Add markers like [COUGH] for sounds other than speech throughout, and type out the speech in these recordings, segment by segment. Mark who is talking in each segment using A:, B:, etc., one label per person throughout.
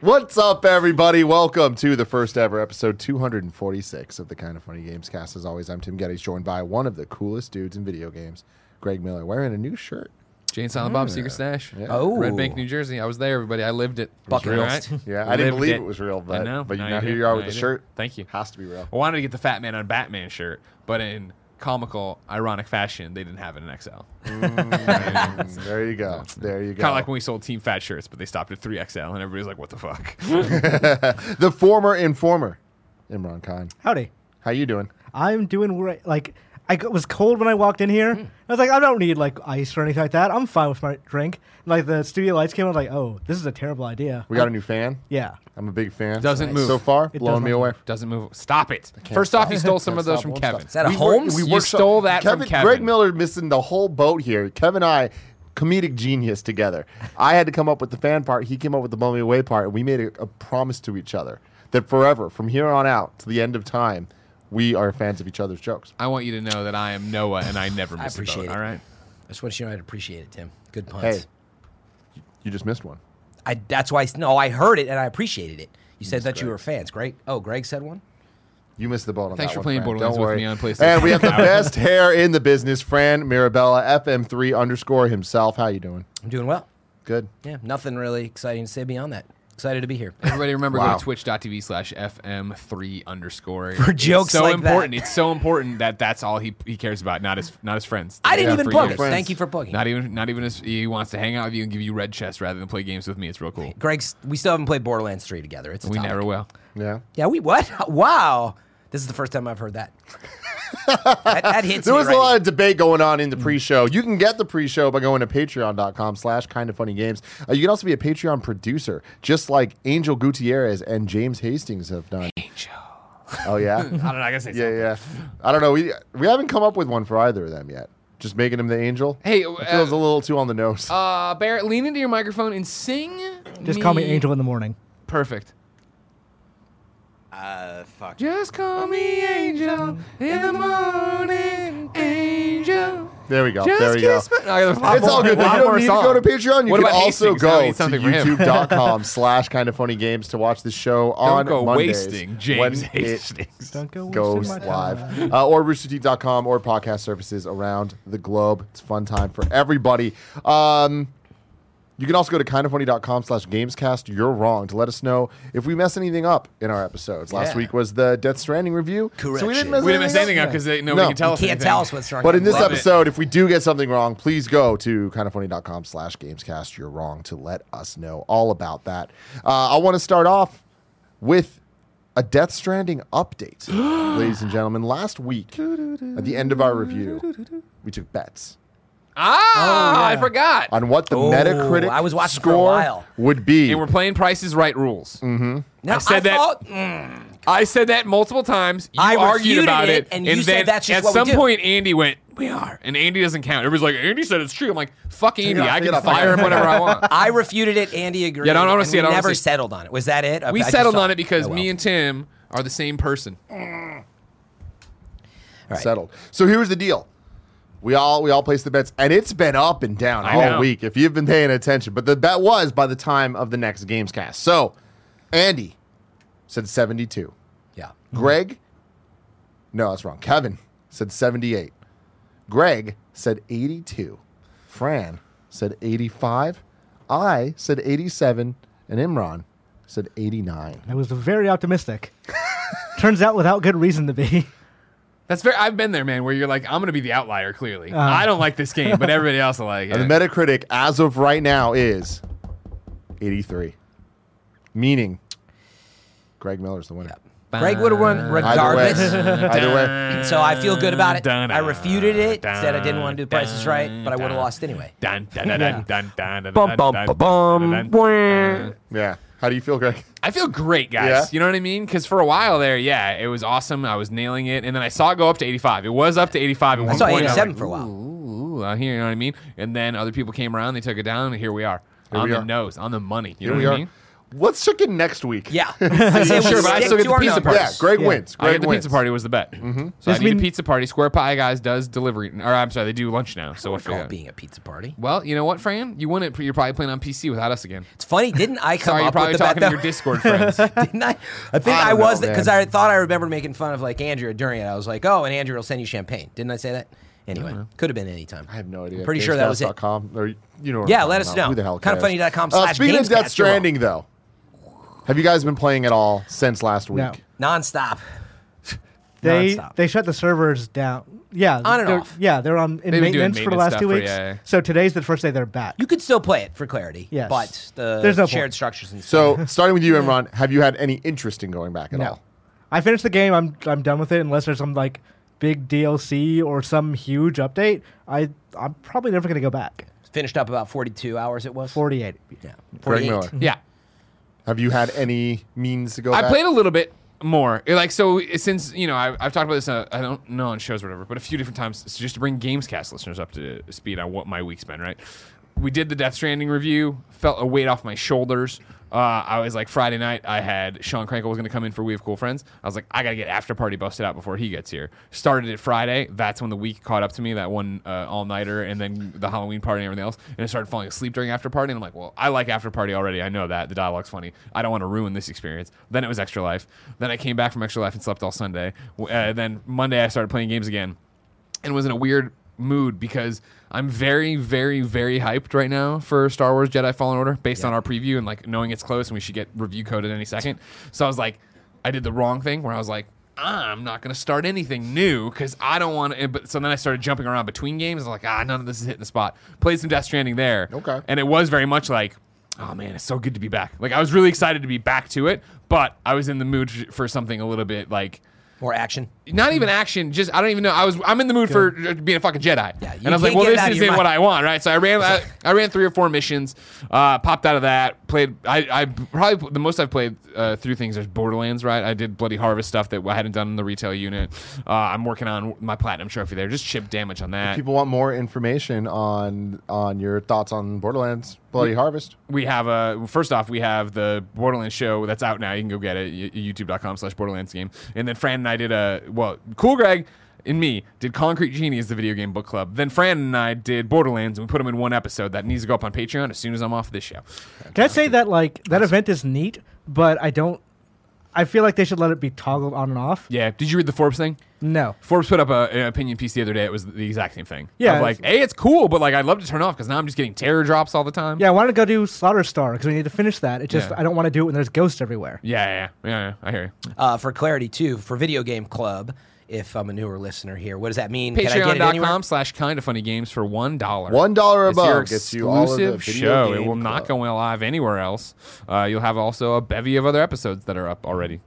A: What's up, everybody? Welcome to the first ever episode 246 of the Kind of Funny Games cast. As always, I'm Tim Geddes, joined by one of the coolest dudes in video games, Greg Miller, wearing a new shirt.
B: Jane Silent Bob Secret Stash.
A: Yeah.
C: Oh.
B: Red Bank, New Jersey. I was there, everybody. I lived it.
C: Bucket
B: All
C: list.
A: [LAUGHS] Yeah, I didn't
B: Lived
A: believe it. was real, but,
B: I know.
A: but
B: Now
A: now
B: you
A: here
B: do.
A: you are
B: Now
A: with the
B: do.
A: shirt.
B: Thank you. Oh
A: Has to be
B: [LAUGHS]
A: real.
B: I wanted to get the Fat Man on Batman shirt, but in comical, ironic fashion, they didn't have it in XL. Kind
A: Mm, there you go. There you go. [LAUGHS]
B: of like when we sold Team Fat shirts, but they stopped at 3XL, and everybody's like, what the fuck? [LAUGHS]
A: the former informer, Imran Khan.
D: Howdy.
A: How you doing?
D: I'm doing right. Like, I g- was cold when I walked in here. I was like, I don't need like ice or anything like that. I'm fine with my drink. And, like the studio lights came on. I was like, oh, this is a terrible idea.
A: We got a new fan.
D: yeah.
A: I'm a big fan.
B: Doesn't move.
A: so far.
D: It
A: blowing
D: does
A: me
D: not
A: away.
B: Doesn't move. Stop it. First off, you stole some of those from Kevin.
C: that a
A: We were-
C: Holmes?
A: we
B: You
A: were so-
B: stole that from Kevin.
A: Greg Miller missing the whole boat here. Kevin and I, comedic genius together. I had to come up with the fan part. He came up with the blow me away part, and we made a, a promise to each other that forever, from here on out to the end of time, we are fans of each other's jokes.
B: I want you to know that I am Noah, and I never miss
C: I appreciate
B: a
C: it.
B: boat, all right?
C: I just want you to know I'd appreciate it, Tim. Good
A: Hey,
C: puns.
A: you- you just missed one.
C: I, that's why. I s- No, I heard it and I appreciated it. You said that you were fans. Great. Oh, Greg said one.
A: You missed the boat on
B: Thanks
A: that
B: for
A: one,
B: playing
A: Fran.
B: Borderlands
A: Don't
B: with
A: worry.
B: me on PlayStation.
A: And we
B: [LAUGHS]
A: have the best hair in the business, Fran Mirabella, FM3 underscore himself. How you doing?
C: I'm doing well.
A: Good.
C: Yeah, nothing really exciting to say beyond that. Excited to be here. [LAUGHS]
B: Everybody remember
A: Wow.
B: go to twitch.tv slash fm3 underscore.
C: For
B: It's
C: jokes
B: so
C: like that.
B: important. It's so important that that's all he, he cares about, not his not his friends.
C: I didn't
B: Yeah,
C: even
B: for
C: plug it.
B: years.
A: Friends.
C: Thank you for plugging.
B: Not even not even his, he wants to hang out with you and give you red chest rather than play games with me. It's real cool.
C: Greg's. We still haven't played Borderlands three together. It's a
B: We
C: topic.
B: never will.
A: Yeah.
C: Yeah, we what? [LAUGHS] Wow. This is the first time I've heard that. that, that hits.
A: There
C: me
A: was
C: right
A: a lot
C: in-
A: of debate going on in the
B: Mm.
A: pre-show. You can get the pre-show by going to patreon.com slash kind of funny games. Uh, you can also be a Patreon producer, just like Angel Gutierrez and James Hastings have done.
B: Angel.
A: Oh yeah?
B: [LAUGHS] I don't know. I guess it's
A: yeah, yeah. I don't know. We we haven't come up with one for either of them yet. Just making him the angel.
B: Hey,
A: it feels a little too on the nose.
B: Uh, Barrett, lean into your microphone and sing.
D: Just call me Angel in the morning.
B: Perfect.
C: Uh, fuck.
B: Just call me Angel in the morning, Angel.
A: [LAUGHS] there we go.
B: Just
A: there we go.
B: kiss me. No, there's a lot
A: It's all
B: more-
A: good.
B: a
A: You
B: lot
A: don't
B: more
A: need
B: song.
A: to go to Patreon. You
B: What
A: can
B: about
A: also
B: Hastings? I
A: go
B: need
A: to
B: something for him. [LAUGHS]
A: youtube.com slash kind of funny games to watch the show on
B: Don't go
A: Mondays
B: wasting
A: when
B: James
A: it
B: Hastings.
C: [LAUGHS]
D: Don't go
A: goes
D: wasting my time.
A: live uh, or roosterteeth.com or podcast services around the globe it's a fun time for everybody um, you can also go to kindoffunny.com slash gamescast you're wrong to let us know if we mess anything up in our episodes last
C: Yeah.
A: week was the death stranding review so we didn't
C: Correction.
A: mess
B: We didn't miss
A: anything
B: anything up
A: up
B: because nobody
A: No.
B: can tell
A: You
B: us.
C: Can't
B: anything.
C: tell us what's wrong.
A: but in this
C: Love it.
A: episode, if we do get something wrong, please go to kindoffunny.com slash gamescast. You're wrong to let us know all about that. Uh, I want to start off with a Death Stranding
C: [GASPS]
A: update, ladies and gentlemen. Last week, at the end of our review, we took bets
B: Ah,
D: Oh, yeah.
B: I forgot.
A: on what the
C: Oh,
A: Metacritic
C: I was watching for a
A: score
C: while.
A: would be.
B: and we're playing Prices Right rules.
C: Now,
B: I said that-
C: thought- mm,
B: I said that multiple times. You
C: I
B: argued
C: refuted
B: about
C: it,
B: it,
C: and you said
B: then
C: that's just
B: at
C: what we
B: some
C: do.
B: point Andy went, "We are," and Andy doesn't count. Everybody's like, "Andy said it's true." I'm like, "Fuck Andy,
A: off,
B: I
A: take it
B: can
A: off,
B: fire him whenever I want."
C: [LAUGHS] I refuted it. Andy agreed.
B: Yeah, I don't wanna
C: and
B: see it, I
C: We
B: don't wanna
C: never
B: see it.
C: settled on it. Was that it? I-
B: We
C: I just
B: settled
C: saw
B: on it because
C: Oh, well.
B: me and Tim are the same person.
C: Right.
A: settled. So here's the deal. We all we all place the bets, and it's been up and down
B: I
A: all
B: know.
A: week if you've been paying attention. But the bet was by the time of the next games cast. So Andy said 72.
B: Mm-hmm.
C: yeah.
A: Greg, no, that's wrong. Kevin said 78. Greg said 82. Fran said 85. I said 87. And Imran said 89.
D: I was very optimistic. Turns out without good reason to be.
B: That's very. I've been there, man. Where you're like, "I'm gonna be the outlier."
C: Uh-huh.
B: Clearly, I don't like this game, but everybody else will
C: [LAUGHS]
B: like it.
A: And the Metacritic, as of right now, is 83. Meaning, Greg Miller's the winner.
C: Greg would have won
A: Either way. [LAUGHS]
C: regardless.
A: Either way.
C: so I feel good about it.
B: Dun, dun,
C: I refuted it.
B: dun,
C: said I didn't want to do Price is Right, but I would have
B: dun.
C: lost anyway.
B: Dun, dun, dun,
D: Yeah.
B: dun, dun, dun,
C: Bum, bum,
B: dun,
C: ba,
B: dun, dun,
C: bum.
B: dun.
A: Yeah. How do you feel, Greg?
B: I feel great, guys.
A: Yeah?
B: You know what I mean? Because for a while there, yeah, it was awesome. I was nailing it, and then I saw it go up to 85. It was up to 85 at
C: I
B: one
C: saw
B: point. I was
C: 87
B: like,
C: for a while.
B: Ooh, ooh, out here, you know what I mean? And then other people came around, they took it down, and here we are
A: Here
B: on
A: we
B: the
A: are.
B: nose, on the money. You
A: Here
B: know
A: we
B: what I
A: are.
B: mean?
A: Let's check in next week.
B: [LAUGHS]
C: Yeah.
B: Sure, but I still get the pizza
A: Yeah,
B: party.
A: Greg
D: Yeah.
A: wins. Greg
B: I get the
A: wins.
B: pizza party was the bet. Mm-hmm. So
D: Does
B: I need
D: mean-
B: a pizza party. Square Pie Guys does delivery, or I'm sorry, they do lunch now. So what?
C: Call it
B: Fran?
C: being a pizza party.
B: Well, you know what, Fran? You wouldn't. You're probably playing on PC without us again.
C: It's funny, didn't
B: [LAUGHS]
C: I come
B: Sorry, you're
C: up with
B: probably
C: the
B: talking to
C: bet
B: your
C: though?
B: Discord friends.
C: [LAUGHS] Didn't I? I think
A: I
C: I,
A: don't
C: was
A: know,
C: because
A: man.
C: I thought I remembered making fun of like Andrea during it. I was like, oh, and Andrea will send you champagne. Didn't I say that? Anyway,
B: Uh-huh.
C: could have been any time.
A: I have no idea.
C: Pretty sure that was it.
A: Gamescast.com, Or, you know what I'm
C: Yeah,
A: talking
C: let us
A: about.
C: know.
A: Who the hell cares?
C: Kindoffunny.com
A: Uh,
C: slash
A: speaking of
C: Gamescast,
A: Death
C: you're wrong.
A: Stranding, though, have you guys been playing at all since last week?
D: No.
C: Nonstop.
D: They
C: [LAUGHS] Nonstop.
D: they shut the servers down. Yeah,
C: On and
D: they're-
C: off.
D: Yeah, they're on in
B: They've been doing
D: maintenance for the
B: maintenance
D: last two
B: stuff for-
D: weeks.
B: yeah, yeah.
D: So today's the first day they're back.
C: You could still play it for clarity.
D: Yes.
C: But the
D: There's no
C: shared
D: point.
C: structures and stuff. [LAUGHS]
A: So, starting with you, Imran, have you had any interest in going back at
D: no,
A: all?
D: I finished the game. I'm I'm done with it unless there's some like big DLC or some huge update. I I'm probably never gonna go back.
C: Finished up about 42 hours it was.
D: Forty eight.
C: Yeah.
A: Greg
C: 48.
A: Miller,
B: yeah,
A: have you had any means to go
B: I
A: back?
B: played a little bit more. Like so, since you know, I, I've talked about this. Uh, I don't know on shows or whatever, but a few different times, so just to bring Gamescast listeners up to speed on what my week's been. Right, we did the Death Stranding review. Felt a weight off my shoulders. Uh, I was like Friday night. I had Sean Crankle was going to come in for We Have Cool Friends. I was like, I gotta get after party busted out before he gets here. Started it Friday. That's when the week caught up to me. That one uh, all nighter, and then the Halloween party and everything else. And I started falling asleep during after party. And I'm like, well, I like after party already. I know that the dialogue's funny. I don't want to ruin this experience. Then it was Extra Life. Then I came back from Extra Life and slept all Sunday. W- Uh, then Monday I started playing games again and was in a weird mood because I'm very, very, very hyped right now for Star Wars Jedi Fallen Order based on our preview and like knowing it's close and we should get review code at any second. So I was like, I did the wrong thing where I was like, I'm not going to start anything new because I don't want to. But so then I started jumping around between games. I was like, ah, none of this is hitting the spot. Played some Death Stranding there.
A: Okay.
B: And it was very much like, oh man, it's so good to be back. Like I was really excited to be back to it, but I was in the mood f- for something a little bit like
C: More action.
B: not even action. Just I don't even know. I was I'm in the mood for being a fucking Jedi.
C: Yeah, you
B: and I was like,
C: can't
B: well,
C: get it
B: this
C: out of your
B: isn't what
C: mind.
B: I want, right? So I ran I, I ran three or four missions, uh, popped out of that, played. I, I probably the most I've played uh, through things is Borderlands, right? I did bloody harvest stuff that I hadn't done in the retail unit. Uh, I'm working on my platinum trophy there. Just chip damage on that.
A: People want more information on on your thoughts on Borderlands Bloody Harvest.
B: we have a first off we have the borderlands show that's out now you can go get it y- youtube.com slash borderlands game and then fran and i did a well cool greg and me did concrete genie as the video game book club then fran and i did borderlands and we put them in one episode that needs to go up on patreon as soon as i'm off this show
D: Can I say that like that event is neat, but I don't. I feel like they should let it be toggled on and off.
B: yeah did you read the forbes thing
D: No.
B: Forbes put up a, an opinion piece the other day. It was the exact same thing.
D: Yeah,
B: Of like, hey, it's cool, but like, I'd love to turn off because now I'm just getting terror drops all the time.
D: Yeah, I wanted to go do Slaughter Star because we need to finish that. It just
B: Yeah.
D: I don't want to do it when there's ghosts everywhere.
B: yeah, yeah, yeah. yeah, yeah. I hear you.
C: Uh, for clarity, too, for Video Game Club, if I'm a newer listener here, what does that mean? Can I get it anywhere?
B: Patreon.com slash kind of funny games for one dollar.
A: One dollar
B: It's your
A: above gets you all of the
B: exclusive
A: video
B: show. It
A: game
B: will not
A: club.
B: go live anywhere else. Uh, you'll have also a bevy of other episodes that are up already,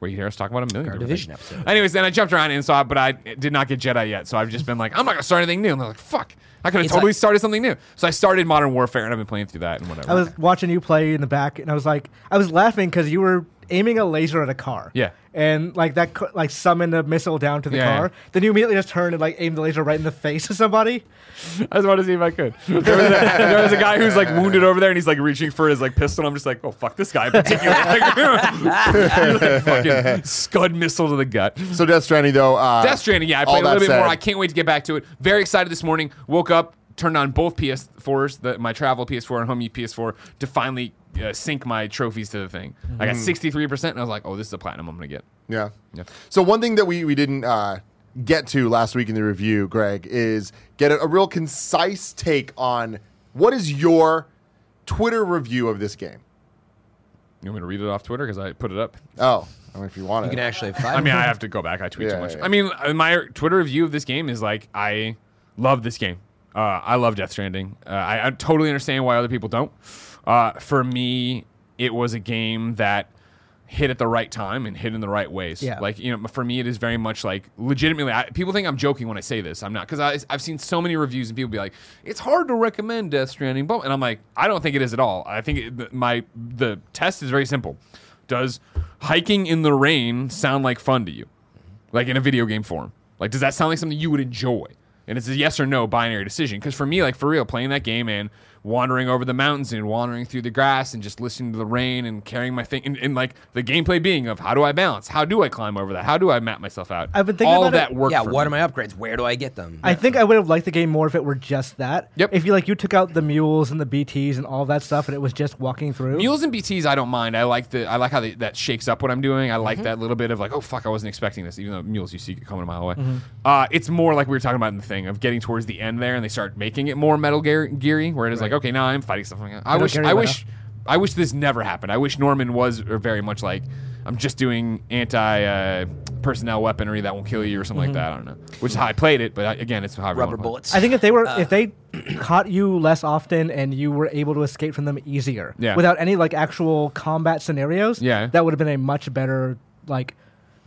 B: where you hear us talk about a million
C: Our
B: different
C: Division
B: things.
C: episode.
B: Anyways, then I jumped around and saw it, but I did not get Jedi yet. So I've just been like, I'm not gonna start anything new. And I'm like, fuck, I could have
C: It's
B: totally
C: like-
B: started something new. So I started Modern Warfare and I've been playing through that and whatever.
D: I was watching you play in the back, and I was like, I was laughing because you were aiming a laser at a car.
B: Yeah.
D: And like that, co- like summoned a missile down to the
B: Yeah,
D: car.
B: yeah.
D: Then you immediately just turned and like aimed the laser right in the face of somebody.
B: I just wanted to see if I could. [LAUGHS] There was, a, there was a guy who's like wounded over there, and he's like reaching for his like pistol. And I'm just like, oh fuck this guy in particular. [LAUGHS] like, fucking scud missile to the gut.
A: So Death Stranding, though, uh,
B: Death Stranding, yeah, I
A: all
B: played a
A: that
B: little bit
A: said-
B: more. I can't wait to get back to it. Very excited this morning. Woke up, turned on both PS4s, the, my travel PS4 and home use PS4, to finally uh, sync my trophies to the thing. I
A: Mm-hmm.
B: got 63%, and I was like, oh, this is the platinum I'm going to get.
A: Yeah.
B: Yeah.
A: So one thing that we we didn't uh, get to last week in the review, Greg, is get a, a real concise take on what is your Twitter review of this game.
B: You want me to read it off Twitter because I put it up?
A: Oh, I mean, if you want
C: You
A: it.
C: can actually
B: I
C: find
B: mean, I have to go back. I tweet
A: Yeah,
B: too much.
A: yeah, yeah.
B: I mean, uh, my Twitter review of this game is like, I love this game. Uh, I love Death Stranding. Uh, I, I totally understand why other people don't. Uh, for me, it was a game that hit at the right time and hit in the right ways.
D: Yeah.
B: Like, you know, for me, it is very much like legitimately. I, people think I'm joking when I say this. I'm not because I've seen so many reviews and people be like, "It's hard to recommend Death Stranding," but and I'm like, I don't think it is at all. I think it, the- my the test is very simple. Does hiking in the rain sound like fun to you? like in a video game form? Like, does that sound like something you would enjoy? And it's a yes or no binary decision. Because for me, like for real, playing that game and wandering over the mountains and wandering through the grass and just listening to the rain and carrying my thing and, and like the gameplay being of how do I balance? How do I climb over that? How do I map myself out?
D: I've been thinking
B: all
D: about
B: of
D: it-
B: that work.
C: yeah,
B: for
C: what
B: me.
C: are my upgrades? Where do I get them?
D: I think I would have liked the game more if it were just that.
B: Yep.
D: If you like, you took out the mules and the BTS and all that stuff, and it was just walking through.
B: Mules and BTS, I don't mind. I like the I like how they, that shakes up what I'm doing. I like that little bit of like, oh fuck, I wasn't expecting this. Even though mules, you see coming a mile away. Uh, it's more like we were talking about in the thing of getting towards the end there, and they start making it more Metal Gear geary, where it is like, okay, now I'm fighting stuff. I wish,
D: Gear
B: I
D: right
B: wish, I wish this never happened. I wish Norman was or very much like, I'm just doing anti uh, personnel weaponry that won't kill you or something like that. I don't know, which is how I played it, but I, again, it's how
C: Rubber bullets.
D: I think if they were
B: Uh,
D: if they [CLEARS THROAT] caught you less often and you were able to escape from them easier,
B: Yeah.
D: without any like actual combat scenarios,
B: Yeah.
D: that would have been a much better like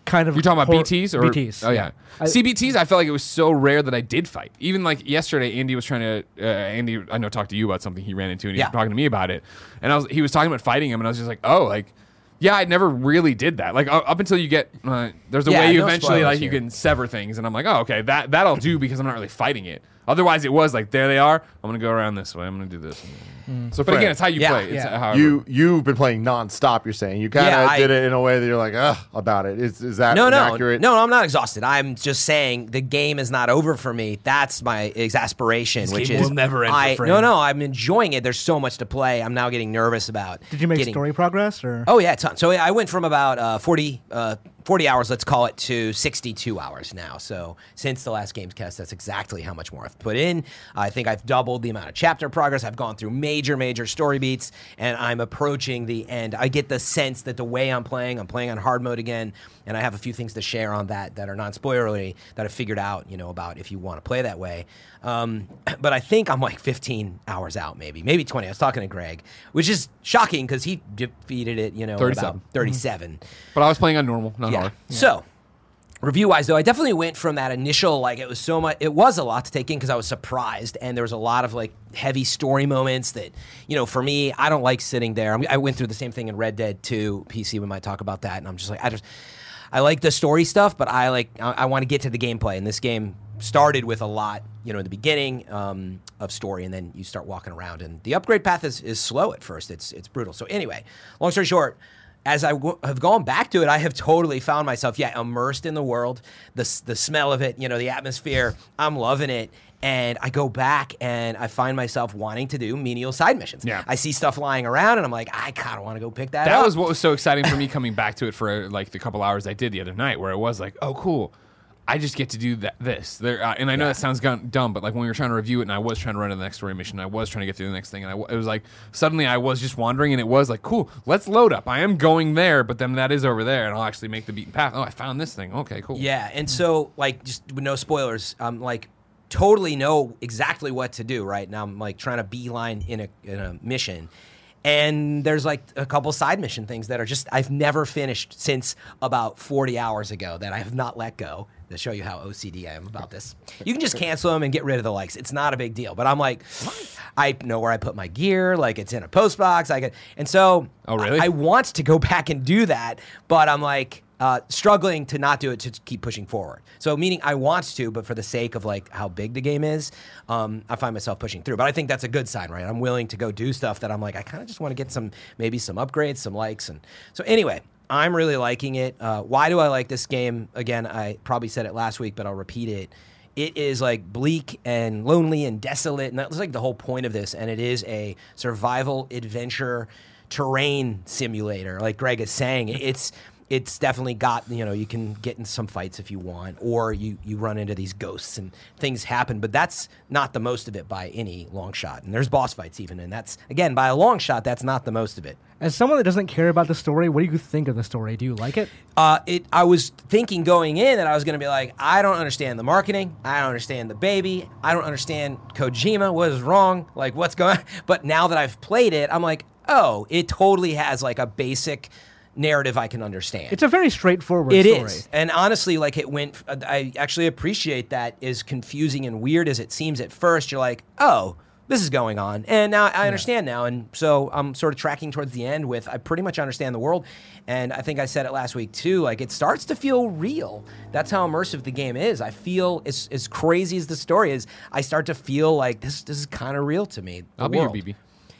D: kind of.
B: You're talking about
D: hor-
B: BTS or
D: BTS?
B: Oh yeah,
D: I-
B: CBTs. I felt like it was so rare that I did fight. Even like yesterday, Andy was trying to. Uh, Andy, I know talked to you about something he ran into, and he
C: Yeah.
B: was talking to me about it. And I was he was talking about fighting him, and I was just like, oh, like. Yeah, I never really did that. Like u- up until you get, uh, there's a
C: Yeah,
B: way you
C: no
B: eventually like
C: spoilers
B: you
C: here.
B: can sever things, and I'm like, oh, okay, that that'll do because I'm not really fighting it. Otherwise, it was like there they are. I'm gonna go around this way. I'm gonna do this.
A: So,
B: But
A: Fran,
B: again, it's how you
C: Mm. Yeah,
B: play. It's
D: yeah.
B: how
A: you you've been playing nonstop. You're saying you kind of
C: Yeah, I-
A: did it in a way that you're like, ugh, about it. Is is that
C: no, no,
A: accurate?
C: no, no. I'm not exhausted. I'm just saying the game is not over for me. That's my exasperation, which
B: game
C: is
B: will never end for
C: I,
B: Fran.
C: no, no. I'm enjoying it. There's so much to play. I'm now getting nervous about.
D: Did you make
C: getting,
D: story progress or?
C: Oh yeah, ton. So yeah, I went from about uh, 40, uh, 40 hours, let's call it, to sixty-two hours now. So since the last games cast, that's exactly how much more I've put in. I think I've doubled the amount of chapter progress. I've gone through major, major story beats, and I'm approaching the end. I get the sense that the way I'm playing, I'm playing on hard mode again, and I have a few things to share on that that are non-spoilery that I figured out, you know, about if you want to play that way. Um, [CLEARS THROAT] but I think I'm like 15 hours out, maybe, maybe 20. I was talking to Greg, which is shocking because he defeated it, you know,
B: 37.
C: about 37.
B: But I was playing on normal, not
C: Yeah.
B: hard.
C: So, review wise, though, I definitely went from that initial, like, it was so much, it was a lot to take in because I was surprised. And there was a lot of, like, heavy story moments that, you know, for me, I don't like sitting there. I, mean, I went through the same thing in Red Dead 2 PC. We might talk about that. And I'm just like, I just, I like the story stuff, but I like, I, I want to get to the gameplay. And this game started with a lot, you know, in the beginning um, of story, and then you start walking around. And the upgrade path is, is slow at first. It's, it's brutal. So, anyway, long story short, as I w- have gone back to it, I have totally found myself, yeah, immersed in the world, the, s- the smell of it, you know, the atmosphere. I'm loving it. And I go back and I find myself wanting to do menial side missions.
B: Yeah.
C: I see stuff lying around and I'm like, I kind of want to go pick that,
B: That
C: up.
B: was what was so exciting for me coming back to it for uh, like the couple hours I did the other night, where it was like, oh, cool. I just get to do that, this. There, uh, and I know that sounds gun- dumb, but like when we were trying to review it, and I was trying to run to the next story mission, I was trying to get through the next thing, and I w- it was like suddenly I was just wandering, and it was like, cool, let's load up. I am going there, but then that is over there, and I'll actually make the beaten path. Oh, I found this thing. Okay, cool.
C: Yeah, and so like just with no spoilers, I'm like totally know exactly what to do right now. I'm like trying to beeline in a in a mission. And there's like a couple side mission things that are just I've never finished since about 40 hours ago that I have not let go. To show you how OCD I am about this, you can just cancel them and get rid of the likes. It's not a big deal. But I'm like, I know where I put my gear. Like it's in a post box. I could, and so
B: Oh, really?
C: I, I want to go [LAUGHS] back and do that, but I'm like uh, struggling to not do it to keep pushing forward. So meaning I want to, but for the sake of like how big the game is, um, I find myself pushing through. But I think that's a good sign, right? I'm willing to go do stuff that I'm like I kind of just want to get some maybe some upgrades, some likes, and so anyway. I'm really liking it. Uh, why do I like this game? Again, I probably said it last week, but I'll repeat it it is like bleak and lonely and desolate and that's like the whole point of this and it is a survival adventure terrain simulator like greg is saying it's it's definitely got you know you can get in some fights if you want or you you run into these ghosts and things happen but that's not the most of it by any long shot and there's boss fights even and that's again by a long shot that's not the most of it
D: As someone that doesn't care about the story, what do you think of the story? Do you like it?
C: uh, it I was thinking going in that I was going to be like, I don't understand the marketing. I don't understand the baby. I don't understand Kojima. What is wrong? Like, what's going? [LAUGHS] But now that I've played it, I'm like, oh, it totally has like a basic narrative I can understand.
D: It's a very straightforward
C: It is,
D: story.
C: And honestly, like it went, I actually appreciate that as confusing and weird as it seems at first. You're like, oh, this is going on. And now I understand now. And so I'm sort of tracking towards the end with I pretty much understand the world. And I think I said it last week too. Like it starts to feel real. That's how immersive the game is. I feel as, as crazy as the story is, I start to feel like this this is kind of real to me. the
B: I'll be your
C: world.
B: BB.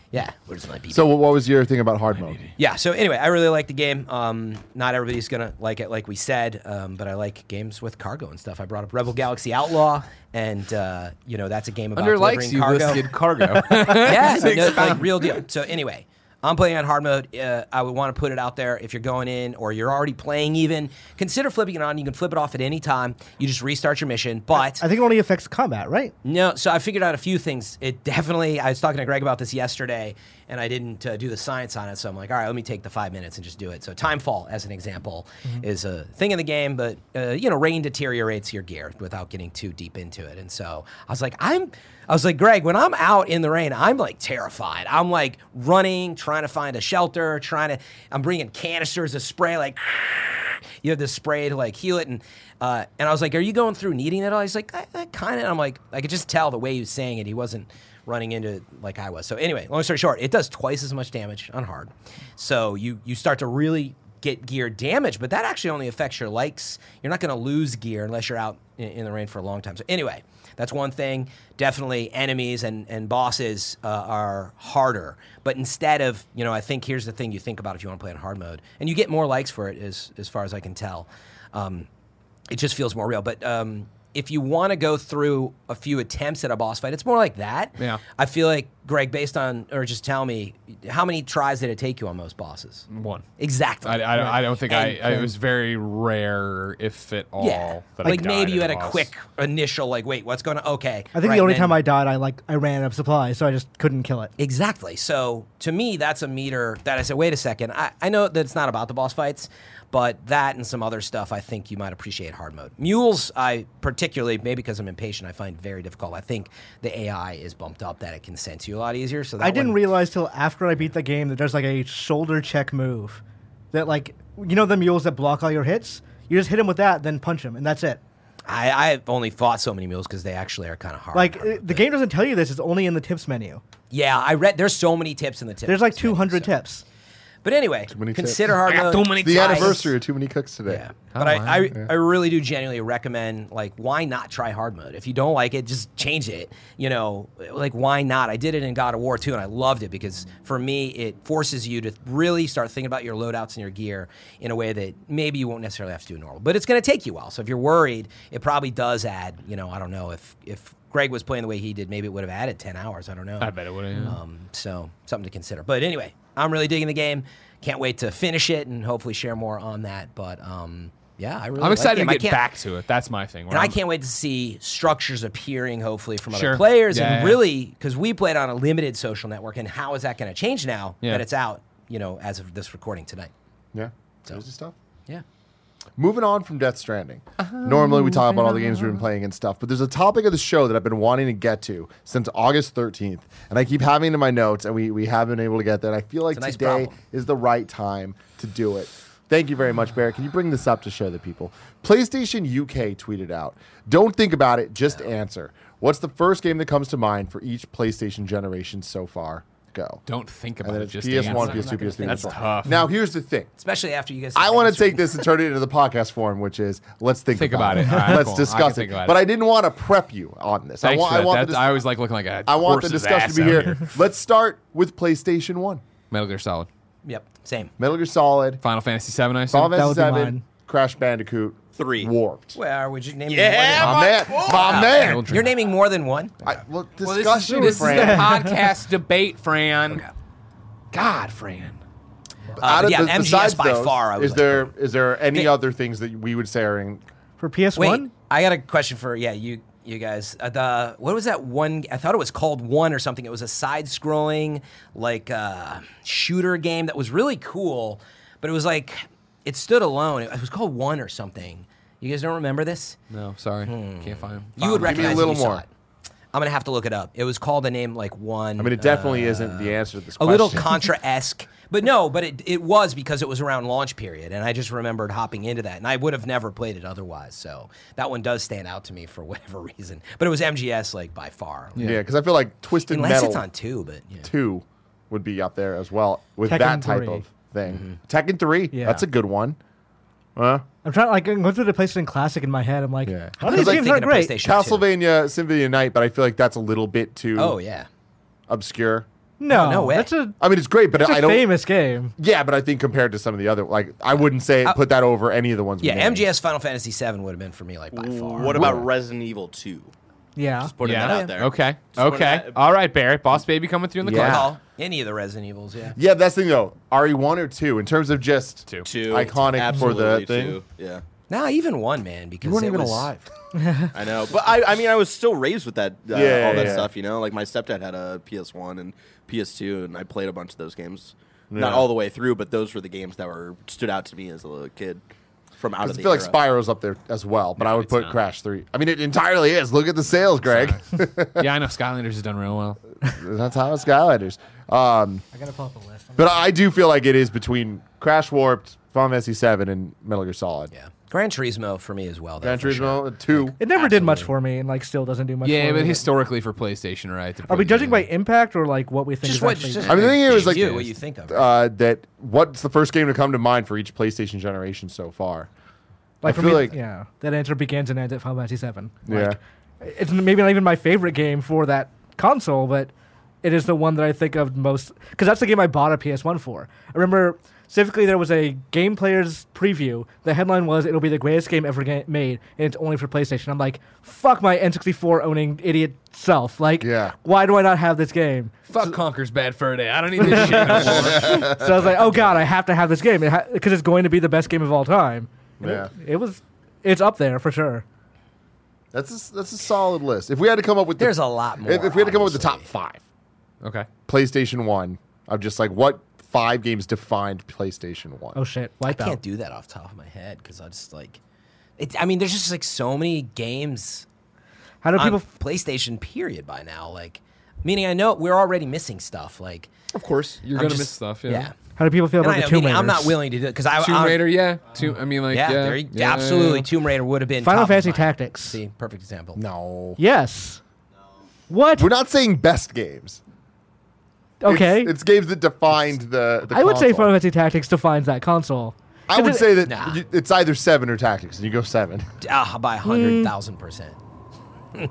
C: Yeah. Where's my BB?
A: So what was your thing about hard mode?
C: Yeah. So anyway, I really like the game. Um, not everybody's gonna like it, like we said, um, but I like games with cargo and stuff. I brought up Rebel Galaxy Outlaw, and uh, you know that's a game about
B: Under likes
C: delivering
B: you
C: cargo. [LAUGHS]
B: listed cargo. [LAUGHS]
C: yeah, no, like real deal. So anyway, I'm playing on hard mode. Uh, I would want to put it out there if you're going in or you're already playing. Even consider flipping it on. You can flip it off at any time. You just restart your mission, but
D: I think it only affects combat, right?
C: no, so I figured out a few things. It [LAUGHS] definitely, I was talking to Greg about this yesterday, and I didn't uh, do the science on it. So I'm like, all right, let me take the five minutes and just do it. So timefall, as an example, is a thing in the game, but uh, you know, rain deteriorates your gear without getting too deep into it. And so I was like, I'm, I was like, Greg, when I'm out in the rain, I'm like terrified. I'm like running, trying to find a shelter, trying to, I'm bringing canisters of spray, like you have this spray to like heal it and uh, and I was like, "Are you going through needing it all?" He's like, "I, I kind of." I'm like, I could just tell the way he was saying it. He wasn't running into it like I was. So anyway, long story short, it does twice as much damage on hard. So you you start to really get gear damage, but that actually only affects your likes. You're not going to lose gear unless you're out in, in the rain for a long time. So anyway, that's one thing. Definitely, enemies and and bosses uh, are harder. But instead of you know, I think here's the thing you think about if you want to play in hard mode, and you get more likes for it as as far as I can tell. Um, it just feels more real. But um, if you want to go through a few attempts at a boss fight, it's more like that.
B: Yeah.
C: I feel like Greg, based on or just tell me how many tries did it take you on most bosses?
B: One.
C: Exactly.
B: I, I, I don't think I,
C: And-
B: I. It was very rare, if at all,
C: yeah.
B: that I
C: like
B: died
C: maybe you
B: at a
C: had a
B: boss.
C: quick initial like, wait, what's going on? Okay.
D: I think
C: Right,
D: the only
C: and
D: time
C: then-
D: I died, I like I ran out of supplies, so I just couldn't kill it.
C: Exactly. So to me, that's a meter that I said, wait a second. I, I know that it's not about the boss fights, but that and some other stuff I think you might appreciate hard mode. Mules, I particularly, maybe because I'm impatient, I find very difficult. I think the AI is bumped up that it can sense you a lot easier. So that
D: I didn't
C: one-
D: realize till after I beat the game that there's like a shoulder check move, that like you know the mules that block all your hits. You just hit him with that, then punch him, and that's it.
C: I, I've only fought so many mules because they actually are kind of hard.
D: Like
C: Hard
D: uh,
C: mode.
D: the game doesn't tell you this; it's only in the tips menu.
C: yeah, I read. There's so many tips in the tips.
D: There's like
C: menu,
D: 200
C: so-
D: tips.
C: But anyway,
A: many tips.
C: consider hard mode.
A: It's the anniversary of Too Many Cooks today.
C: Yeah. But I, I, I really do genuinely recommend like why not try hard mode? If you don't like it, just change it. You know, like why not? I did it in God of War too, and I loved it because for me it forces you to really start thinking about your loadouts and your gear in a way that maybe you won't necessarily have to do normal. But it's gonna take you a while. So if you're worried, it probably does add, you know, I don't know, if if Greg was playing the way he did, maybe it would have added ten hours. I don't know.
B: I bet it would have.
C: Um, so something to consider. But anyway, I'm really digging the game. Can't wait to finish it and hopefully share more on that. But um, yeah, I really
B: I'm
C: like
B: excited
C: him. I
B: to get
C: can't-
B: back to it. That's my thing. where
C: And I
B: I'm-
C: can't wait to see structures appearing, hopefully, from other
B: Sure.
C: players.
B: Yeah,
C: and
B: yeah.
C: really, because we played on a limited social network, and how is that going to change now
B: Yeah.
C: that it's out, you know, as of this recording tonight?
A: Yeah. Crazy stuff.
C: Yeah.
A: Moving on from Death Stranding.
C: Uh-huh.
A: Normally we talk about all the games we've been playing and stuff, but there's a topic of the show that I've been wanting to get to since August 13th, and I keep having it in my notes, and we, we haven't been able to get there. And I feel like
C: a nice
A: today
C: problem.
A: is the right time to do it. Thank you very much, Barrett. Can you bring this up to show the people? PlayStation UK tweeted out Don't think about it, just answer. What's the first game that comes to mind for each PlayStation generation so far? Go.
B: Don't think
A: And
B: about
A: then
B: it.
A: it's
B: Just
A: PS1,
B: answer.
A: PS2, PS3.
B: That's
A: PS4.
B: tough.
A: Now, here's the thing.
C: Especially after you guys.
A: I want to take this and turn it into the podcast form, which is let's think,
B: Think
A: about,
B: about it.
A: it.
B: All right,
A: let's
B: cool. I can
A: discuss it.
B: think about it.
A: But I didn't want to prep you on this. I
B: Thanks
A: want,
B: for
A: I
B: that.
A: want,
B: That's-
A: the, dis-
B: I always like looking like a
A: I want the
B: horse's
A: discussion
B: ass
A: to be
B: out
A: here. let's start with PlayStation One,
B: Metal Gear Solid,
C: Yep. Same.
A: Metal Gear Solid,
B: Final Fantasy Seven. I
A: Final
B: assume.
A: Fantasy
D: would be
A: Seven,
D: mine.
A: Crash Bandicoot
E: Three.
A: Warped.
C: Where would you name?
E: Yeah,
C: More
A: My
E: my
A: man,
E: God.
A: my man.
B: Children.
C: than, you're naming more than one.
A: I, well,
B: Well,
A: discussion,
B: this is, this is the
A: Fran.
B: [LAUGHS] podcast debate, Fran. God, Fran.
A: Out of
C: yeah,
A: the-
C: MGS
A: besides
C: by
A: those,
C: far, I would
A: is
C: like
A: there is there any other things that we would say are in?
D: For PS1,
C: Wait, I got a question for yeah you you guys. Uh, the what was that one? I thought it was called One or something. It was a side-scrolling like uh, shooter game that was really cool, but it was like it stood alone. It was called One or something. You guys don't remember this?
B: No, sorry, can't find him.
C: you would
A: me a
C: recognize it if
A: little
C: you saw
A: more.
C: it. I'm gonna have to look it up. It was called a name like one. uh,
A: I mean, it definitely isn't
B: Uh,
A: the answer to this
C: a
A: question.
C: little Contra esque. But no, but it, it was because it was around launch period, and I just remembered hopping into that, and I would have never played it otherwise. So that one does stand out to me for [LAUGHS] whatever reason. But it was MGS like by far,
A: yeah, because I feel like Twisted
C: unless
A: Metal
C: it's on two. But yeah.
A: Two would be up there as well with
F: Tekken
A: that type
F: 3.
A: of thing. Tekken Three,
F: Yeah.
A: that's a good one.
F: I'm trying like I'm going through the PlayStation Classic in my head. I'm like,
A: Yeah.
F: how these
A: Because, like,
F: games are
C: thinking of
F: great.
C: PlayStation. Two.
A: Castlevania Symphony of Night, but I feel like that's a little bit too
C: Oh yeah,
A: obscure.
F: No,
C: no way.
F: That's a,
A: I mean, it's great, but
F: that's a
A: I don't.
F: famous game.
A: Yeah, but I think compared to some of the other, like I wouldn't say put that over any of the ones. we
C: yeah.
A: named.
C: MGS Final Fantasy VII would have been for me like by far.
E: What about Resident Evil 2?
F: Yeah.
E: Just putting
B: yeah.
E: that out there.
B: Okay.
E: Just putting
B: okay.
E: that-
B: All right, Barrett. Boss Baby coming through in the
A: Yeah.
B: club.
C: Well, any of the Resident Evils? Yeah.
A: Yeah, that's the thing though. RE one or two in terms of just
B: Two.
E: Two.
A: iconic for the
E: Absolutely
A: thing.
E: two. Yeah.
C: Nah, even one man because it was-
E: I know, but I, I mean, I was still raised with that, uh,
A: Yeah,
E: all that
A: yeah.
E: stuff. You know, like my stepdad had a PS1 and PS2, and I played a bunch of those games.
A: Yeah.
E: Not all the way through, but those were the games that were stood out to me as a little kid from out
A: I
E: of the
A: feel like
E: era.
A: Spyro's up there as well, but I would
B: it's
A: put
B: not.
A: Crash Three. I mean, it entirely is. Look at the sales, Greg.
B: [LAUGHS] yeah, I know Skylanders has done real well.
A: [LAUGHS] That's how it's Skylanders. Um,
F: I gotta pull up a list.
A: but I do feel like it is between Crash Warped, Final Fantasy Seven, and Metal Gear Solid.
C: yeah. Gran Turismo for me as well. though,
A: Gran
C: for sure.
A: Turismo two.
F: It never did much for me, and like still doesn't do much.
B: Yeah,
F: for
B: but
F: me.
B: historically for PlayStation, right? to
F: Are we
B: put it
F: judging
B: in.
F: by impact or like what we think?
C: Just
F: is
C: what?
F: actually
C: Just,
F: good?
A: I mean, the thing is,
C: you,
A: like-
C: what you think of?
A: Uh, that what's the first game to come to mind for each PlayStation generation so far? I
F: like for
A: feel
F: me,
A: like-
F: yeah, that answer begins and ends at Final Fantasy Seven.
A: Yeah.
F: it's maybe not even my favorite game for that console, but it is the one that I think of most because that's the game I bought a PS1 for. I remember specifically there was a game players preview. The headline was "It'll be the greatest game ever ga- made, and it's only for PlayStation." I'm like, "Fuck my N64 owning idiot self! Like,
A: Yeah.
F: why do I not have this
A: [LAUGHS]
F: game?"
B: Fuck Conker's Bad Fur Day. I don't need this shit. No more.
F: So I was like, "Oh God, I have to have this game because it's going to be the best game of all time." And it-
A: Yeah.
F: it was. It's up there for sure.
A: That's a, that's a solid list. If we had to come up with the-
C: There's a lot more.
A: If, if we had to come up with the top
C: obviously.
A: five,
B: Okay.
A: PlayStation One of just like what five games defined PlayStation One.
F: Oh shit!
C: I
F: Wipeout.
C: can't do that off the top of my head because I just like. It, I mean, there's just like so many games
F: How do
C: on
F: people?
C: PlayStation. Period. By now, like, meaning I know we're already missing stuff. Like,
B: Of course, you're
C: I'm
B: gonna
C: just-
B: miss stuff. Yeah.
F: How do people feel
C: And
F: about
C: I
F: the
C: know,
F: Tomb
C: meaning I'm not
F: Raiders?
C: willing to do it because I.
B: Tomb
C: I,
B: Raider. Yeah. Tomb. I mean, like.
C: Yeah,
B: Yeah.
C: there you-
B: yeah,
C: absolutely.
B: yeah.
C: Tomb Raider would have been
F: Final
C: top of
F: Fantasy
C: mine.
F: Tactics.
C: See, perfect example.
A: No,
F: Yes. What?
A: we're not saying best games. It's-
F: okay.
A: it's, games that defined the. the
F: I would say
A: console.
F: Final Fantasy Tactics defines that console.
A: I would say that
C: Nah.
A: you- it's either seven or tactics, and you go seven.
C: Ah, by
F: Mm.
C: hundred thousand percent. [LAUGHS]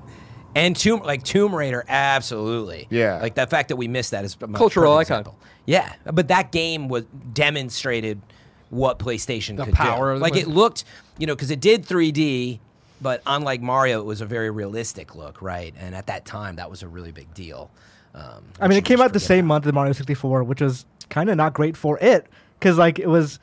C: And Tomb like Tomb Raider, absolutely.
A: Yeah.
C: Like the fact that we missed that is a
B: Cultural
C: perfect
B: icon.
C: example. Yeah, but that game was demonstrated what PlayStation
B: The
C: could
B: power
C: do.
B: of the
C: like it
B: PlayStation.
C: looked, you know, because it did 3D, but unlike Mario, it was a very realistic look, right? And at that time, that was a really big deal. Um,
F: I mean, it came out the same month as Mario 64, which was kind of not great for it because like it was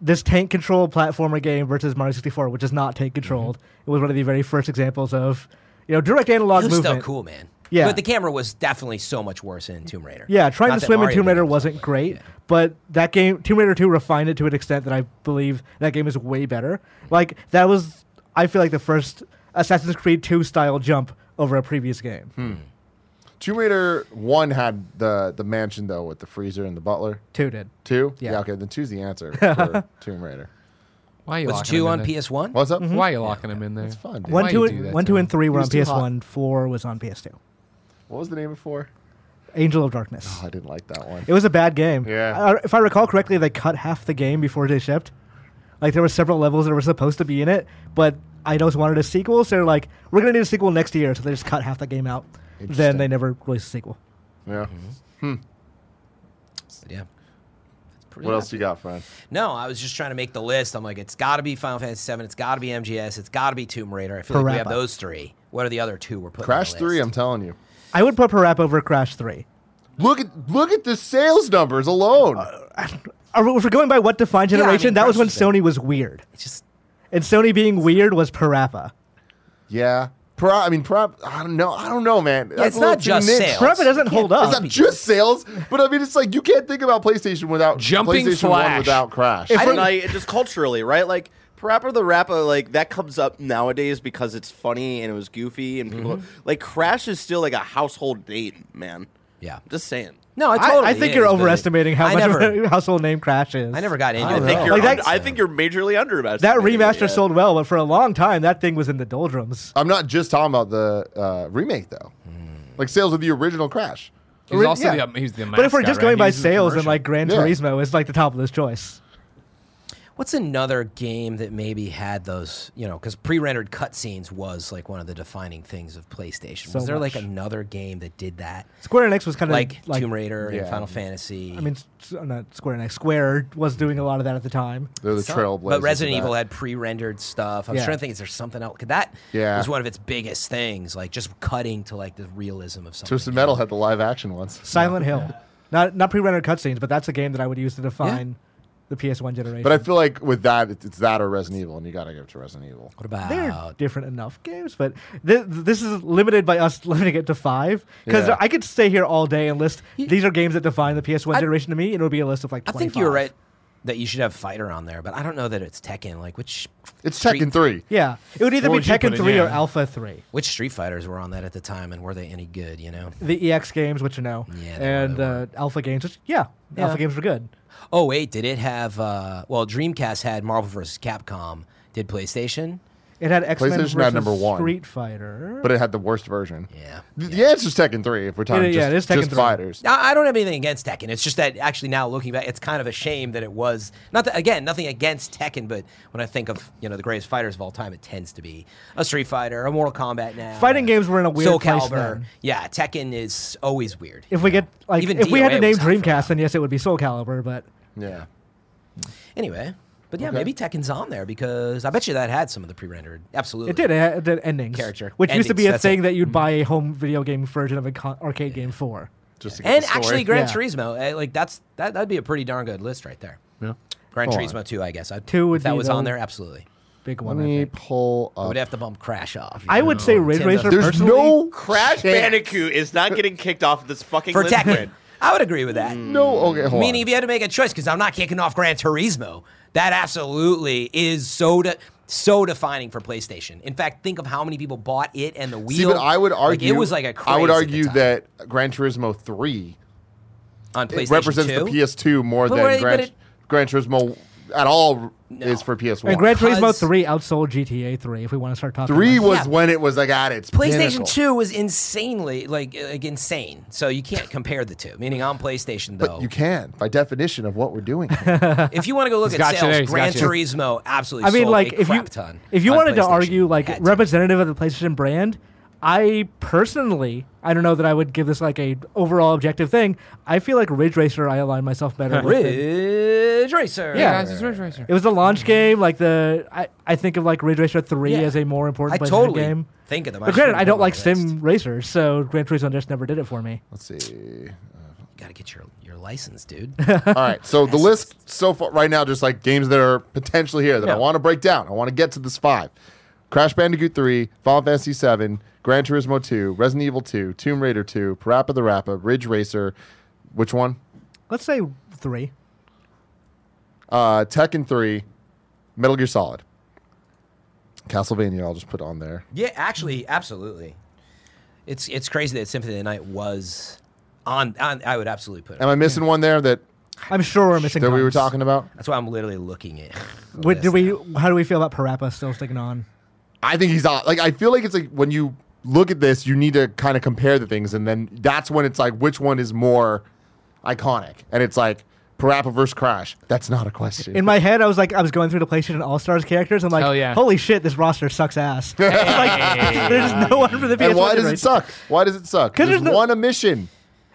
F: this tank control platformer game versus Mario 64, which is not tank controlled. It was one of the very first examples of you know direct analog
C: It was
F: movement.
C: Mm-hmm. still cool, man.
F: Yeah.
C: But the camera was definitely so much worse in Tomb Raider.
F: Yeah, trying
C: Not
F: to
C: that
F: swim in
C: Mario
F: Tomb Raider
C: didn't,
F: wasn't
C: but,
F: great,
C: yeah.
F: but that game, Tomb Raider 2, refined it to an extent that I believe that game is way better. Like, that was, I feel like, the first Assassin's Creed 2 style jump over a previous game.
C: Hmm.
A: Tomb Raider One had the the mansion though with the freezer and the butler.
F: 2 did.
A: Two,
F: Yeah.
A: okay, then two's the answer for Tomb Raider.
B: Why are you
C: Was
B: locking
C: two
B: them in
C: on
B: there?
C: PS1?
A: What's up?
B: Why are you locking them in there?
A: It's fun. dude.
F: One,
B: Why
F: two,
B: you
F: and-
B: do that
F: one,
B: to
F: two,
B: him?
F: and three
A: He
F: were on
A: was too
F: PS1, four was on PS2.
A: What was the name before?
F: Angel of
C: Oh,
F: Darkness.
A: I didn't like that one.
F: It was a bad game.
A: Yeah.
F: I- if I recall correctly, they cut half the game before they shipped. Like there were several levels that were supposed to be in it, but I just wanted a sequel, so they're like, "We're gonna need a sequel next year," so they just cut half the game out. Then
A: Interesting.
F: they never released a sequel.
A: Yeah.
C: Yeah. Pretty
A: What else do you got, friend?
C: No, I was just trying to make the list. I'm like, it's got to be Final Fantasy VII. It's got to be MGS. It's got to be Tomb Raider. I feel like we have
F: Parappa.
C: those three. What are the other two we're putting?
A: Crash
C: on the
A: Three. I'm
C: list?
A: telling you.
F: I would put Parappa over Crash Three.
A: Look at look at the sales numbers alone.
F: Are we- If we're going by what defined
C: Yeah, I mean,
F: generation, that was
C: Crash
F: when
C: is in-
F: Sony was weird,
C: It's just
F: and Sony being weird was Parappa.
A: yeah. Pro, I mean, pro, I don't know. I don't know, man. That's
C: it's
A: a little
C: not
A: too
C: just
A: niche.
C: sales.
F: Parappa doesn't
C: You can't-
F: hold up.
A: It's not just sales, but I mean, it's like you can't think about PlayStation without
B: Jumping
A: PlayStation
B: Flash.
A: One without Crash.
E: I don't know. It's just culturally, right? Like Parappa the Rappa, like that comes up nowadays because it's funny and it was goofy and people
A: Mm-hmm.
E: like Crash is still like a household name, man.
C: Yeah.
E: just saying.
C: No, I
F: I,
C: totally.
F: I think
C: is,
F: you're
C: but
F: overestimating how
C: I
F: much
C: never-
F: of a [LAUGHS] household name Crash is.
C: I never got into
A: I
C: it.
E: I think
A: Oh.
E: you're.
F: Like
E: un-
F: that-
E: I think you're majorly underestimated.
F: That remaster
E: yeah.
F: sold well, but for a long time, that thing was in the
C: Oh,
F: doldrums.
A: I'm not just talking about the uh, remake though. Like sales of the original Crash.
B: He's
F: Ri-
B: also
F: Hmm. yeah.
C: uh,
B: the he's the
F: But if we're
B: mascot,
F: just
B: right?
F: going
B: He
F: by
B: uses the
F: sales, then
B: commercial.
F: like Gran
A: Yeah.
F: Turismo is like the top of this choice.
C: [LAUGHS] What's another game that maybe had those, you know, because pre-rendered cutscenes was like one of the defining things of PlayStation.
F: So
C: was there like
F: much.
C: another game that did that,
F: Square Enix was kind of
C: like, Tomb Raider
A: yeah.
C: and Final Fantasy?
F: I mean, s- uh, not Square Enix. Square was doing a lot of that at the time.
A: They're the
C: Some-
A: trailblazers.
C: But
A: of
C: Resident
A: that.
C: Evil had pre-rendered stuff. I'm
F: Yeah.
C: trying to think, is there something else? 'Cause That
A: Yeah.
C: was one of its biggest things, like just cutting to like the realism of something.
A: Twisted Metal had the live action ones.
F: Silent Hill, not not pre-rendered cutscenes, but that's a game that I would use to define the PS1 generation.
A: But I feel like with that, it's it's that or Resident Evil, and you got to give it to Resident Evil.
C: What
F: they're
C: about?
F: different enough games, but th- this is limited by us [LAUGHS] limiting it to five. Because
A: Yeah.
F: I could stay here all day and list these are games that define the PS1
C: I-
F: generation to me, and it would be a list of like.
C: I
F: 25.
C: think you were right that you should have Fighter on there, but I don't know that it's Tekken. Like which
A: It's
C: Street-
A: Tekken Three.
F: Yeah, it would either
B: What
F: be
B: would you put
F: Tekken
B: it
F: Three or
B: in?
F: Alpha Three.
C: Which Street Fighters were on that at the time, and were they any good? You know.
F: The EX games, which you know,
C: Yeah, they
F: and
C: really
F: uh, Alpha games, which yeah,
C: Yeah.
F: Alpha games were good.
C: Oh wait, did it have? Uh, well, Dreamcast had Marvel vs. Capcom. Did PlayStation?
F: It had X Men
A: PlayStation
F: versus
A: had number one.
F: Street Fighter.
A: But it had the worst version.
C: Yeah.
A: The, the answer's Tekken 3 if we're talking
F: Yeah, yeah,
A: just,
F: it is Tekken
A: just
F: 3.
A: fighters.
C: I I don't have anything against Tekken. It's just that actually now looking back, it's kind of a shame that it was not that again nothing against Tekken, but when I think of you know the greatest fighters of all time, it tends to be a Street Fighter, a Mortal Kombat. Now
F: Fighting games were in a weird
C: Soul
F: place
C: Calibur.
F: then.
C: Yeah, Tekken is always weird.
F: if we get like
C: Even
F: if we had
C: DOA
F: to name
C: was out for a while.
F: Dreamcast, then yes, it would be Soul Calibur. But
A: Yeah.
C: Anyway, but yeah, maybe Tekken's on there because I bet you that had some of the pre-rendered. Absolutely,
F: it did it had the endings
C: Character.
F: which used to be
C: Endings,
F: a
C: that's
F: thing
C: it.
F: that
B: Mm.
F: you'd buy a home video game version of an arcade game for.
A: Just to get
C: And
A: the story.
C: actually, Gran
F: Yeah.
C: Turismo, uh, like that's that that'd be a pretty darn good list right there.
B: Yeah.
C: Gran
A: Hold
C: Turismo
A: on.
C: two, I guess. I,
F: Two would
C: if that
F: be
C: was
F: the-
C: on there. Absolutely,
F: Big
A: Let
F: one. I,
A: me
F: think.
A: pull
C: I
A: up.
C: would have to bump Crash off. you
F: I would
C: know.
F: say Ridge
C: Nintendo-
F: Racer.
A: There's
F: personally,
A: no chance.
E: Crash Bandicoot is not getting kicked off of this fucking
C: for
E: list,
C: Tekken. [LAUGHS]
E: Brad.
C: I would agree with that.
A: No, okay, hold Mm. on.
C: Meaning, if you had to make a choice, because I'm not kicking off Gran Turismo, that absolutely is so de- so defining for PlayStation. In fact, think of how many people bought it and the wheel.
A: See, but I would
C: Like,
A: argue
C: it was like a craze
A: I would
C: at the
A: argue
C: time
A: that Gran Turismo 3
C: on
A: it
C: PlayStation
A: represents
C: 2.
A: the PS2 more
C: But
A: than
C: wait,
A: Gran,
C: but it-
A: Gran Turismo at all is for PS1.
F: And Gran Turismo
C: Because-
F: Three outsold GTA Three. If we want to start talking,
A: 3
F: about
A: was
C: Yeah.
A: when it was like at its
C: PlayStation
A: pinnacle.
C: 2 was insanely like uh, like insane. So you can't compare the two. Meaning on PlayStation though.
A: But you can, by definition of what we're doing. here.
F: [LAUGHS]
C: If you want to go look
B: He's
C: at
B: got you
C: sales,
B: there, he's
C: Gran
B: got you.
C: Turismo absolutely
F: I mean,
C: sold
F: like
C: a
F: if you
C: crap ton.
F: if you
C: on
F: wanted to
C: PlayStation.
F: argue like
C: Had to.
F: representative of the PlayStation brand, I personally I don't know that I would give this like a overall objective thing. I feel like Ridge Racer I align myself better with. than-
C: Ridge Racer.
F: Yeah.
B: it's Ridge Racer.
F: It was the launch game, like the I, I think of like Ridge Racer Three
C: Yeah.
F: as a more
C: I
F: important PlayStation
C: totally
F: game.
C: think of them.
F: But
C: just
F: granted,
C: didn't
F: I
C: put
F: don't
C: them on
F: like
C: the
F: sim
C: list.
F: racers, so Gran Turismo just never did it for me.
A: Let's see.
C: You gotta get your your license,
F: [LAUGHS]
C: dude.
A: All right. So the list so far right now, just like games that are potentially here that I
F: Yeah.
A: want to break down. I want to get to this five: Crash Bandicoot three, Final Fantasy seven, Gran Turismo two, Resident Evil two, Tomb Raider two, Parappa the Rappa, Ridge Racer. Which one?
F: Let's say three.
A: Uh, Tekken three, Metal Gear Solid, Castlevania. I'll just put on there.
C: yeah, actually, absolutely. It's it's crazy that Symphony of the Night was on. on I would absolutely put it.
A: Am I missing one there that
F: I'm sure we're missing.
A: that we were
F: guns.
A: talking about?
C: That's why I'm literally looking
F: [LAUGHS]
C: at. the
F: What,
C: list
F: do we?
C: now.
F: How do we feel about Parappa still sticking on?
A: I think he's on. Like I feel like it's like when you look at this, you need to kind of compare the things, and then that's when it's like which one is more iconic, and it's like Parappa versus Crash. That's not a question.
F: In my head, I was like, I was going through the PlayStation All Stars characters. I'm like,
B: Hell yeah.
F: holy shit, this roster sucks ass. [LAUGHS] like, there's no one for the PS1.
A: and why does
F: generation.
A: it suck? Why does it suck?
F: 'Cause
A: There's
F: there's no-
A: one omission.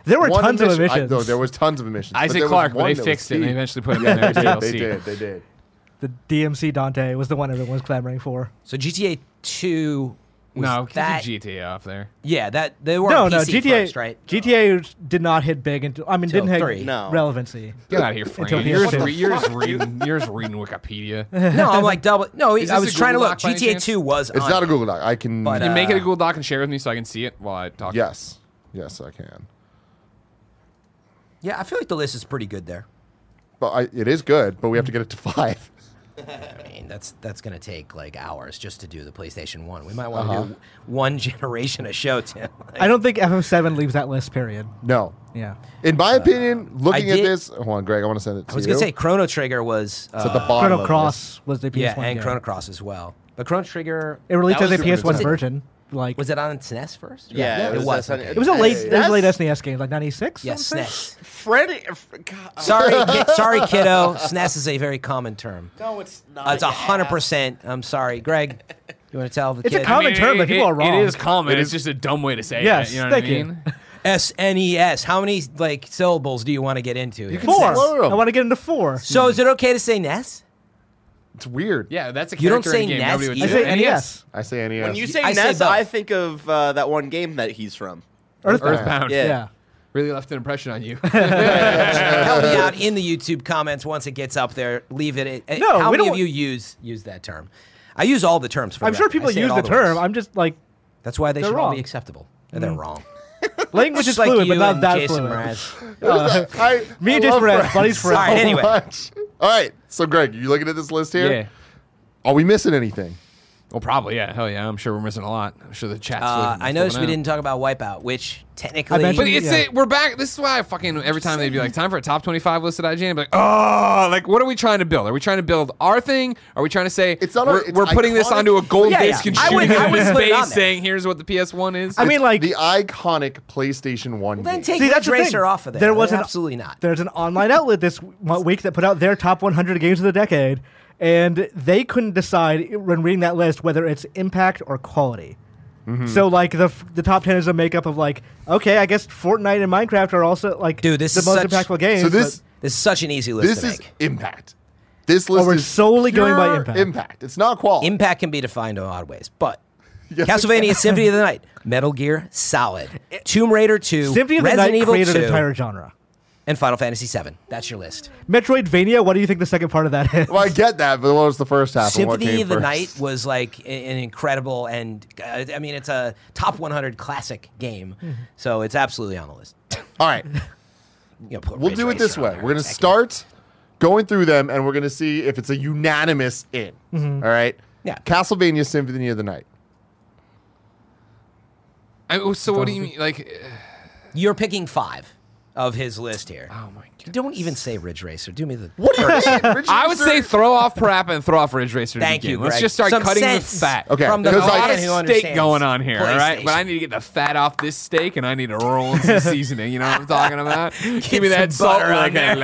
F: There were
A: One
F: tons of
A: omission. I-
F: emissions.
A: no, there was tons of omissions. but
B: Isaac
A: there was
B: Clarke, but
A: one
B: they
A: that was
B: fixed it and
A: key.
B: they eventually put him in
A: Yeah,
B: there as
A: they did. They did.
B: DLC.
A: They did.
F: the DMC Dante was the one everyone was clamoring for.
C: So GTA Two. Was
B: No,
C: that,
B: keep GTA off there.
C: yeah, that they were
F: No,
C: on
F: no,
C: PC
F: GTA
C: first, right?
F: GTA did not hit big until I mean
C: Till
F: didn't hit
C: three.
E: No.
F: relevancy.
B: Get out of here,
F: Until
B: Frank.
F: PS2.
B: You're
F: What
B: just,
F: the
B: re- you're just reading, you're just reading Wikipedia. You
C: no, I'm
F: [LAUGHS]
C: like double. No,
B: Is
C: I
B: this
C: was
B: a
C: trying to
B: Google
C: look.
B: Doc by any
C: GTA
B: chance?
C: Two was.
A: It's
C: on
A: not a
C: it.
A: Google Doc. I can.
C: But, uh,
B: make it a Google Doc and share with me so I can see it while I talk.
A: yes, yes, I can.
C: Yeah, I feel like the list is pretty good there.
A: But I, it is good. But we have to [LAUGHS] get it to five.
C: I mean, that's that's gonna take like hours just to do the PlayStation One. We might
A: Uh-huh.
C: want to do one [LAUGHS] generation a show, Tim. Like,
F: I don't think FF7 leaves that list. Period.
A: No.
F: Yeah.
A: In my opinion, looking at
C: Uh, did-
A: this, hold on, Greg, I want to send it to you.
C: I was gonna say Chrono Trigger was
A: it's at
C: uh,
A: the bottom. of
F: Chrono
A: Oh, this.
F: Cross was the PS1.
C: yeah, and
F: game.
C: Chrono Cross as well. But Chrono Trigger
F: It released
E: That
F: as a
E: was Super
F: PS1
C: Nintendo.
F: version. Like
C: was it on SNES first?
E: Yeah,
C: it was.
E: that's-
C: okay.
F: it was E a late, it was
E: That's-
F: a late SNES game, like '96.
C: Yeah, SNES.
E: Freddy. uh, God.
C: E [LAUGHS] Sorry,
F: [LAUGHS]
C: ki- sorry, kiddo. SNES is a very common term.
E: oh, No, it's not. E
C: Uh, it's a hundred percent. I'm sorry, Greg. You want to tell the
F: It's a
C: kid?
F: com- Common term, but people are wrong.
B: It is common. it's just a dumb way to say
F: Yes,
B: it. You know what I
F: thank you.
B: mean?
C: SNES. E How many like syllables do you want to get into? here?
A: can-
F: Four.
A: Explode 'em.
F: I want to get into four.
C: E So is it okay to say E
F: [LAUGHS]
C: NES?
A: It's weird.
B: Yeah, that's a
C: You don't
B: character in
C: say
B: a game.
C: NES
B: Nobody would
F: I
C: either.
F: say E
B: that.
F: NES.
A: I say NES.
E: When you say
C: I say
E: NES,
C: both.
E: I think of uh, that one game that he's from.
F: Earthbound.
B: Earthbound.
E: Yeah.
F: Yeah.
B: [LAUGHS] Really left an impression on
C: [LAUGHS]
B: you.
C: Help me out in the YouTube comments once it gets up there. Leave it. At,
F: No,
C: how
F: we
C: many
F: don't
C: of you use use that term? I use all the terms. For
F: I'm
C: the
F: sure
C: record.
F: people
C: I say it
F: use
C: all
F: the term.
C: ways.
F: I'm just like
C: That's why they
F: They're
C: should all
F: wrong.
C: be acceptable. And They're wrong.
F: language
C: [LAUGHS]
F: is
C: Just like
F: fluid, but
C: you
F: not
C: and
F: that
C: Jason
F: fluid.
A: [LAUGHS]
C: Mraz. [LAUGHS]
A: I,
F: Me
A: I
F: and Jason
A: love
F: Mraz,
A: Friends
F: buddies
A: so
F: forever.
C: All right, anyway.
A: much. All right. So, Greg, you looking at this list here?
B: yeah.
A: Are we missing anything?
B: Well, probably. Yeah. Hell yeah. I'm sure we're missing a lot. I'm sure the chat's.
C: Uh,
B: flipping-
C: I noticed we
B: flipping out.
C: didn't talk about Wipeout, which technically.
F: mentioned
B: But it's
F: Yeah.
B: it. We're back. This is why I fucking every time they'd be like, "Time for a top twenty-five list at IGN." I'd be like, "Oh, like what are we trying to build? Are we trying to build our thing? Are we trying to say
A: It's not our-
B: we're,
A: it's
B: we're putting this
A: iconic-
B: onto a gold
C: Yeah, yeah.
B: disc and
C: I would-
B: shooting
C: I
B: it
C: would
B: into
C: put it on
B: space,
C: there.
B: saying here's what the PS One is"?
F: I mean, like
A: the iconic PlayStation 1
C: Then
A: game.
C: take
F: See,
C: Ridge
F: that's the
C: Racer
F: thing.
C: off of there.
F: There was an-
C: absolutely not.
F: there's an online outlet this w- week that put out their top 100 games of the decade, and they couldn't decide when reading that list whether it's impact or quality.
C: Mm-hmm.
F: So like the f- the top 10 is a makeup of like okay, I guess Fortnite and Minecraft are also like
C: Dude, this
F: the
C: is
F: most
C: such-
F: impactful games.
A: so this
C: This is such an easy list
A: this
C: to
A: is
C: make.
A: impact. This list
F: Oh, we're
A: is
F: solely going by
A: pure
F: impact.
A: Impact. It's not quality.
C: Impact can be defined in odd ways, but
A: [LAUGHS] Yes, it
C: Castlevania Symphony of the Night, Metal Gear Solid, Tomb Raider 2,
F: but Symphony of the
C: Resident
F: Night
C: Evil
F: created
C: 2,
F: an entire genre.
C: and Final Fantasy 7. That's your list.
F: Metroidvania. What do you think the second part of that is?
A: Well, I get that, but what was the first half? and what
C: Symphony
A: came
C: of the
A: first?
C: Night was like a- an incredible and uh, I mean it's a top 100 classic game,
F: Mm-hmm.
C: so it's absolutely on the list.
A: All
B: [LAUGHS]
A: right.
C: You know, put
A: We'll
C: Ridge
A: do it
C: Racer
A: this
C: on
A: way.
C: there
A: We're
C: in
A: going to
C: a second.
A: start going through them and we're going to see if it's a unanimous in.
B: Mm-hmm.
A: All right.
C: Yeah.
A: Castlevania Symphony of the Night.
B: I, oh, so what do you mean? Like, uh,
C: You're picking five of his list here.
B: oh my god.
C: Don't even say Ridge Racer. Do me the
A: What do you
C: [LAUGHS]
A: mean? Richard
B: I would
A: Sir-
B: say throw off Parappa and throw off Ridge Racer. to
C: Thank you.
B: begin. Let's
C: Greg.
B: just start
C: Some
B: cutting the
C: sense
B: fat.
A: Okay,
C: from the
A: because
B: There's
A: I-
B: a lot
C: man
B: of
C: who
B: steak
C: understands
B: going on here, all right? But I
C: PlayStation.
B: need to get the fat off this steak, and I need to roll in some seasoning. You know what I'm talking about? Give me
C: some
B: that salt.
C: butter on
B: Okay, [LAUGHS]
A: All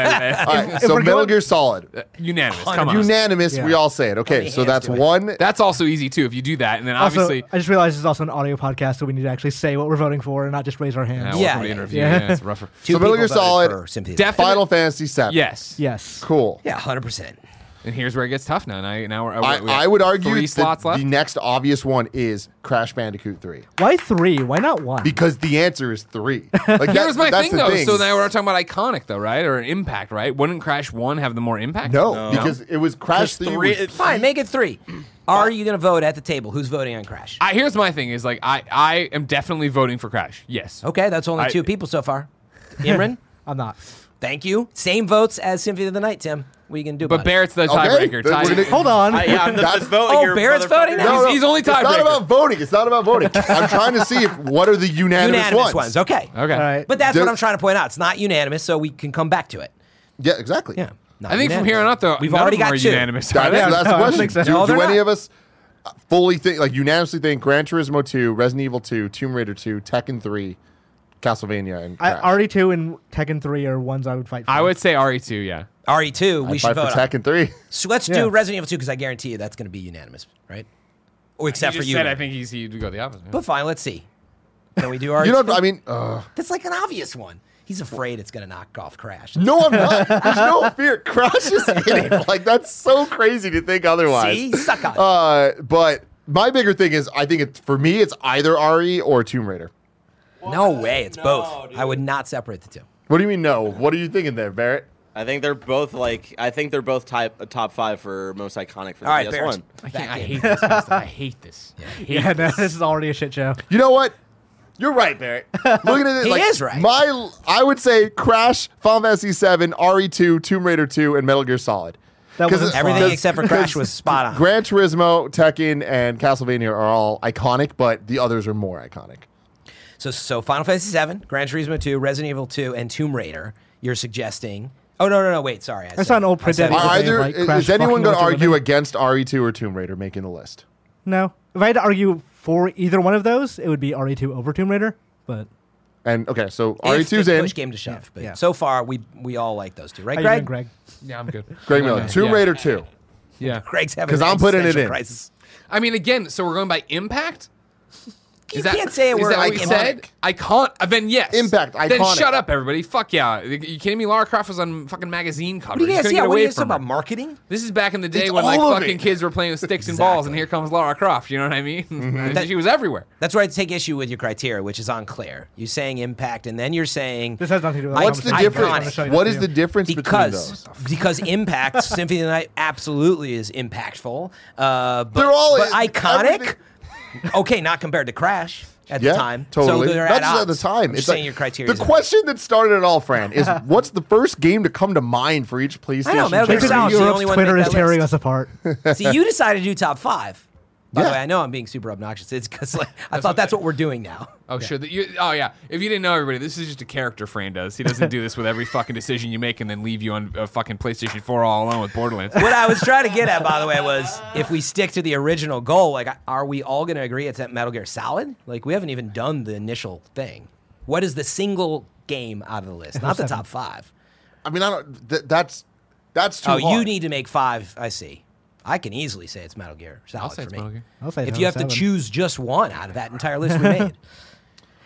A: right, so
F: we're
A: Metal
F: going-
A: Gear Solid.
B: Unanimous. Come on.
A: Unanimous, we
F: Yeah.
A: all say it. Okay,
C: many
A: so
C: hands
A: that's
C: do it?
A: one.
B: That's also easy too. If you do that, and then
F: also, uh,
B: obviously,
F: I just realized this is also an audio podcast, so we need to actually say what we're voting for and not just raise our hands.
B: yeah,
C: Yeah,
B: welcome to
C: yeah,
B: interview.
F: yeah.
B: Yeah. it's rougher.
A: So
C: two
A: Metal
C: people
A: Gear
C: voted
A: Solid,
C: for Symphony. of the Night.
B: Definitely.
A: Final Fantasy VII.
B: Yes.
F: Yes.
A: Cool.
C: Yeah, 100%.
B: And here's where it gets tough now. Now, now we're, uh,
A: I,
B: we have
A: I would argue
B: three
A: that
B: slots left.
A: the next obvious one is Crash Bandicoot 3
F: Why three? Why not one?
A: because the answer is
B: [LAUGHS]
A: 3. Like that,
B: Here was my
A: that's
B: thing
A: the
B: though. So now we're
A: no,
B: talking about iconic though, right? Or impact, right? Wouldn't Crash One have the more impact?
A: because it was Crash 3
E: three-
A: was-
C: Fine, make it three. Are you going to vote at the table? Who's voting on Crash?
B: I, here's my thing: is like I, I am definitely voting for Crash. Yes.
C: Okay, that's only
B: I-
C: two people so far.
B: [LAUGHS]
C: Imran,
F: I'm not.
C: thank you. Same votes as Symphony of the Night, Tim. What are you going to do
B: But
C: about it?
B: Barrett's the
A: Okay,
B: tiebreaker.
A: then
B: Tie-
A: we're gonna-
F: Hold on. [LAUGHS]
E: I, yeah, I'm the
A: That's-
E: fifth vote
C: Oh,
E: here,
C: Barrett's
E: motherfucker.
C: voting now?
B: He's- he's only
A: It's not
B: tiebreaker.
A: about voting. It's not about
C: [LAUGHS]
A: voting. I'm trying to see if what are the unanimous,
C: Unanimous
A: ones.
C: ones, okay.
B: Okay.
F: All right.
C: But that's
A: There-
C: what I'm trying to point out. It's not unanimous, so we can come back to it.
A: Yeah, exactly.
C: Yeah. not
B: I think from
C: unanimous.
B: here on out, though,
C: we've
B: none
C: already
B: of them
C: got
B: are
C: two.
B: unanimous.
A: That-
B: Are they?
C: [LAUGHS]
A: that's- that's the
F: no, I don't
A: question.
F: think so.
A: Do,
F: No,
A: do
C: they're
A: any
C: not.
A: of us fully think, like unanimously think, Gran Turismo 2, Resident Evil 2, Tomb Raider 2, Tekken 3, Castlevania, and
F: I,
A: Crash?
F: RE2 and Tekken 3 are ones I would fight for.
B: I would say RE2. Yeah.
C: RE2,
A: I'd
C: we should
A: fight
C: vote.
A: for
C: on.
A: Tekken
C: [LAUGHS]
A: 3.
C: So let's
F: Yeah.
C: do Resident Evil 2 because I guarantee you that's going to be unanimous, right? Or except
B: He
C: for
B: just
C: you.
B: said
C: Imran.
B: I think he's he'd go the opposite.
C: But fine, let's see. Can we do
A: [LAUGHS]
C: RE2?
A: You know, I mean, uh,
C: that's like an obvious one. He's afraid it's going to knock off Crash.
A: no, I'm not. There's no fear. Crash is in
C: [LAUGHS]
A: it. Like that's so crazy to think otherwise. [LAUGHS]
C: See? Suck on it.
A: Uh, but my bigger thing is, I think it's for me, it's either RE or Tomb Raider.
C: No way, it's
E: No,
C: both.
E: dude.
C: I would not separate the two.
A: What do you mean? No. What are you thinking there, Barrett?
E: I think they're both like I think they're both type uh, top five for most iconic for the E
C: All right,
E: PS1.
C: Barrett's
B: I,
C: back
B: can't, I
C: in.
B: hate this. Austin. I hate this. I hate
F: Yeah, no, this is already a shit show.
A: You know what? You're right,
C: [LAUGHS]
A: Barrett. Looking at it,
C: He
A: like,
C: is right.
A: E My, I would say Crash, Final Fantasy VII, RE2, Tomb Raider 2, and Metal Gear Solid.
D: That
A: Because
D: wasn't
A: it-
D: fun.
A: because-
D: Does-
C: Everything except for Crash was spot on.
A: Gran Turismo, Tekken, and Castlevania are all iconic, but the others are more iconic.
C: So, so Final Fantasy VII, Gran Turismo 2, Resident Evil 2, and Tomb Raider. You're suggesting? Oh no, no, no! Wait, sorry. I,
D: I saw an old
C: I said-
D: predict.
A: Are
D: Okay,
A: either
D: like,
A: is
D: Crash
A: anyone
D: fucking
A: going to
D: Ultimate
A: argue
D: Limit.
A: against RE2 or Tomb Raider making the list?
D: No. If I had to argue for either one of those, it would be RE2 over Tomb Raider. But
A: And okay, so
C: If
A: RE2's
C: they
A: in.
C: Push game to shove. But
D: yeah.
C: so far, we we all like those two, right,
D: how you
C: Greg?
D: doing, Greg?
B: Yeah, I'm good.
A: Greg Miller, Tomb
B: Yeah.
A: Raider 2.
B: Yeah.
C: Greg's having
A: 'Cause
C: an
A: I'm putting it
C: existential
A: in.
C: Crisis.
B: I mean, again, so we're going by impact.
C: You can't say a
B: is
C: word
B: that what we
C: iconic.
B: said? Icon. Uh, then yes.
A: Impact,
B: Then
A: iconic.
B: shut up, everybody. Fuck yeah. You you kidding me? Lara Croft was on fucking magazine cover.
C: What do you guys?
B: couldn't
C: Yeah,
B: get
C: what do
B: away
C: you guys talk
B: from her.
C: about marketing?
B: This is back in the day
A: It's
B: when like
A: all of
B: fucking
A: it.
B: kids were playing with sticks and balls, and
C: Exactly.
B: here comes Lara Croft. You know what I mean?
A: Mm-hmm.
B: [LAUGHS] she was everywhere.
C: That's where I take issue with your criteria, which is unclear. You're saying impact, and then you're saying
D: This has nothing to do with
A: What's the
C: Iconic.
A: difference? What is the difference between
C: because
A: those?
C: [LAUGHS] because impact Symphony of the Night absolutely is impactful. Uh, but,
A: They're all-
C: but iconic.
A: everything-
C: okay, not compared to Crash at
A: Yeah,
C: the time.
A: totally.
C: So they're
A: Not
C: at
A: just at
C: odds.
A: the time.
C: I'm
A: it's
C: just saying
A: like-
C: your criteria.
A: The question that started it all, Fran,
C: [LAUGHS]
A: is what's the first game to come to mind for each PlayStation?
C: I know, Metal Gear
A: generation?
C: Solid. Sounds the
D: Europe's
C: only one to
D: Twitter
C: make
D: is
C: that
D: tearing us
C: list. [LAUGHS]
D: apart.
C: See, you decided to do top five. By the
A: Yeah.
C: way, I know I'm being super obnoxious. It's because like, I thought that's what we're doing now.
B: Oh sure. that you, oh yeah. If you didn't know everybody, this is just a character Fran does. He doesn't do this with every fucking decision you make and then leave you on a fucking PlayStation 4 all alone with Borderlands.
C: What I was trying to get at, by the way, was if we stick to the original goal, like, are we all going to agree it's that Metal Gear Solid? Like, we haven't even done the initial thing. What is the single game out of the list? Not the top five.
A: I mean, I don't. Th- that's that's too.
C: oh, you
A: hard.
C: need to make five. I see. I can easily say it's Metal Gear Solid
B: I'll say
C: for
B: it's
C: me.
B: Metal Gear.
D: I'll say
C: if
D: no,
C: you have
D: seven.
C: to choose just one out of that entire list
D: [LAUGHS]
C: we made,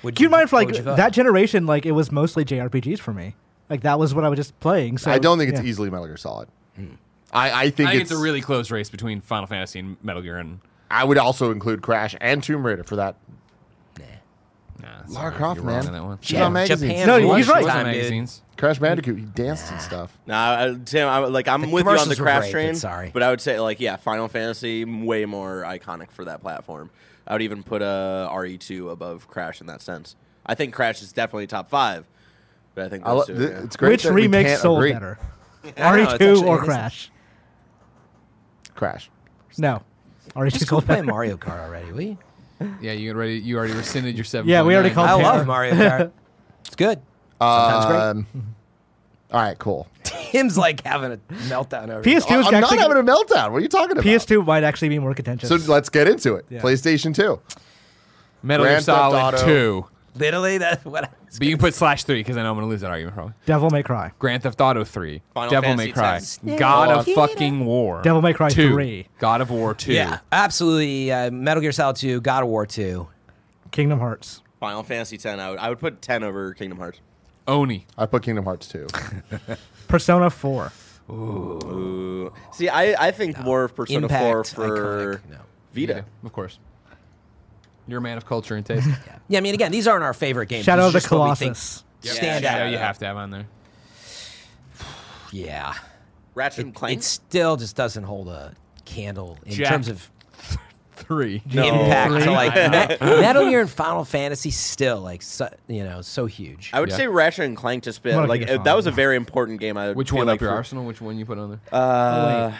C: would
D: Keep in mind, for
C: what
D: like
C: would you vote?
D: that generation, like it was mostly JRPGs for me. Like that was what I was just playing. So
A: I don't think it's
D: yeah.
A: easily Metal Gear Solid.
C: Hmm.
A: I, I think
B: I think
A: it's,
B: it's a really close race between Final Fantasy and Metal Gear, and
A: I would also include Crash and Tomb Raider for that.
B: nah,
A: Lara
B: sorry,
A: Croft,
B: you're wrong
A: man.
B: on that one.
A: She's on magazines.
C: Japan
D: No,
C: was
D: he's
C: one
B: She
D: right.
B: was on
C: time, dude.
B: magazines.
A: Crash Bandicoot, he danced and stuff.
E: Nah, I, Tim, I'm like I'm
C: The
E: with you on the
C: commercials were
E: crash
C: great,
E: train.
C: but sorry.
E: I would say like yeah, Final Fantasy way more iconic for that platform. I would even put uh, RE2 above Crash in that sense. I think Crash is definitely top five, but I think
A: I lo-
E: those two,
A: th-
E: yeah.
A: it's great.
D: Which
A: that we
D: remake
A: can't
D: sold
A: agree.
D: better,
C: I know,
D: RE2
C: it's actually-
D: or
C: it is-
D: Crash?
A: Crash.
D: No, RE2
C: Just go
D: sold
C: play
D: better.
C: Mario Kart already, will you?
B: Yeah, you already you already rescinded your seven.
D: Yeah, we already [LAUGHS]
C: I
D: Okay.
C: love Mario Kart. It's good. Sometimes
A: Um,
D: Mm-hmm.
A: all right, cool.
C: great. Tim's like having a meltdown over here.
D: PS2
A: I'm
D: is
A: not
D: actually
A: having a meltdown. What are you talking about?
D: PS2 might actually be more contentious.
A: So let's get into it.
D: Yeah.
A: PlayStation 2.
B: Metal Gear
A: Grand Theft
B: Solid
A: Auto.
B: Two,
C: Literally, that's what I was
B: but you can put slash three because I know I'm gonna lose that argument probably.
D: Devil May Cry.
B: Grand Theft Auto Three,
E: Final
B: Devil
E: Fantasy
B: May Cry,
E: X.
B: God
A: Hold
B: of
A: on.
B: fucking War,
D: Devil May Cry
B: Two,
D: 3.
B: God of War Two.
C: Yeah, absolutely. Uh, Metal Gear Solid 2, God of War 2.
D: Kingdom Hearts.
E: Final Fantasy 10. I would I would put 10 over Kingdom Hearts.
B: Oni.
A: I put Kingdom Hearts 2.
D: Persona 4.
E: Ooh. See, I, I think more of Persona
C: Impact,
E: 4 for
C: iconic, no.
E: Vita.
B: of course. You're a man of culture and
C: [LAUGHS]
B: taste.
C: Yeah. yeah, I mean, again, these aren't our favorite games.
D: Shadow
C: These
D: of
C: are
D: the
C: just what we think
D: Colossus.
C: Stand
B: yeah,
C: out.
B: you have to have on there.
C: Yeah.
E: Ratchet and Clank.
C: It still just doesn't hold a candle in
B: Jack.
C: terms of
B: Three.
C: impact to
D: Three. [LAUGHS]
C: like Me- Metal Gear and Final Fantasy still like so, you know so huge.
E: I would
B: Yeah.
E: say Ratchet and Clank to spit.
D: What a
E: Like
D: good
E: uh,
D: song.
E: that was a very important game. I would
B: Which
E: feel
B: one
E: like
B: up your
E: for-
B: arsenal? Which one you put on there?
E: Uh,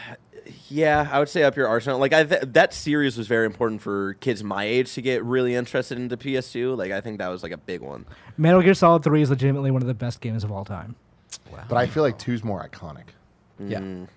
E: yeah, I would say up your arsenal. Like I th- that series was very important for kids my age to get really interested into PS2. Like I think that was like a big one.
D: Metal Gear Solid 3 is legitimately one of the best games of all time.
A: But I feel like two's more iconic.
C: yeah.
E: Mm.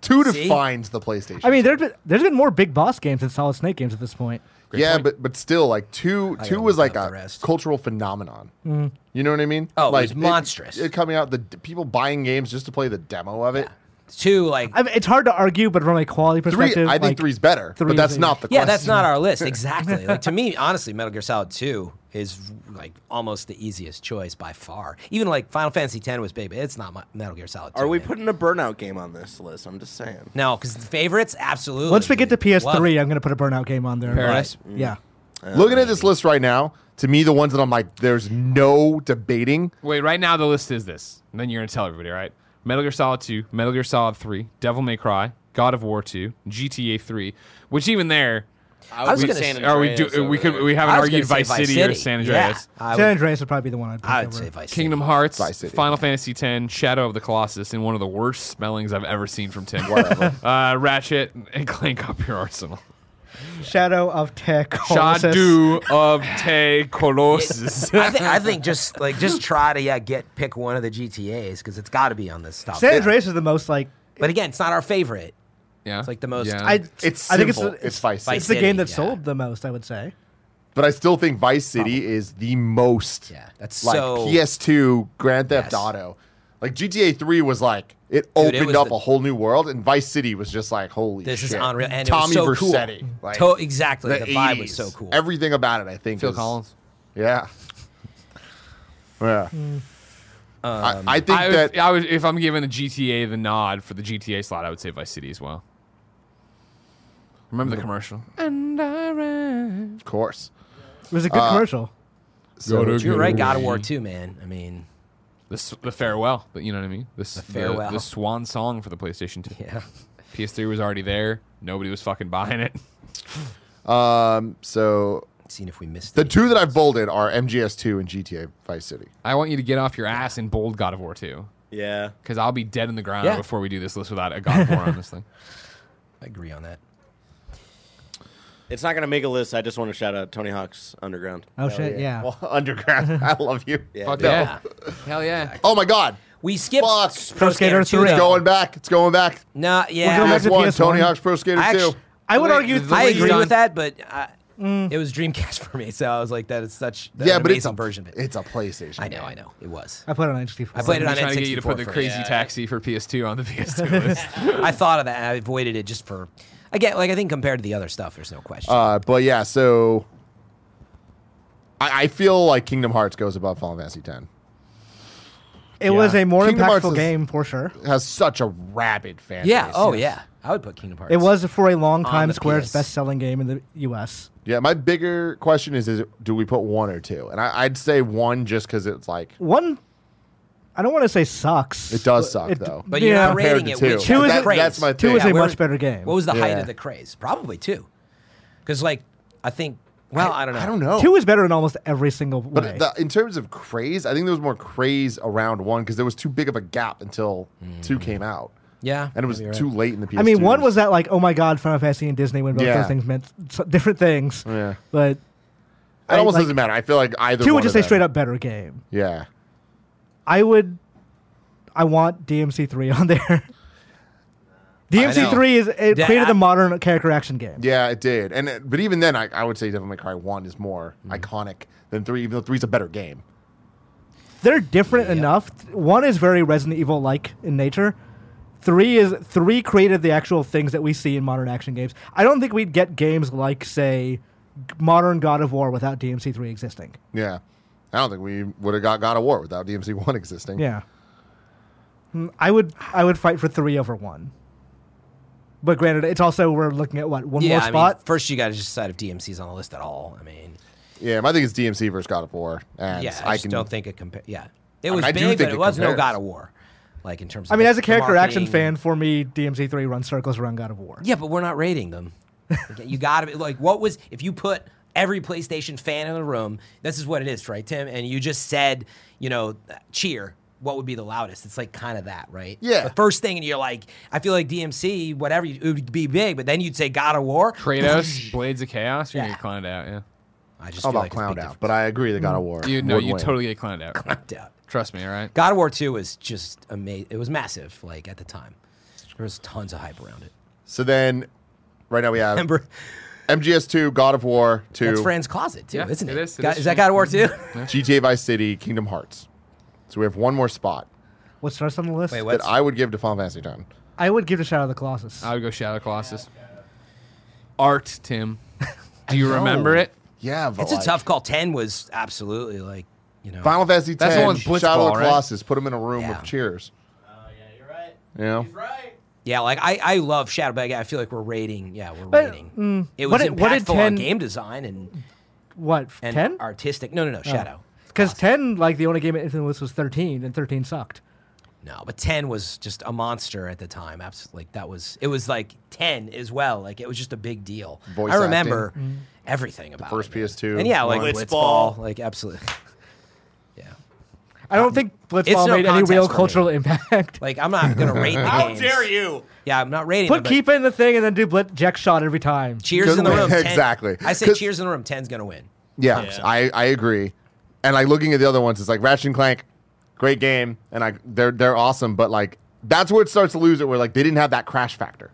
A: 2
C: See?
A: defines the PlayStation.
D: I mean, there's been, there's been more big boss games than Solid Snake games at this point.
A: yeah,
B: point.
A: but but still, like two
C: gotta
A: two was
C: look
A: like
C: up the
A: a
C: rest. Mm.
A: cultural phenomenon. You know what I mean?
C: Oh, it
A: like
C: was monstrous.
A: It, coming out, the people buying games just to play the demo of it.
C: Two like
D: I mean, it's hard to argue, but from a quality
A: Three,
D: perspective,
A: I think
D: like,
A: three's better,
D: three
A: but that's
D: is-
A: not the
C: yeah,
A: question.
C: that's not
A: [LAUGHS]
C: our list exactly. like to me, honestly, Metal Gear Solid Two is like almost the easiest choice by far. Even like Final Fantasy Ten was baby. It's not my, Metal Gear Solid. 2,
E: Are we
C: man.
E: putting a Burnout game on this list? I'm just saying.
C: No, because the favorites, absolutely.
D: Once we get to
C: dude.
D: PS3,
C: Love it.
D: I'm going to put a Burnout game on there.
B: Paradise?
D: Right.
C: Mm.
D: Yeah.
A: Looking at this list right now, to me, the ones that I'm like, there's no debating.
B: Wait, right now the list is this. And then you're gonna tell everybody, all right? Metal Gear Solid 2, Metal Gear Solid 3, Devil May Cry, God of War 2, GTA 3, which even there,
E: I
C: I was
E: would
B: We-
E: be
C: gonna
E: San
C: say-
B: Are we,
E: Andreas
B: do, we
E: over
B: could
E: there.
B: we haven't
C: I was
B: argued
C: gonna say
B: Vice City, or San Andreas.
C: Yeah, I
D: San
C: would,
D: Andreas would probably be the one I'd pick
C: I would
D: over.
C: say Vice City. [LAUGHS]
B: Kingdom Hearts,
A: Vice City.
B: Final Fantasy X, Shadow of the Colossus, and one of the worst spellings I've ever seen from Tim. [LAUGHS] uh, Ratchet and Clank up your arsenal.
F: Shadow of Tech.
B: Shadow of Te Colossus.
C: I think I think just like just try to yeah get pick one of the GTAs because it's got to be on this top.
F: San
C: ten.
F: Andreas is the most like.
C: but again, it's not our favorite.
B: [LAUGHS] yeah,
C: It's like the most-
B: Yeah.
F: I,
A: Uh, It's
F: I think it's,
A: simple.
F: the-
A: It's Vice City.
F: It's the game that
C: yeah.
F: sold the most, I would say.
A: But I still think Vice City is the most
C: Yeah, that's
A: like
C: so.
A: PS2 Grand Theft
C: Yes.
A: Auto. Like GTA 3 was like it
C: Dude, it
A: opened
C: was
A: up
C: the-
A: a whole new world, and Vice City was just like holy.
C: This
A: shit.
C: is unreal, and
A: Tommy
C: it was so
A: Vercetti,
C: cool.
A: like,
C: To- exactly, the,
A: the
C: vibe was
A: 80s.
C: so cool.
A: Everything about it, I think.
B: Phil
A: is-
B: Collins.
A: Yeah. [LAUGHS] Yeah. I,
C: Um,
A: I think
B: I
A: that
B: would, I would, if I'm giving the GTA the nod for the GTA slot, I would say Vice City as well. Remember the commercial?
A: of course.
F: It was a
A: Uh,
F: good commercial. Oh,
A: So-
B: Go to-
C: You're right, God of
B: Yeah.
C: War too, man. I mean,
B: The, s- the farewell, but you know what I mean. The, s- the
C: farewell.
B: the, swan song for the PlayStation 2.
C: yeah.
B: PS3 was already there. Nobody was fucking buying it.
A: um, so
C: Seeing if we missed
A: the
C: any.
A: two that I've bolded are MGS2 and GTA Vice City.
B: [LAUGHS] I want you to get off your ass and bold God of War 2
E: Yeah.
B: because I'll be dead in the ground
C: Yeah.
B: before we do this list without a God of War on this thing.
C: I agree on that.
E: It's not going to make a list. I just want to shout out Tony Hawk's Underground.
F: Oh, shit, yeah.
A: Well, [LAUGHS] Underground. I love you.
B: [LAUGHS]
E: Yeah,
B: Fuck
E: dude.
B: yeah. Hell yeah.
A: Oh my God.
C: We skipped
A: Fuck.
F: Pro Skater
C: 2,
F: 3.
C: though.
A: It's going back. It's going back.
C: No, yeah.
F: Go
A: PS1,
F: back to PS1.
A: Tony Hawk's Pro Skater
C: I
A: 2.
C: actu-
F: I would
B: Wait,
F: argue. Mm.
B: the
F: three-
C: I
B: Please
C: agree
B: don't.
C: with that, but I, it was Dreamcast [LAUGHS] for me, so I was like, that is such that's
A: Yeah,
C: an
A: but it's
C: amazing version of it.
A: It's a PlayStation.
C: I know,
A: game.
C: I know,
A: [LAUGHS]
C: it was.
F: I played it on HD4.
C: I played it
B: I'm
C: on
B: trying to get you to
C: N64
B: put the
C: first.
B: crazy taxi for PS2 on the [LAUGHS] PS2 list.
C: I thought of that. and I avoided it just for again, like I think compared to the other stuff, there's no question.
A: Uh, but yeah, so I, I feel like Kingdom Hearts goes above Final Fantasy X.
F: It was a more
A: Kingdom Hearts
F: impactful
A: is-
F: game for sure.
A: It has such a rabid fan
C: yeah.
A: base.
C: Oh yeah. I would put Kingdom Hearts.
F: It was for a long time
C: the
F: Square's
C: PS.
F: best-selling game in the U.S.
A: Yeah, my bigger question is, is it- do we put one or two? And I, I'd say one just because it's like,
F: One, I don't want to say sucks.
A: it does
F: but
A: suck,
F: it-
A: though.
C: But you're
F: Yeah.
C: not rating it.
A: Compared to two.
C: Which
F: Two is
C: the
F: a-
C: craze.
A: that's my
F: Two
A: thing.
F: is a
A: Yeah,
C: where-
F: much better game.
C: What was the height
A: Yeah.
C: of the craze? Probably two, because like I think. Well, I, don't know.
A: I don't know.
F: Two is better in almost every single way.
A: Oh. But the, in terms of craze, I think there was more craze around one because there was too big of a gap until two came out,
C: Hmm. Yeah.
A: and it was
C: maybe you're
A: too late in the PS.
F: I mean, one was that like, oh my god, Final Fantasy and Disney when both
A: Yeah.
F: those things meant so [LAUGHS] different things.
A: Yeah. It
F: But
A: almost
F: I, like,
A: doesn't matter. I feel like either
F: two
A: one
F: would just
A: of
F: say straight
A: them.
F: up better game.
A: Yeah,
F: I would. I want DMC three on there. DMC three is it
C: Yeah,
F: created
C: I-
F: the modern character action game.
A: yeah, it did. And it- but even then, I, I would say Devil May Cry one is more
F: Mm-hmm.
A: iconic than three, even though three's a better game.
F: They're different enough. One is very Resident Evil like in nature. Three is three created the actual things that we see in modern action games. I don't think we'd get games like say modern God of War without DMC three existing.
A: Yeah, I don't think we would have got God of War without DMC [LAUGHS] one existing.
F: Yeah. Mm, I would I would fight for three over one. But granted, it's also we're looking at what one
C: Yeah,
F: more spot.
C: I mean, first you got to just decide if DMC's on the list at all. I mean,
A: yeah. I think it's DMC versus God of War, and
C: yeah, I,
A: I
C: just
A: can.
C: don't think it compares. Yeah, it
A: mean,
C: was
A: I do
C: big,
A: think
C: but
A: it
C: it was no
A: compares.
C: God of War, like in terms. Of
F: I mean,
C: the-
F: as a
C: the
F: character action
C: marketing
F: fan,
C: and-
F: for me, DMC three runs circles around God of War.
C: yeah, but we're not rating them. Like, you got to be like, what was if you put every PlayStation fan in the room? This is what it is, right, Tim? And you just said, you know, cheer. What would be the loudest? It's like kind of that, right?
A: Yeah.
C: The first thing, and you're like, I feel like DMC, whatever, it would be big, but then you'd say God of War.
B: Kratos, Blades of Chaos, you're
C: Yeah.
B: going to get clowned out, yeah.
C: I just
A: I'm
C: feel
A: about
C: like it's a big
A: clowned
C: difference.
A: out, but I agree that God of War.
B: You know,
A: would
B: you
A: win.
B: totally get clowned out.
C: Clowned out.
B: Trust me, all right?
C: God of War 2 was just amazing. It was massive, like at the time. There was tons of hype around it.
A: So then, right now we have
C: Remember,
A: MGS two, God of War two,
C: that's Fran's Closet, too,
B: Yeah,
C: isn't it?
B: it is, it
C: God-
B: is.
C: that God of
B: [LAUGHS]
C: War 2?
F: Mm-hmm.
A: GTA Vice City, Kingdom Hearts. So we have one more spot
F: What starts on the list?
C: Wait,
A: that
C: what? Uh,
A: I would give to Final Fantasy X.
F: I would give the Shadow of the Colossus.
B: I would go Shadow Colossus. Art, [LAUGHS] Tim. Do you remember it?
A: Yeah, but
C: [LAUGHS] It's
F: Oh,
A: like-
C: a tough call. 10 was absolutely like, you know.
A: Final Fantasy X.
B: That's the one with Blitzball,
A: Shadow of the
B: right?
A: Colossus. Put him in a room
C: Yeah.
A: with cheers. Oh yeah, you're right.
C: Yeah, like I, I love Shadow, but I feel like we're rating. Yeah, we're
F: But,
C: rating.
F: mm,
C: it was
F: what did-
C: impactful
F: what did
C: on
F: 10
C: game design and,
F: what
C: and
F: ten? Oh.
C: artistic. No, no, no, Shadow.
F: Because ten, like the only game it influenced was thirteen, and thirteen sucked.
C: No, but 10 was just a monster at the time. Absolutely. Like that was it was like 10 as well. Like it was just a big deal.
A: Voice Mm-hmm.
C: I remember everything about
A: first
C: it, man.
A: PS2,
C: And yeah, like
E: Blitzball.
C: Blitzball, like absolutely. [LAUGHS] Yeah.
F: I don't think
C: Um, It's
F: Blitzball
C: no
F: made any
C: contest
F: real
C: for me.
F: cultural impact.
C: Like I'm not going to rate the
E: [LAUGHS] How
C: games.
E: dare you?
C: Yeah, I'm not rating
F: Put
C: them, but
F: keep in the thing and then do Blitz Jack shot every time.
C: cheers in the
A: Good [LAUGHS]
C: room.
A: win.
C: 10
A: Exactly.
C: I say
A: 'Cause-
C: cheers in the room. 10's going to win.
A: Yeah,
E: Yeah.
A: I, I agree. And like looking at the other ones, it's like Ratchet and Clank, great game, and I they're they're awesome, but like that's where it starts to lose it. Where like they didn't have that crash factor.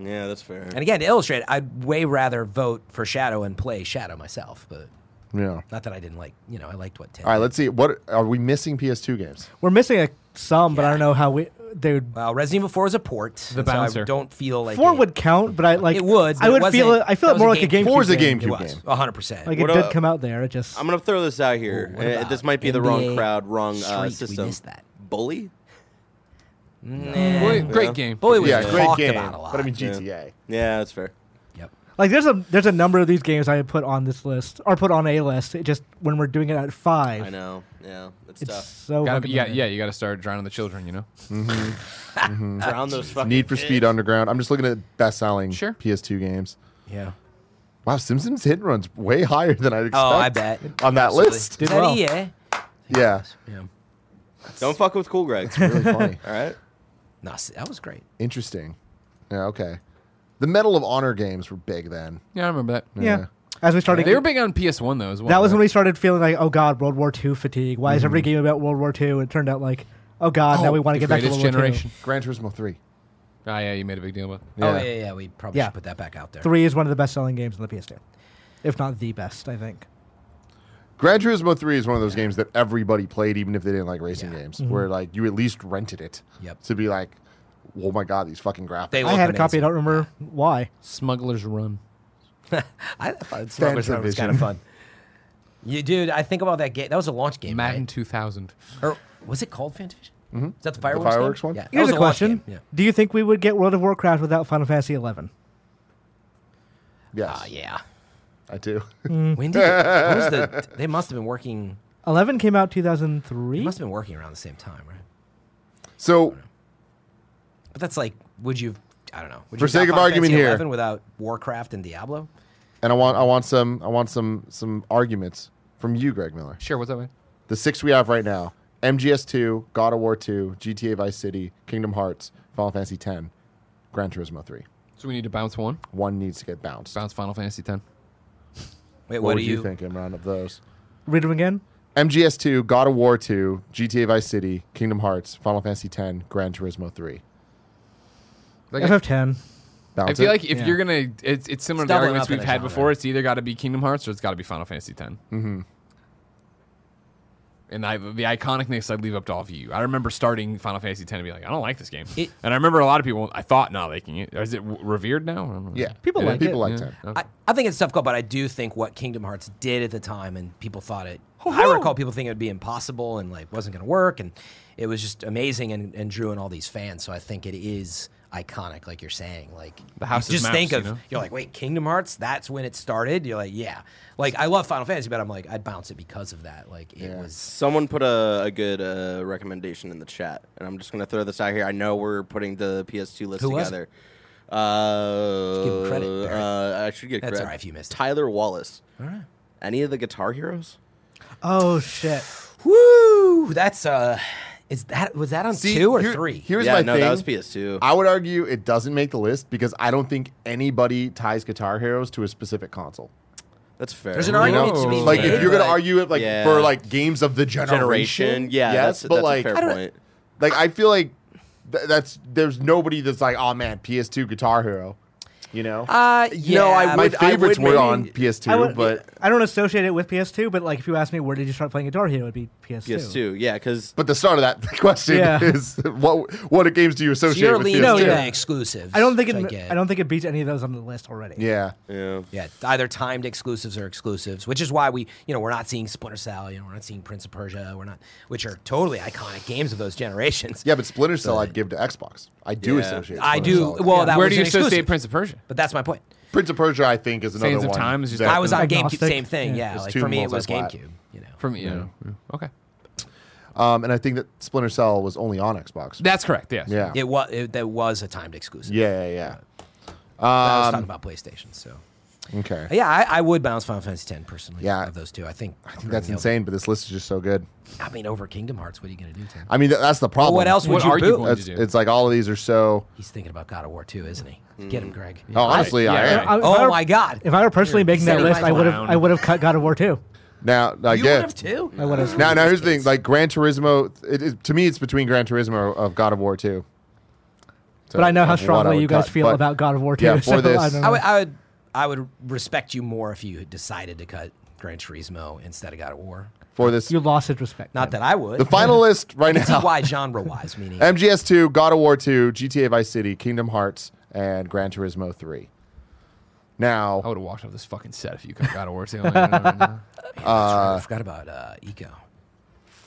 E: Yeah, that's fair.
C: And again, to illustrate, I'd way rather vote for Shadow and play Shadow myself, but
A: Yeah.
C: not that I didn't like, you know, I liked what 10.
A: All right, let's see. What are we missing? PS2 games.
F: We're missing a, some, but I don't know how we they would.
C: Well, Resident Evil 4 is a port. The So I
B: bouncer.
C: don't feel like
F: Four
C: it-
F: would count, but I like
C: It would, but
F: I
C: it
F: would feel
C: wasn't-
F: it. I feel
C: that
F: it
C: was
F: more
C: a
F: like a
C: game-
F: GameCube.
A: Four is a
F: game.
C: It
A: GameCube
C: was.
A: game.
C: 100%.
F: Like it
E: What
F: did
E: about-
F: come out there. It just
E: I'm gonna throw this out here.
C: Ooh, what
E: Uh,
C: about
E: this might be the wrong
C: NBA
E: crowd, wrong
C: Street?
E: uh,
C: We
E: system.
C: missed that.
E: Bully.
B: Boy, great game.
C: Bully was
A: Yeah, great
C: talked
A: game.
C: about a lot.
A: But I mean GTA.
E: Yeah, that's fair.
C: yep.
F: like there's a there's a number of these games I put on this list or put on a list. It just when we're doing it at five,
E: I know. Yeah, it's,
F: it's
E: tough.
F: so
B: Gotta
F: fucking
B: be- yeah,
F: limited.
B: yeah, you got to start drowning the children, you know?
E: Drown those fucking
A: Need for Speed Underground. I'm just looking at best selling
B: Sure.
A: PS2 games.
C: Yeah.
A: Wow, Simpsons Hit and Run's way [LAUGHS] higher than I'd expect.
C: Oh, I bet.
A: On that list.
F: Did well.
C: Yeah.
A: Yeah.
C: yeah.
E: Don't fuck with Cool Greg.
A: Really
C: [LAUGHS]
A: funny.
E: [LAUGHS] All right.
C: No, s- that was great.
A: Interesting. Yeah, okay. The Medal of Honor games were big then.
B: Yeah, I remember that.
F: yeah. As we started,
B: They were big on PS1, though, as well.
F: that was when we
B: right?
F: started feeling like, oh god, World War II fatigue. Why is every game about World War II? It turned out like, oh god, now we want to
B: Mm-hmm. The
F: get back to
B: Greatest
F: World
B: Generation.
A: Gran Turismo 3.
B: Ah, yeah, you made a big deal about it.
C: Oh, yeah, yeah, yeah. We probably
F: Yeah.
C: should put that back out there.
F: War II. Three is one of the best selling games on the PS2, if not the best. I think.
A: Gran Turismo 3 is one of those games that everybody played, even if they didn't like racing games, where like you at least rented it
C: Yep.
A: to be like, oh my god, these fucking graphics.
C: They
F: I
C: look
F: had a copy.
C: amazing.
F: I don't remember why.
B: Smuggler's Run.
C: I thought Smuggler's Run was
A: Vision.
C: kind of fun. You, dude, I think about that game. That was a launch game,
B: Madden
C: right?
B: 2000.
C: Or was it called Fantavision? Mm-hmm. Is that the fireworks,
A: fireworks
C: game?
A: one?
C: Yeah, that
F: Here's
C: was
F: a
C: launch
F: question:
C: game, Yeah.
F: Do you think we would get World of Warcraft without Final Fantasy XI?
A: yes,
C: Ah, yeah.
A: I do.
C: When did what was the, they must have been working?
F: Eleven came out
C: They
F: 2003.
C: must have been working around the same time, right?
A: [LAUGHS] so
C: But that's like, would you? I don't know. Would
A: For
C: you have got
A: sake of
C: Final
A: argument
C: Fantasy
A: here.
C: XI without Warcraft and Diablo.
A: and I want I want some I want some some arguments from you, Greg Miller.
B: Sure, what's that, man?
A: The six we have right now: MGS2, God of War 2, GTA Vice City, Kingdom Hearts, Final Fantasy 10, Gran Turismo 3.
B: So we need to bounce one.
A: One needs to get bounced.
B: Bounce Final Fantasy 10.
C: Wait,
A: what
C: what,
A: would
C: do
A: you,
C: you?
A: think, Imran, of those?
F: Read them again.
A: MGS2, God of War 2, GTA Vice City, Kingdom Hearts, Final Fantasy 10, Gran Turismo 3.
B: Like,
C: [LAUGHS]
F: FF10.
A: Bounce
B: I feel
A: it?
B: like if
F: Yeah.
B: you're gonna, it's, it's similar
C: It's
B: to the
C: doubling
B: arguments
C: up in
B: we've
C: a
B: had
C: genre.
B: before. It's either got to be Kingdom Hearts or it's got to be Final Fantasy X. Mm-hmm. And I, the iconicness I'd leave up to all of you. I remember starting Final Fantasy X and being like, I don't like this game.
C: It-
B: and I remember a lot of people I thought not liking it. Is it w- revered now? I don't know.
A: Yeah,
F: People like
A: people
F: it.
A: like
B: Yeah.
A: ten.
B: Okay.
C: I, I think it's a tough call, but I do think what Kingdom Hearts did at the time, and people thought it. I recall people thinking it'd be impossible and like wasn't going to work, and it was just amazing and, and drew in all these fans. So I think it is iconic, like you're saying. Like
B: The house
C: you
B: is
C: just
B: mouse,
C: think of
B: you know?
C: are like, wait, Kingdom Hearts. That's when it started. You're like, yeah. Like I love Final Fantasy, but I'm like, I'd bounce it because of that. Like it was.
E: Someone put a, a good uh, recommendation in the chat, and I'm just gonna throw this out here. I know we're putting the PS2 list
C: Who was
E: together. Uh,
C: give him credit, Barrett.
E: uh, I should get
C: That's
E: credit.
C: all right if you missed it.
E: Tyler Wallace. All right. Any of the Guitar Heroes?
F: Oh shit.
C: Woo! That's uh, is that was that on
A: See,
C: two or
A: here-
C: three?
A: Here's
E: yeah,
A: my
E: no,
A: thing.
E: that was PS2.
A: I would argue it doesn't make the list because I don't think anybody ties Guitar Heroes to a specific console.
E: that's fair.
C: There's an
B: You
C: argument
B: know,
C: to be
A: Like if
C: made,
A: you're gonna
C: but-
A: argue it like
E: Yeah.
A: for like games of the generation,
E: generation. Yeah,
A: yes,
E: that's,
A: but
E: that's
A: like
E: a fair point.
A: like I feel like th- that's there's nobody that's like oh man PS2 Guitar Hero, you know.
C: Uh, yeah,
E: No, I
C: but-
A: my
E: would- I
A: favorites
E: would
A: were on
E: maybe-
A: PS2,
F: I, would,
A: but
F: I don't associate it with PS2, but like if you ask me where did you start playing Guitar Hero, it would be PS2.
E: PS2. Yeah, because
A: but the start of that [LAUGHS] question
F: Yeah.
A: is what what games do you
C: So
A: associate
C: you're
A: with
C: leaning
A: PS2?
C: to
F: yeah.
C: the exclusives.
F: I don't think
C: which
F: it.
C: get.
F: I, don't think it beats any of those on the list already.
A: yeah.
E: yeah.
C: Yeah, either timed exclusives or exclusives, which is why we, you know, we're not seeing Splinter Cell, you know, we're not seeing Prince of Persia, we're not, which are totally iconic games of those generations.
A: Yeah, but Splinter Cell I'd give to Xbox. I do
E: Yeah.
A: associate.
C: I
A: Splinter
C: do.
A: Cell.
C: Well, that
B: Where
C: was
B: do you
C: an
B: associate
C: exclusive,
B: Prince of Persia?
C: But that's my point.
A: Prince of Persia, I think, is another
B: Sands of
A: one.
B: Time is just-
A: that-
C: I was on
F: Agnostic.
C: GameCube, same thing.
F: Yeah.
C: Yeah,
A: It's
C: like
A: too
C: for me it was
A: multi-plat.
C: GameCube. You know,
B: From yeah. Okay.
A: Um, and I think that Splinter Cell was only on Xbox.
B: That's correct. Yes.
A: yeah.
C: It was it, that was a timed exclusive.
A: yeah, yeah,
C: But
A: Um,
C: I was talking about PlayStation. So
A: yeah. Okay.
C: yeah, I, I would bounce Final Fantasy X personally.
A: Yeah.
C: of those two, I think.
A: I think that's insane, but this list is just so good.
C: I mean, over Kingdom Hearts, what are you going to do, Tim?
A: I mean, th- that's the problem.
C: what else would
B: What
C: you
B: are
C: boot?
B: you going
A: That's,
B: to do?
A: it's like all of these are so.
C: He's thinking about God of War too, isn't he? Get him, Greg.
A: Oh, honestly,
B: Yeah,
A: I am.
B: right.
F: I- if
C: Oh
F: I were-
C: my God.
F: If I were personally making that
C: silly
F: list, I would have
B: clown.
F: I would have cut God of War too.
A: Now, I
C: you
A: get.
C: would have too.
F: I would have.
A: Now, now here's the thing. Like Gran Turismo, it, it- to me, it's between Gran Turismo of God of War Two. So,
F: But I know how
A: of what I
F: strongly
A: would
F: you guys
A: cut,
F: feel
A: but-
F: about God of War too.
A: yeah, for
F: so
A: this-
F: I don't
C: I
F: know.
C: would, I would, I would respect you more if you had decided to cut Gran Turismo instead of God of War.
A: for this.
F: you lost his respect.
C: Not that I would.
F: [LAUGHS]
A: The Uh, final list right
C: I can see
A: now:
C: why genre wise,
A: [LAUGHS]
C: meaning
A: MGS Two, God of War Two, GTA Vice City, Kingdom Hearts, and Gran Turismo Three.
B: I
A: Now,
B: would have walked off this fucking set if you could have got a war too. [LAUGHS] well,
C: I forgot about uh, Eco.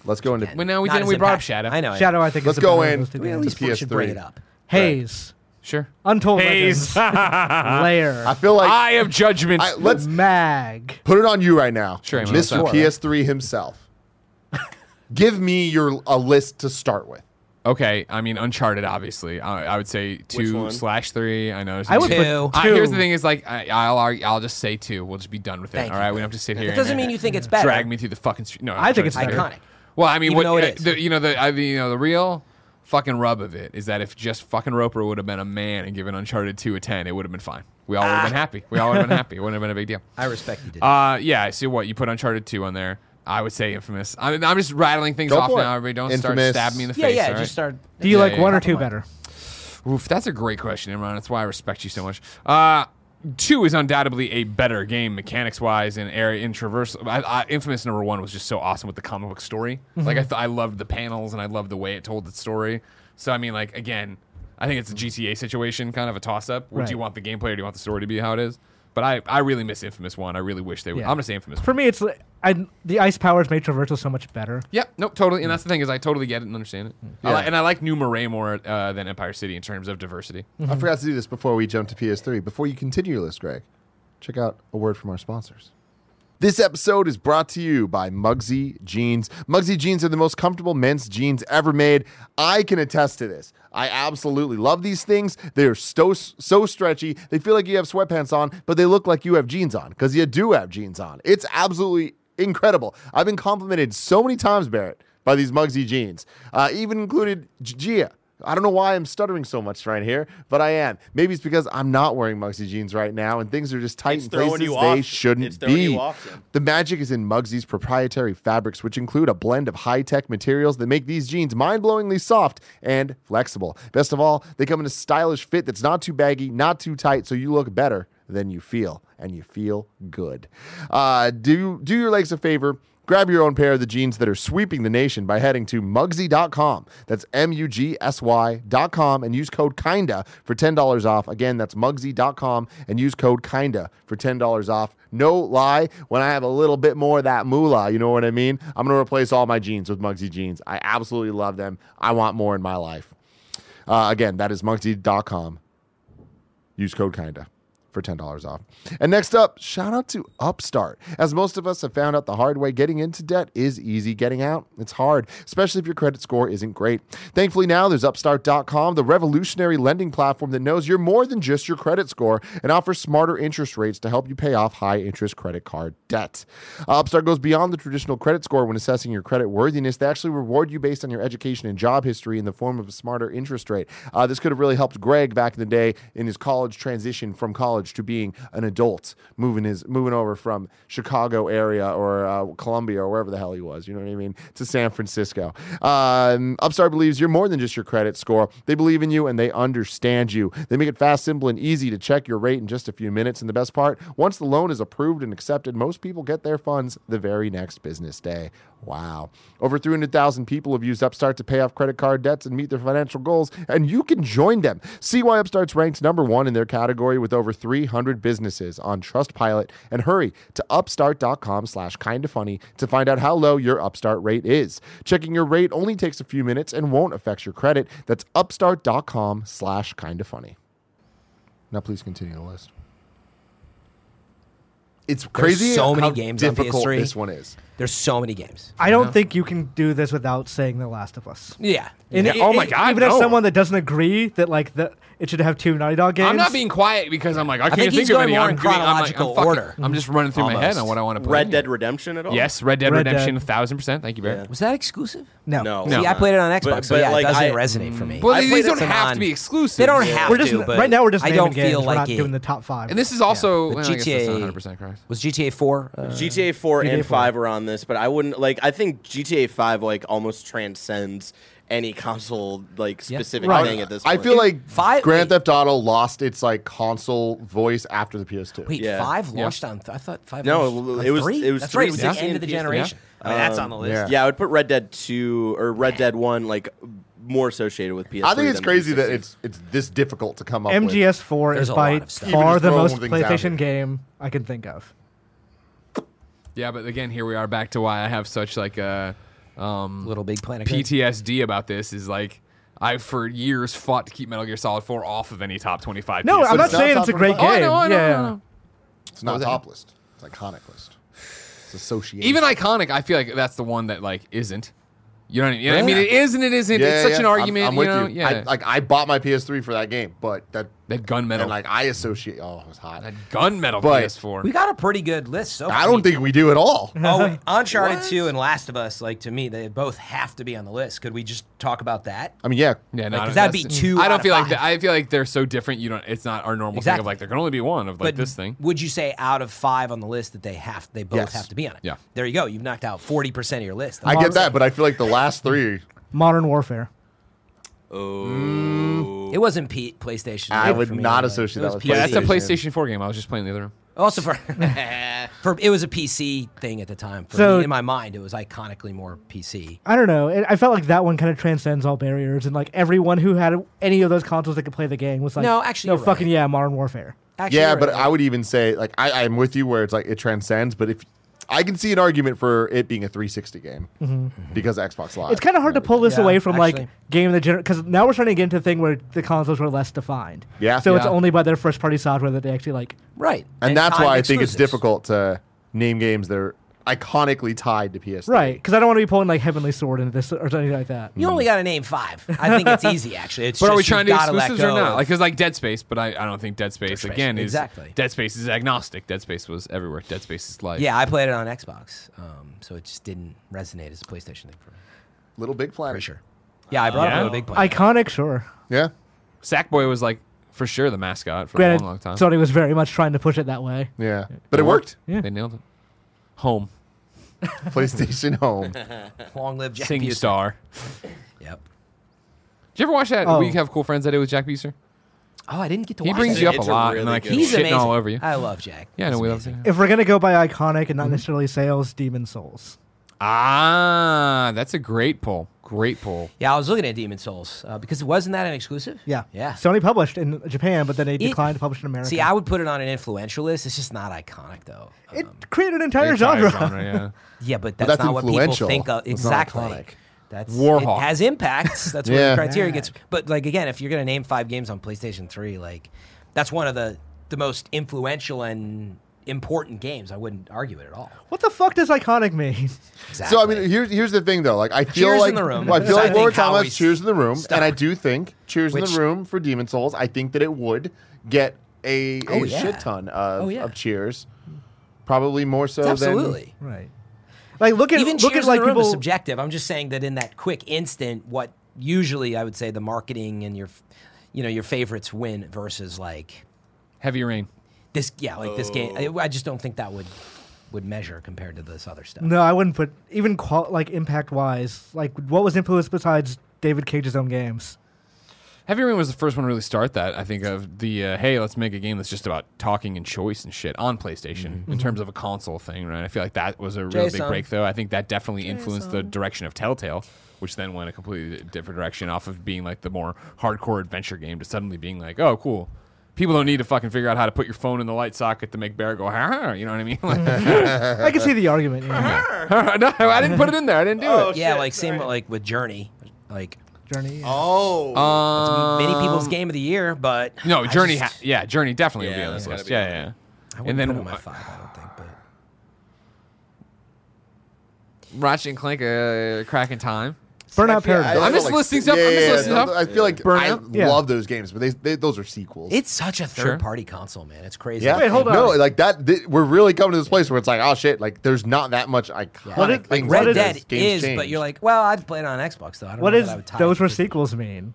A: let's go into.
C: And
B: now we
C: not
B: didn't.
C: as
B: We brought up
C: impactful.
B: Shadow.
C: I know. I
F: Shadow,
C: know.
F: I think.
A: Let's
F: is the
A: go
F: better
A: in.
F: of those two
C: We at
F: games.
C: least we should bring
A: PS3.
C: it up.
F: Haze,
B: Sure.
F: Untold
B: Haze.
F: Legends, Lair,
A: I feel like
B: Eye of Judgment.
A: I, let's
F: Mag.
A: put it on you right now,
B: Sure, Amos,
A: Mr.
B: that's fine.
A: PS3 himself. Give me your a list to start with.
B: okay. I mean, Uncharted. Obviously, I, I would say two
E: one?
B: slash three. I know.
F: I would put
C: Two.
F: two.
B: I- here's the thing: is like I, I'll argue, I'll just say two. We'll just be done with it.
C: Thank
B: all
C: you.
B: right, we don't have to sit here.
C: It doesn't
B: and-
C: mean you think it's better.
B: Drag me through the fucking street. No,
F: I think it's
B: sorry.
C: iconic.
B: Well, I mean,
C: Even
B: what
C: though it
B: uh,
C: is.
B: The, you know the I, the- you know the real fucking rub of it is that if just fucking Roper would have been a man and given Uncharted two a ten, it would have been fine. We all would
C: Ah.
B: have been happy. We all would have been happy. It wouldn't have been a big
C: [LAUGHS]
B: deal.
C: I respect you. Did.
B: Uh, yeah. So what you put Uncharted two on there? I would say Infamous. I mean, I'm just rattling things
A: Go
B: off
A: for it.
B: now. Everybody, don't
A: Infamous.
B: start stabbing me in the
C: yeah,
B: face.
C: yeah.
B: all right?
C: Just start.
F: Do you
B: Yeah,
F: like
B: yeah,
F: one
B: yeah.
F: or two better?
B: Oof, that's a great question, Imran. That's why I respect you so much. Uh, two is undoubtedly a better game mechanics wise and area in traversal. I, I, Infamous number one was just so awesome with the comic book story.
F: Mm-hmm.
B: Like I, th- I loved the panels and I loved the way it told the story. So I mean, like again, I think it's a GTA situation, kind of a toss up. Would
F: Right.
B: you want the gameplay or do you want the story to be how it is? But I, I really miss Infamous one. I really wish they would.
F: Yeah.
B: I'm gonna say Infamous.
F: For me, it's li- I, the ice powers made traversal so much better.
B: Yep, nope, totally.
F: Mm.
B: And that's the thing is, I totally get it and understand it. I li- and I like New Moray more uh, than Empire City in terms of diversity.
A: I forgot to do this before we jump to PS3. Before you continue your list, Greg, check out a word from our sponsors. This episode is brought to you by Mugsy Jeans. Mugsy Jeans are the most comfortable men's jeans ever made. I can attest to this. I absolutely love these things. They are so so stretchy. They feel like you have sweatpants on, but they look like you have jeans on because you do have jeans on. It's absolutely incredible. I've been complimented so many times, Barrett, by these Mugsy Jeans. Uh, even included G- Gia. I don't know why I'm stuttering so much right here, but I am. Maybe it's because I'm not wearing Mugsy jeans right now and things are just tight
E: It's
A: in
E: throwing
A: places
E: you
A: they
E: off.
A: shouldn't
E: It's throwing
A: be.
E: you off, Tim.
A: The magic is in Muggsy's proprietary fabrics, which include a blend of high tech materials that make these jeans mind blowingly soft and flexible. Best of all, they come in a stylish fit that's not too baggy, not too tight, so you look better than you feel, and you feel good. Uh, do, do your legs a favor. Grab your own pair of the jeans that are sweeping the nation by heading to mugsy.com. That's M U G S Y.com and use code KINDA for $10 off. Again, that's mugsy.com and use code KINDA for $10 off. No lie, when I have a little bit more of that moolah, you know what I mean? I'm going to replace all my jeans with Mugsy jeans. I absolutely love them. I want more in my life. Uh, again, that is mugsy.com. Use code KINDA for $10 off. And next up, shout out to Upstart. As most of us have found out the hard way, getting into debt is easy. Getting out, it's hard, especially if your credit score isn't great. Thankfully, now there's Upstart.com, the revolutionary lending platform that knows you're more than just your credit score and offers smarter interest rates to help you pay off high interest credit card debt. Upstart goes beyond the traditional credit score when assessing your credit worthiness. They actually reward you based on your education and job history in the form of a smarter interest rate. Uh, this could have really helped Greg back in the day in his college transition from college to being an adult, moving his moving over from Chicago area or uh, Columbia or wherever the hell he was. You know what I mean? To San Francisco. Um, Upstart believes you're more than just your credit score. They believe in you and they understand you. They make it fast, simple, and easy to check your rate in just a few minutes. And the best part, once the loan is approved and accepted, most people get their funds the very next business day. Wow. Over 300,000 people have used Upstart to pay off credit card debts and meet their financial goals, and you can join them. See why Upstart's ranked number one in their category with over 300 businesses on Trustpilot. And hurry to upstart.com slash kinda funny to find out how low your Upstart rate is. Checking your rate only takes a few minutes and won't affect your credit. That's upstart.com slash kinda funny. Now please continue the list. it's crazy
C: so many
A: how
C: games on
A: difficult
C: PS3.
A: this one is.
C: There's so many games.
F: I don't think you can do this without saying The Last of Us.
C: Yeah.
F: And e-
B: Yeah, oh my God,
F: Even as
B: no.
F: someone that doesn't agree that like the it should have two Naughty Dog games.
B: I'm not being quiet because I'm like I can't
C: think he's
B: of
C: going
B: any.
C: more
B: I'm
C: in
B: doing- I'm like, I'm
C: chronological
B: fucking-
C: order.
B: I'm just running through my head on
E: Almost.
B: what I want to play.
E: Red Dead Redemption at all?
B: Yes, Red Dead
F: Red
B: Redemption,
F: Dead.
B: thousand percent. Thank you, Barry.
C: Was that exclusive?
F: no.
E: No.
C: Oh, See, I played it on Xbox, so yeah, it doesn't resonate for me.
B: Well,
C: I
B: these
C: played it
B: don't
C: some
B: have
C: on-
B: to be exclusive.
C: They don't
B: Yeah.
C: have
F: We're just
C: to. But
F: right now. We're just
C: I
F: naming
C: don't
F: games.
C: feel
F: we're
C: like
F: not
C: it.
F: doing the top five.
B: And this is also
C: But
B: well, I guess that's not 100
C: GTA
B: percent correct.
C: was GTA Four. Uh,
E: GTA 4 and
F: GTA 4.
E: 5 are on this, but I wouldn't like I think GTA 5 like almost transcends any console like specific
F: Right.
E: thing at this
A: I
E: point.
A: feel like
C: Five-
A: Grand Theft Auto lost its like console voice after the PS2.
C: wait,
E: Yeah.
C: five
B: Yeah.
C: launched on. Th- I thought five.
E: No,
C: launched on
E: it was-
C: Three?
E: it was
C: That's right. It was the
E: 360
C: end of the
E: and PS3.
C: generation.
B: Oh,
G: I mean, that's on the list.
A: yeah.
E: Yeah, I would put Red Dead 2 or Red Dead 1 like more associated with PS3.
A: I think it's
E: than
A: crazy that
E: 360.
A: it's it's this difficult to come up with.
F: MGS4
C: There's
F: is
C: a
F: by
C: lot of stuff.
A: Even
F: far
A: just
F: the
A: throw
F: most
A: things out here.
F: PlayStation game I can think of.
B: Yeah, but again, here we are back to why I have such like a um,
C: Little Big Planet.
B: PTSD about this. Is like I for years fought to keep Metal Gear Solid 4 off of any top 25. PS3.
F: No, I'm not
A: it's not
F: saying
A: top
F: it's a great game.
A: 25.
B: Oh, I know, I know, I
F: yeah.
B: know, I know.
A: It's not top list. It's iconic list. It's associated.
B: even iconic. I feel like that's the one that like isn't. You know what I mean? I mean,
C: Really?
B: it is and it isn't. it's such an argument.
A: I'm, I'm with
B: you know?
A: you.
B: Yeah.
A: I, like I bought my PS3 for that game, but that
B: that gunmetal.
A: and like I associate. Oh, it was hot.
B: that gunmetal
A: But-
B: PS4.
C: We got a pretty good list. So
A: I
C: far.
A: don't think we do at all.
B: [LAUGHS]
C: Oh, wait, Uncharted Two and Last of Us. Like to me, they both have to be on the list. Could we just talk about that?
A: I mean, yeah,
B: yeah, no,
C: Like, 'cause
B: no,
C: that'd
B: that's-
C: be two
B: I
C: out
B: don't
C: of
B: feel like
C: five.
B: that, I feel like they're so different. You don't. It's not our normal thing of
C: Exactly.
B: like there can only be one of like this thing.
C: Would you say out of five on the list that they have, they both
A: Yes.
C: have to be on it?
B: Yeah.
C: There you go. You've knocked out forty percent of your list.
A: I get that, but I feel like the last three.
F: Modern Warfare.
C: It wasn't P- PlayStation.
A: I
C: either
A: would
C: for me,
A: not
C: anyway.
A: associate
C: It
A: that
C: was
A: with
B: Yeah, that's a
A: PlayStation.
B: PlayStation 4 game. I was just playing the other room.
C: Also for, [LAUGHS] for it was a PC thing at the time. For
F: So-
C: me, in my mind, it was iconically more PC.
F: I don't know. It, I felt like that one kind of transcends all barriers, and like everyone who had any of those consoles that could play the game was like,
C: No, actually,
F: no
C: you're
F: fucking
C: right.
F: yeah, Modern Warfare.
C: Actually,
A: Yeah,
C: you're
A: but
C: right.
A: I would even say like I, I'm with you where it's like it transcends, but if I can see an argument for it being a 360 game because Xbox Live.
F: It's kind of hard to pull this
C: Yeah,
F: away from
C: actually.
F: like game of the general because now we're starting to get into a thing where the consoles were less defined.
A: Yeah.
F: So it's
B: Yeah.
F: only by their first party software that they actually like.
C: right,
A: and that's
C: time
A: why I think it's
C: exclusives.
A: difficult to name games that are iconically tied to PS3.
F: Right, because I don't want to be pulling like Heavenly Sword into this or something like that.
C: You only got to name five. I think it's easy actually.
B: [LAUGHS]
C: It's
B: But
C: just
B: are we
C: you've
B: trying to do
C: gotta let
B: exclusives or
C: go
B: not?
C: of-
B: Like, because like Dead Space, but I, I don't think Dead Space,
C: Space,
B: again is
C: exactly.
B: Dead Space is agnostic. Dead Space was everywhere. Dead Space is life.
C: yeah, I played it on Xbox, um, so it just didn't resonate as a PlayStation thing for me.
A: Little Big Planet.
C: For sure. Yeah, I brought
B: Yeah.
C: up a big point.
F: Iconic, sure.
A: Yeah.
B: Sackboy was like for sure the mascot for
F: Granted,
B: a long, long time.
F: Sony was very much trying to push it that way.
A: Yeah. But it worked.
F: Yeah.
B: They nailed it. Home,
A: [LAUGHS] PlayStation Home.
C: Long live Jack
B: sing
C: Busey.
B: star. Did
C: Yep.
B: you ever watch that?
F: Oh.
B: We have cool friends that it was Jack Buester.
C: Oh, I didn't get to
B: He
C: watch
B: brings
C: that.
B: you up a
E: It's a
B: lot
E: really
B: and like
E: good
B: he's
C: He's
B: shitting
C: amazing.
B: all over you.
C: I love Jack.
B: yeah,
C: He's
B: no, we love
C: amazing.
B: him.
F: If we're gonna go by iconic and
B: Mm-hmm.
F: not necessarily sales, Demon Souls.
B: Ah, that's a great poll. Great poll.
C: Yeah, I was looking at Demon Souls uh, because wasn't that an exclusive?
F: Yeah.
C: Yeah.
F: Sony published in Japan, but then they declined to publish in America.
C: See, I would put it on an influential list. It's just not iconic, though.
F: it
C: Um,
F: created an entire,
B: Entire
F: genre.
B: yeah. [LAUGHS]
C: yeah, but that's,
A: that's
C: not what people
A: influential.
C: think of.
A: It's not
C: Exactly.
A: iconic.
C: That's
B: Warhawk.
C: It
A: [LAUGHS]
C: has impacts. That's where
A: Yeah.
C: the criteria gets. But like again, if you're gonna name five games on PlayStation Three, like that's one of the the most influential and important games. I wouldn't argue it at all.
F: [LAUGHS] What the fuck does iconic mean? [LAUGHS]
C: Exactly.
A: So I mean, here's here's the thing though. Like I feel
C: Cheers in
A: like
C: the room.
A: I feel
C: So [LAUGHS] I
A: like Laura
C: think how we
A: Thomas cheers in the room,
C: start.
A: and I do think cheers in
C: Which-
A: the room for Demon Souls. I think that it would get a, a
C: Oh, yeah.
A: shit ton of,
C: Oh, yeah.
A: of cheers, probably more so
C: absolutely.
F: Right. Like look at
C: even
F: look
C: cheers in
F: at like
C: the room
F: people.
C: is subjective. I'm just saying that in that quick instant, what usually I would say the marketing and your, you know, your favorites win versus like
B: Heavy rain.
C: this. Yeah, like this game. I,
B: Oh.
C: I just don't think that would would measure compared to this other stuff.
F: no, I wouldn't put even qual- like impact wise. Like what was influenced besides David Cage's
A: [LAUGHS]
F: own games?
B: Heavy Rain was the first one to really start that. I think of the uh, hey, let's make a game that's just about talking and choice and shit on PlayStation in terms of a console thing, right? I feel like that was a real big
C: Jason.
B: break, though. I think that definitely influenced the direction of Telltale, which then went a completely different direction off of being like the more hardcore adventure game to suddenly being like, oh, cool. People don't need to fucking figure out how to put your phone in the light socket to make Bear go, "Har, har," you know what I mean? [LAUGHS] Like,
F: I can see the argument. yeah.
B: no, I didn't put it in there. I didn't do it.
C: yeah, like same like with Journey, like
A: [LAUGHS]
F: Journey.
E: Oh.
C: many people's game of the year, but
B: Uh, Um, No,
C: I
B: Journey.
C: just-
B: ha- yeah, Journey definitely will
E: Yeah,
B: be on
E: that's
B: this
E: gotta
B: list.
E: be
B: Yeah,
E: on
B: yeah.
C: I
B: yeah. And
C: wouldn't put it
B: then
C: in my five, I don't think. But
B: Ratchet and Clank, uh, Crack in Time.
A: I
F: Burnout
A: feel- I
F: Paradise.
A: feel
B: I'm just listing stuff. I'm just listing
A: no,
B: stuff.
A: I feel like
B: Burnout.
A: I
F: Yeah.
A: love those games, but they, they those are sequels.
C: It's such a
B: Sure.
C: third-party console, man. It's crazy.
A: yeah,
F: Wait, hold on.
A: No, like that. Th- we're really coming to this place where it's like, oh shit, like there's not that much iconic
F: What is-
A: things.
F: what
C: Red
A: like
F: is-
A: this.
C: Dead
A: Games
C: is, but
A: change.
C: you're like, well, I'd play it on Xbox though. I don't
F: What
C: know
F: is
C: that I would tie
F: those
C: it
F: were
C: to-
F: sequels mean?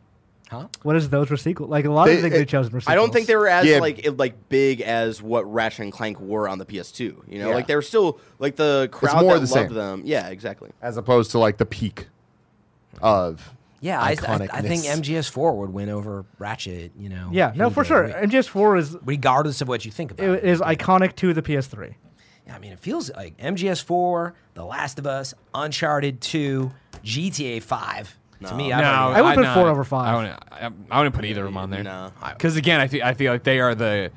C: Huh?
F: What is those were sequels? Like a lot
A: They-
F: of things they
A: it-
F: chose were sequels.
E: I don't think they were as
A: Yeah.
E: like it- like big as what Ratchet and Clank were on the PS2. You know,
A: Yeah.
E: like they were still like the crowd
A: more
E: that
A: the
E: loved
A: same.
E: them. Yeah, exactly.
A: as opposed to like the peak of
C: Yeah, I, I, I think
A: iconicness.
C: MGS4 would win over Ratchet. You know.
F: Yeah, no,
C: any
F: for
C: day
F: sure.
C: of the week.
F: MGS4 is
C: Regardless of what you think about
F: it
C: it,
F: is iconic to the PS3.
C: I mean, it feels like MGS4, The Last of Us, Uncharted 2, GTA 5. To me, I've already-
F: I would put
B: no,
F: four over five.
B: I wouldn't, I, I wouldn't put either of them on there.
E: No.
B: Because again, I feel, I feel like they are the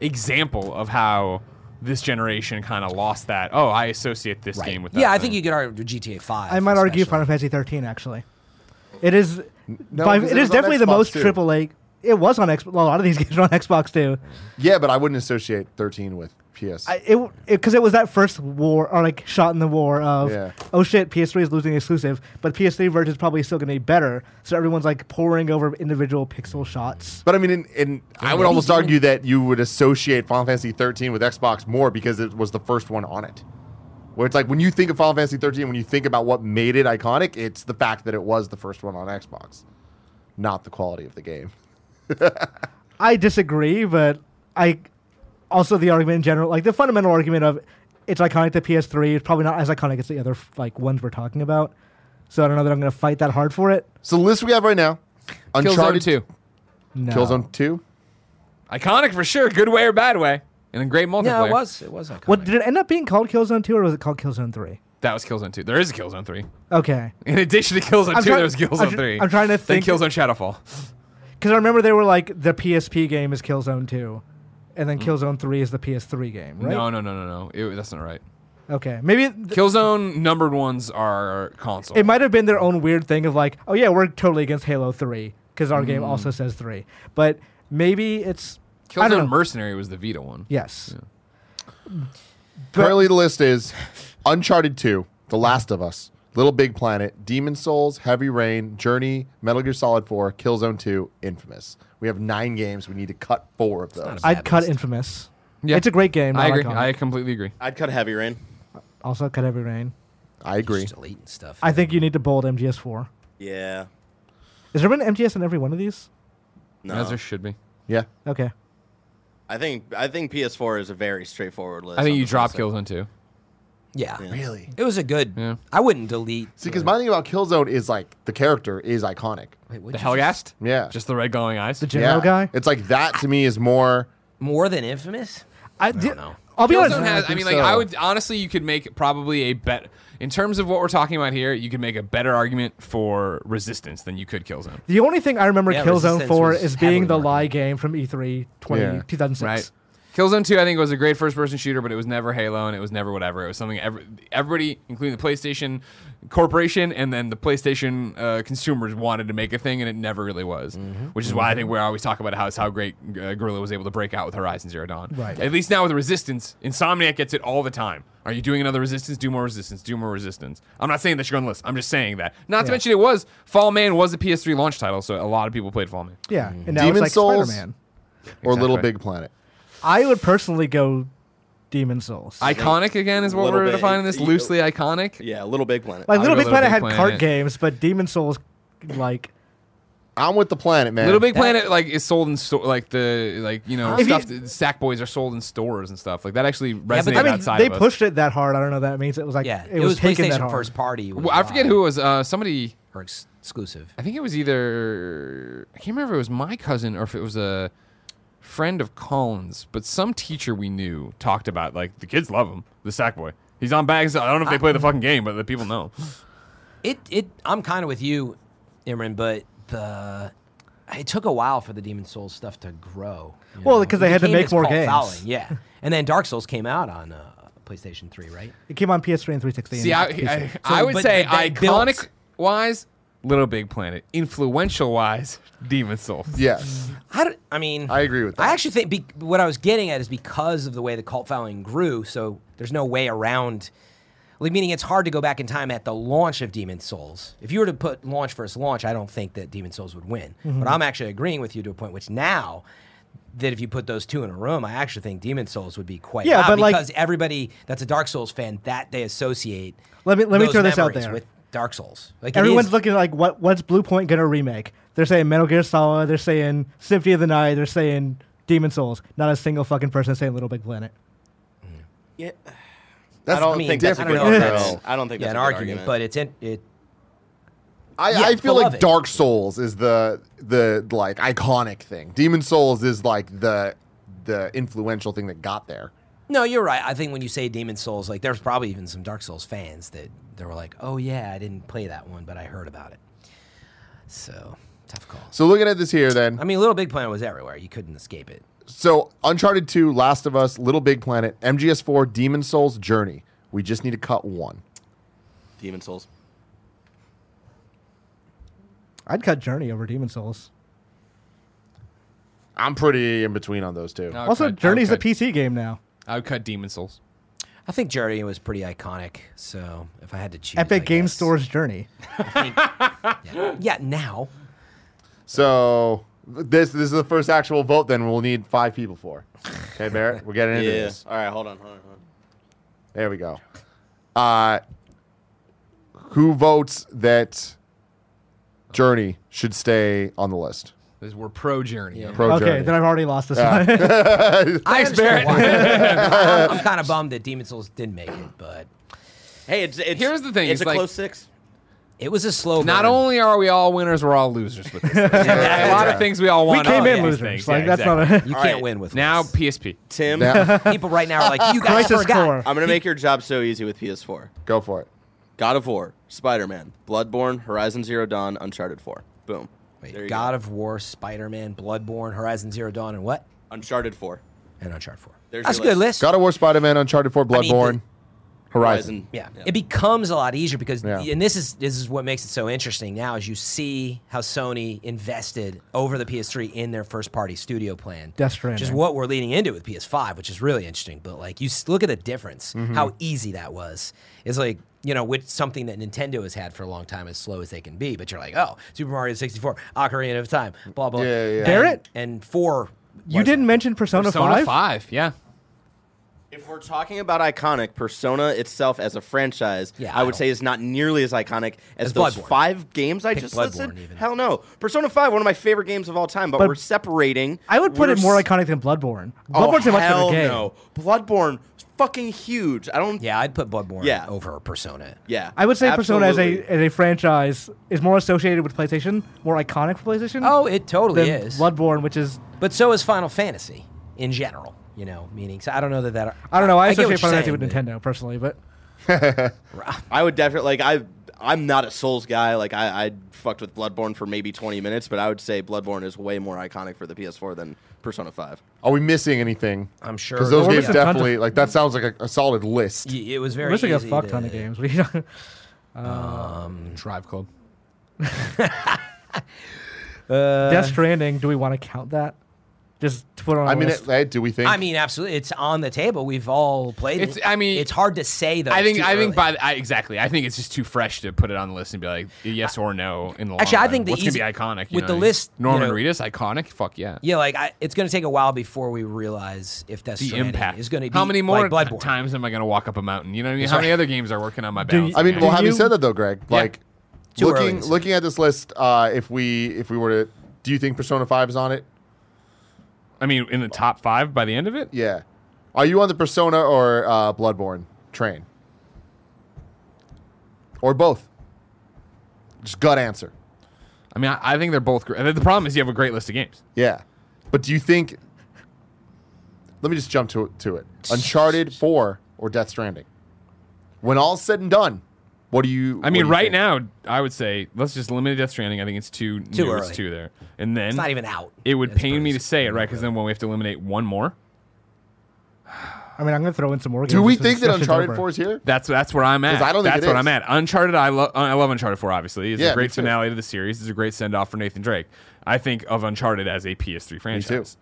B: example of how this generation kind of lost that. Oh, I associate this
C: Right.
B: game with that.
C: yeah, I
B: thing.
C: think you could argue GTA 5.
F: I might argue
C: especially.
F: Final Fantasy 13 actually. It is by,
A: 'cause
F: it
A: it was
F: is
A: on
F: definitely the
A: Xbox
F: most
A: too.
F: triple A. It was on Xbox. A lot of these [LAUGHS] games are on Xbox too.
A: Yeah, but I wouldn't associate 13 with PS.
F: I, it because it, was that first war or like shot in the war of
A: Yeah.
F: oh shit PS3 is losing exclusive, but PS3 version is probably still going to be better. So everyone's like pouring over individual pixel shots.
A: but I mean, in, in I would
C: maybe
A: almost
C: even-
A: argue that you would associate Final Fantasy 13 with Xbox more because it was the first one on it. Where it's like when you think of Final Fantasy 13, when you think about what made it iconic, it's the fact that it was the first one on Xbox, not the quality of the game.
F: I disagree, but I also the argument in general, like the fundamental argument of it's iconic to PS3. It's probably not as iconic as the other like ones we're talking about. So I don't know that I'm going to fight that hard for it.
A: So the list we have right now,
B: Killzone
A: Uncharted
B: Two,
F: No.
A: Killzone 2.
B: iconic for sure, good way or bad way, and a great multiplayer.
C: No, it was. It was iconic.
F: What did it end up being called Killzone 2 or was it called Killzone 3?
B: That was Killzone Two. There is a Killzone Three.
F: Okay.
B: In addition to Killzone
F: I'm
B: Two,
F: try-
B: there was
F: I'm
B: Killzone
F: tr-
B: Three.
F: I'm trying to think-
B: Then Killzone Shadowfall.
F: Cuz I remember they were like the PSP game is Killzone 2 and then Killzone 3 is the PS3 game, right?
B: Mm. No, no, no, no, no. It- that's not right.
F: Okay. Maybe th-
B: Killzone numbered ones are console.
F: it might have been their own weird thing of like, oh yeah, we're totally against Halo 3 cuz our game also says 3. But maybe it's I don't know.
B: Mm. Killzone Mercenary was the Vita one.
F: yes.
A: Currently, the list is Uncharted 2, The Last of Us, Little Big Planet, Demon Souls, Heavy Rain, Journey, Metal Gear Solid 4, Killzone 2, Infamous. We have nine games. We need to cut four of those.
C: a-
F: I'd
C: Bad
F: cut
C: list.
F: Infamous.
B: Yeah.
F: It's a great game.
B: I
F: not
B: agree.
F: iconic.
B: I completely agree.
E: I'd cut Heavy Rain.
F: also cut Heavy Rain.
A: I agree.
C: Just deleting stuff.
F: I think you need to bold MGS4.
E: Yeah.
F: Is there been MGS in every one of these?
E: No.
B: As there should be.
A: Yeah.
F: Okay.
E: I think I think PS4 is a very straightforward list.
B: I think
E: on
B: you
E: this
B: drop
E: list.
B: Killzone Two.
C: yeah.
A: Really?
C: It was a good.
B: Yeah.
C: I wouldn't delete.
A: See, because my thing about Killzone is like the character is iconic.
C: Wait, what'd
B: The
C: you
B: Hellgast.
C: just-
A: Yeah.
B: Just the red glowing eyes.
F: The general guy.
A: It's like that to me is more.
C: More than Infamous?
F: I,
C: don't know.
F: will be honest.
B: Killzone has. I,
A: think
B: mean, like,
A: so.
B: I would honestly, you could make probably a bet in terms of what we're talking about here. You could make a better argument for Resistance than you could Killzone.
F: The only thing I remember
C: Yeah,
F: Killzone
C: Resistance
F: for
C: was
F: is being the
C: heavily
F: lie game from E E3 20,
A: Yeah.
F: 2006.
B: Right. Killzone 2, I think, was a great first person shooter, but it was never Halo and it was never whatever. It was something every, everybody, including the PlayStation Corporation and then the PlayStation uh, consumers, wanted to make a thing, and it never really was. Which is why I think we always talk about how, is how great uh, Gorilla was able to break out with Horizon Zero Dawn.
F: Right.
B: At least now with Resistance, Insomniac gets it all the time. Are you doing another Resistance? Do more Resistance. Do more Resistance. I'm not saying that you're on the list. I'm just saying that. Not to mention, it was Fall Man was a PS3 launch title, so a lot of people played Fall Man.
F: Yeah. And now
A: Demon
F: it's like
A: Souls.
F: Spider-Man.
A: Or Little
B: Exactly.
A: Big Planet.
F: I would personally go Demon Souls.
B: Iconic again is what
E: Little
B: we're
E: bit-
B: defining this
E: you-
B: loosely iconic.
E: Yeah, Little Big Planet.
F: like
B: I
F: Little
B: would
F: Big
B: go
F: Planet had
B: Little Big
F: cart
B: Planet.
F: games, but Demon Souls, like
A: I'm with the planet, man.
B: Little Big
C: That-
B: Planet like is sold in store, like the like you know
F: If you-
B: stuff. that Sack boys are sold in stores and stuff like that. Actually
C: but
B: resonated
C: I
F: I mean,
B: outside
F: they
B: of us.
F: pushed it that hard. I don't know. That means it was like
C: Yeah.
F: it, was, taken that
C: PlayStation
F: hard.
C: first party. was
B: Well, I forget
C: why.
B: who it was. Uh, somebody.
C: Or ex- exclusive.
B: I think it was either I can't remember. if It was my cousin or if it was a friend of Colin's, but some teacher we knew talked about like the kids love him. The Sack boy. He's on bags. I don't know if they play the fucking game, but the people know.
C: It it I'm kind of with you, Imran, but the it took a while for the Demon Souls stuff to grow. you
F: Well,
C: know?
F: 'cause
C: It
F: they had to
C: became
F: make
C: this
F: more
C: cult
F: games.
C: following, yeah. And then Dark Souls came out on uh, PlayStation 3, right?
F: It came on PS3 and 360.
B: See, I,
F: and
B: I,
F: PC.
B: I
C: So,
B: would
C: but-
B: say
C: but they
B: iconic
C: built-
B: wise, Little Big Planet. Influential wise, Demon Souls.
A: Yes.
C: I, don't- I mean,
A: I agree with that.
C: I actually think be, what I was getting at is because of the way the cult following grew. So there's no way around Like meaning it's hard to go back in time at the launch of Demon Souls. If you were to put launch versus launch, I don't think that Demon Souls would win.
F: Mm-hmm.
C: But I'm actually agreeing with you to a point which now that if you put those two in a room, I actually think Demon Souls would be quite
F: Yeah,
C: loud
F: but, like-
C: because everybody that's a Dark Souls fan that they associate
F: Let me- let me
C: those
F: throw this out
C: memories
F: there.
C: with Dark Souls. Like it
F: Everyone's
C: is-
F: looking at, like what what's Blue Point gonna remake? They're saying Metal Gear Solid. They're saying Symphony of the Night. They're saying Demon Souls. Not a single fucking person saying Little Big Planet.
E: Yeah.
A: That's
E: I don't
A: mean,
E: think that's a
A: different.
E: good
C: know if
E: argument.
A: [LAUGHS]
C: that's-
E: I don't think
C: yeah, an
E: that's a good
C: argument,
E: argument.
C: but it's in, it.
A: I,
C: Yeah,
A: I feel
C: full
A: like
C: of it.
A: Dark Souls is the the like iconic thing. Demon Souls is like the the influential thing that got there.
C: No, you're right. I think when you say Demon Souls, like there's probably even some Dark Souls fans that they were like, "Oh yeah, I didn't play that one, but I heard about it." So tough call.
A: So looking at this here, then
C: I mean, Little Big Planet was everywhere. You couldn't escape it.
A: so Uncharted Two, Last of Us, Little Big Planet, MGS4, Demon Souls, Journey. We just need to cut one.
E: Demon Souls.
F: I'd cut Journey over Demon Souls.
A: I'm pretty in between on those two.
B: I would
F: [LAUGHS] Also,
B: cut- I would
F: Journey's a
B: cut-
F: PC game now.
B: I would cut Demon Souls.
C: I think Journey was pretty iconic. So if I had to choose,
F: Epic
C: I
F: Game
C: guess-
F: Store's Journey.
C: Yeah,
F: [LAUGHS]
C: now
A: So this this is the first actual vote. Then we'll need five people for. Okay, Barrett, we're getting into
E: [LAUGHS] Yeah.
A: this.
E: All right, hold on, hold on, hold on.
A: There we go. Uh, who votes that Journey should stay on the list?
B: This- We're pro Journey.
C: Yeah.
A: Pro
F: okay,
A: Oh, Journey.
F: then I've already lost this one.
C: I understand why. I'm,
F: [LAUGHS]
C: I'm kind of bummed that Demon Souls didn't make it, but
E: Hey, it's, it's
B: Here's the thing,
E: It's,
B: it's
E: a
B: like-
E: close six.
C: it was a slow.
B: Not
C: burn.
B: only are we all winners, we're all losers
C: [LAUGHS]
B: with this. thing. a lot of things we all
F: we
B: want.
F: [LAUGHS] came
B: all
F: in
B: these
F: losers.
B: things.
F: Like
B: Yeah,
F: that's
B: exactly.
F: not a.
C: you
E: All
C: can't
E: right.
C: win
B: [LAUGHS]
C: with
B: Now
C: this.
B: PSP.
E: Tim,
A: Yeah,
C: people right now are like, "You [LAUGHS] guys
F: [LAUGHS] Crisis
C: forgot."
F: Core.
E: [LAUGHS] I'm gonna make your job so easy with PS4.
A: [LAUGHS] go for it.
E: God of War, Spider Man, Bloodborne, Horizon Zero Dawn, Uncharted 4. Boom. There
C: Wait,
E: you
C: God
E: go.
C: of War, Spider Man, Bloodborne, Horizon Zero Dawn, and what?
E: Uncharted 4.
C: And Uncharted Four.
E: There's
C: That's a
E: your
C: good list.
A: God of War, Spider Man, Uncharted 4,
C: mean, the-
A: Bloodborne, Horizon.
C: Yeah. it becomes a lot easier because,
A: Yeah.
C: and this is this is what makes it so interesting now is you see how Sony invested over the PS3 in their first party studio plan,
F: Death
C: which is
F: Stranding.
C: what we're leaning into with PS5, which is really interesting. But like, you s- look at the difference,
A: Mm-hmm.
C: how easy that was. It's like you know, with something that Nintendo has had for a long time, as slow as they can be. But you're like, oh, Super Mario 64, Ocarina of Time, blah blah.
A: Yeah, yeah.
C: And-
F: Barrett?
C: and, four.
F: You
C: was
F: didn't mention Persona,
B: Persona
F: 5?
B: 5, yeah.
E: If we're talking about iconic, Persona itself as a franchise,
C: Yeah,
E: I
C: I
E: would
C: don't-
E: say is not nearly as iconic as,
C: As
E: those
C: Bloodborne.
E: five games I
C: Pick
E: just
C: Bloodborne
E: listed.
C: even.
E: Hell no. Persona 5, one of my favorite games of all time, but,
F: But-
E: we're separating.
F: I would put
E: We're
F: it more
E: s-
F: iconic than Bloodborne.
E: Oh,
F: Bloodborne's a much
E: hell
F: better game.
E: no. Bloodborne, fucking huge. I don't.
C: Yeah, I'd put Bloodborne
E: Yeah.
C: over Persona.
E: Yeah.
F: I would say Persona
E: absolutely.
F: as a as a franchise is more associated with PlayStation, more iconic for PlayStation.
C: Oh, it totally
F: than
C: is.
F: Bloodborne, which is
C: But so is Final Fantasy in general, you know, meaning. So I don't know that that.
F: I don't know. I,
C: get
F: associate
C: what
F: Final Fantasy
C: you're
F: with
C: saying,
F: Nintendo personally, but
E: I would definitely like I I'm not a Souls guy. Like I, I fucked with Bloodborne for maybe 20 minutes, but I would say Bloodborne is way more iconic for the PS4 than Persona 5.
A: Are we missing anything?
C: I'm sure.
A: Because those
F: We're
A: games
F: missing tons
A: definitely,
F: of-
A: like, that sounds like a, a solid list.
C: but y- It was very.
F: we're missing a
C: easy
F: fuck
C: to-
F: ton of games.
C: [LAUGHS]
F: We [LAUGHS] don't-
B: Drive Club.
F: Death Stranding. Do we want to count that? Just to put on.
A: I
F: a
A: mean,
F: list.
A: it, hey, do we think?
C: I mean, absolutely. It's on the table. We've all played
B: It's-
C: it.
B: I mean-
C: it's hard to say though.
B: I think
C: It's too
B: I think
C: early.
B: by the, I, exactly. I think it's just too fresh to put it on the list and be like yes or no in the long
C: Actually, I
B: run.
C: think the
B: what's
C: easy-
B: gonna be iconic you
C: with the
B: know?
C: list, you
B: Norman
C: know-
B: Reedus iconic. Fuck yeah.
C: Yeah, like I, it's going to take a while before we realize if Death
B: The
C: Stranding
B: impact
C: is going to be
B: How many more
C: like Bloodborne.
B: times am I going to walk up a mountain? You know what I mean? How many other games are working on my
F: Do you-
B: balance?
A: I mean,
B: Yeah.
A: well,
F: Do
A: having
F: you-
A: said that though, Greg,
B: Yeah.
A: like
C: Too early
A: looking
C: to say.
A: looking at this list, uh, if we if we were to, do you think Persona Five is on it?
B: I mean, in the top five by the end of it.
A: Yeah. Are you on the Persona or uh, Bloodborne train? Or both? Just gut answer.
B: I mean, I, I think they're both. great. The problem is you have a great list of games.
A: Yeah. But do you think. Let me just jump to, to it Uncharted 4 or Death Stranding? When all's said and done, what do you.
B: I mean, right now, I would say let's just limit Death Stranding. I think it's too
C: Too
B: new, it's
C: early.
B: too there, and then
C: It's not even out.
B: It would
C: It's
B: pain me to
C: pretty-
B: say it, right? Because then when we have to eliminate one more,
F: I mean, I'm gonna throw in some more. games
A: Do we
F: just to
A: think that
F: discuss it
A: Uncharted
F: over.
A: 4 is here?
B: that's that's where I'm at.
A: 'Cause I don't think
B: that's
A: it
B: what
A: is.
B: I'm at. Uncharted, I love I love Uncharted 4. Obviously, it's
A: Yeah, me
B: a great
A: too.
B: finale to the series. It's a great send off for Nathan Drake. I think of Uncharted as a PS3 franchise.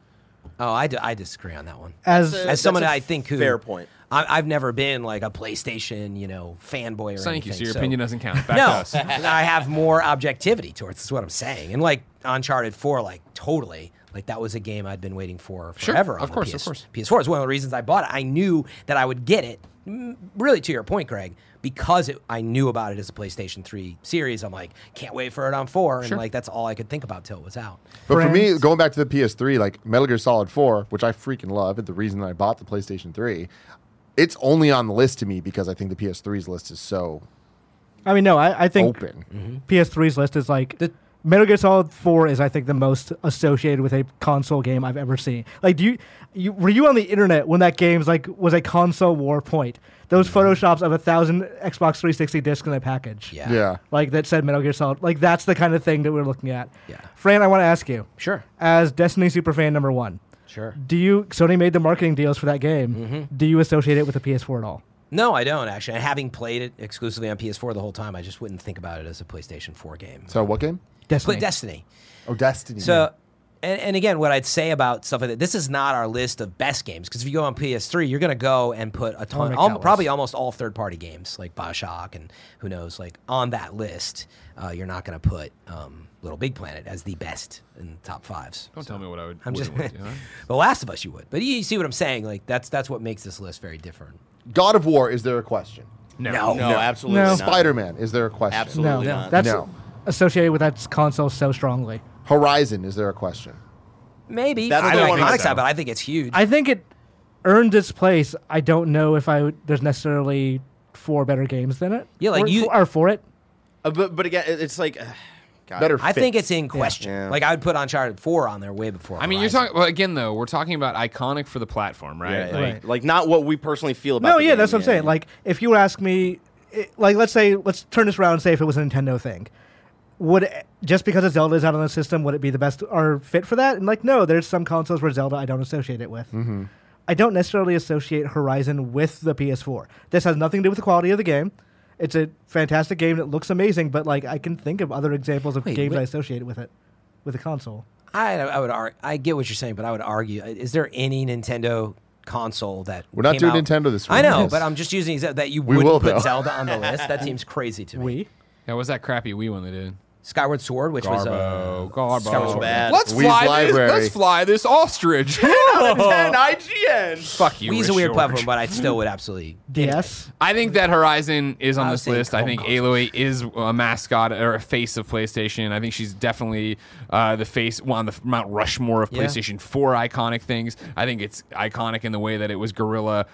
C: Oh, I, d- I disagree on that one.
B: Uh,
F: As
E: That's a-
C: As someone
E: that's a
C: I think who
E: fair point.
C: I, I've never been like a PlayStation, you know, fanboy or
B: Thank you.
C: anything.
B: So your opinion doesn't
C: [LAUGHS]
B: count. Back to
C: no,
B: us.
C: I have more objectivity towards. That's what I'm saying. And like Uncharted 4, like totally, like that was a game I'd been waiting for
B: Sure.
C: forever. on
B: Of
C: the
B: course, of
C: PS,
B: course.
C: PS4 It's one of the reasons I bought it. I knew that I would get it. mm, Really, to your point, Greg, because it, I knew about it as a PlayStation 3 series. I'm like, can't wait for it on four, and
B: Sure.
C: like that's all I could think about till it was out.
A: But for me,
F: Friends.
A: going back to the PS3, like Metal Gear Solid 4, which I freaking love, and the reason I bought the PlayStation 3, it's only on the list to me because I think the PS3's list is so
F: I mean, no, I, I think
A: open.
C: Mm-hmm.
F: PS3's list is like Metal Gear Solid 4 is I think the most associated with a console game I've ever seen. Like, do you, you were you on the internet when that game's like was a console war point? Those
C: Mm-hmm.
F: photoshops of a thousand Xbox 360 discs in a package.
C: Yeah.
A: Yeah.
F: Like that said, Metal Gear Solid. Like that's the kind of thing that we're looking at.
C: Yeah.
F: Fran, I want to ask you,
C: Sure.
F: as Destiny superfan number one,
C: Sure.
F: do you Sony made the marketing deals for that game?
C: Mm-hmm.
F: Do you associate it with the PS4 at all?
C: No, I don't actually. And having played it exclusively on PS4 the whole time, I just wouldn't think about it as a PlayStation 4 game.
A: So what game?
F: Destiny.
C: Play Destiny.
A: Oh, Destiny.
C: So, and, and again, what I'd say about stuff like that, this is not our list of best games because if you go on PS3, you're going to go and put a ton,
F: make
C: al-
F: that list.
C: probably almost all third party games like Bioshock and who knows, like on that list, uh, you're not going to put um, Little Big Planet as the best in the top fives.
B: Don't tell me what I would.
C: I'm just
B: wouldn't want to do, huh?
C: [LAUGHS] The Last of Us, you would, but you, you see what I'm saying? Like that's that's what makes this list very different.
A: God of War, is there a question?
C: Oh,
E: No, absolutely
F: No.
E: not.
A: Spider Man, is there a question?
E: Absolutely.
F: no,
E: Absolutely not.
F: that's
A: No.
F: associated with that console so strongly.
A: Horizon, is there a question?
C: Maybe
E: That's
C: I
E: the
C: don't
E: one
C: know
E: I
C: iconic
E: said.
C: side, but I think it's huge.
F: I think it earned its place. I don't know if I would, there's necessarily four better games than it.
C: Yeah, like
F: or,
C: you-
F: or for it.
E: Uh, but but again, it- it's like uh, God.
A: Better
C: I
A: fit.
C: think it's in question.
E: Yeah.
C: Like I would put Uncharted Four on there way before.
B: I mean, you're
C: Horizon.
B: talking well, again though. We're talking about iconic for the platform, right?
E: Yeah,
B: Like,
E: like, like not what we personally feel about.
F: No,
E: the
F: yeah,
E: game,
F: that's what I'm saying. Like if you ask me, it, like let's say let's turn this around and say if it was a Nintendo thing, would it- just because a Zelda is out on the system, would it be the best or fit for that? And like no, there's some consoles where Zelda I don't associate it with.
E: Mm-hmm.
F: I don't necessarily associate Horizon with the PS4. This has nothing to do with the quality of the game. It's a fantastic game that looks amazing, but like I can think of other examples of
C: Wait,
F: games
C: wait.
F: I associate with it, with a console.
C: I, I would ar- I get what you're saying, but I would argue: uh, is there any Nintendo console that
A: We're not
C: came
A: doing
C: out-
A: Nintendo this
C: I
A: week.
C: know,
A: Yes.
C: but I'm just using exa- that you
A: We
C: wouldn't
A: will,
C: put
A: though.
C: Zelda
A: [LAUGHS]
C: on the list. That seems crazy to me.
F: We
B: Yeah, what's that crappy Wii one they did?
C: Skyward Sword, which was uh,
B: Garbo, Garbo.
C: Skyward Sword.
E: Bad.
B: Let's
A: Wii's
B: fly
A: library.
B: this. Let's fly
A: [LAUGHS]
B: this ostrich. [LAUGHS]
E: Ten IGN.
B: Fuck you.
C: Wii's
B: Rich
C: a weird
B: George.
C: platform, but I still would absolutely.
F: DS.
B: I think that Horizon is on
C: I
B: this
C: think
B: list. I think
C: Homecoming.
B: Aloy is a mascot or a face of PlayStation. I think she's definitely uh, the face well, on the Mount Rushmore of
C: Yeah.
B: PlayStation 4 iconic things. I think it's iconic in the way that it was Gorilla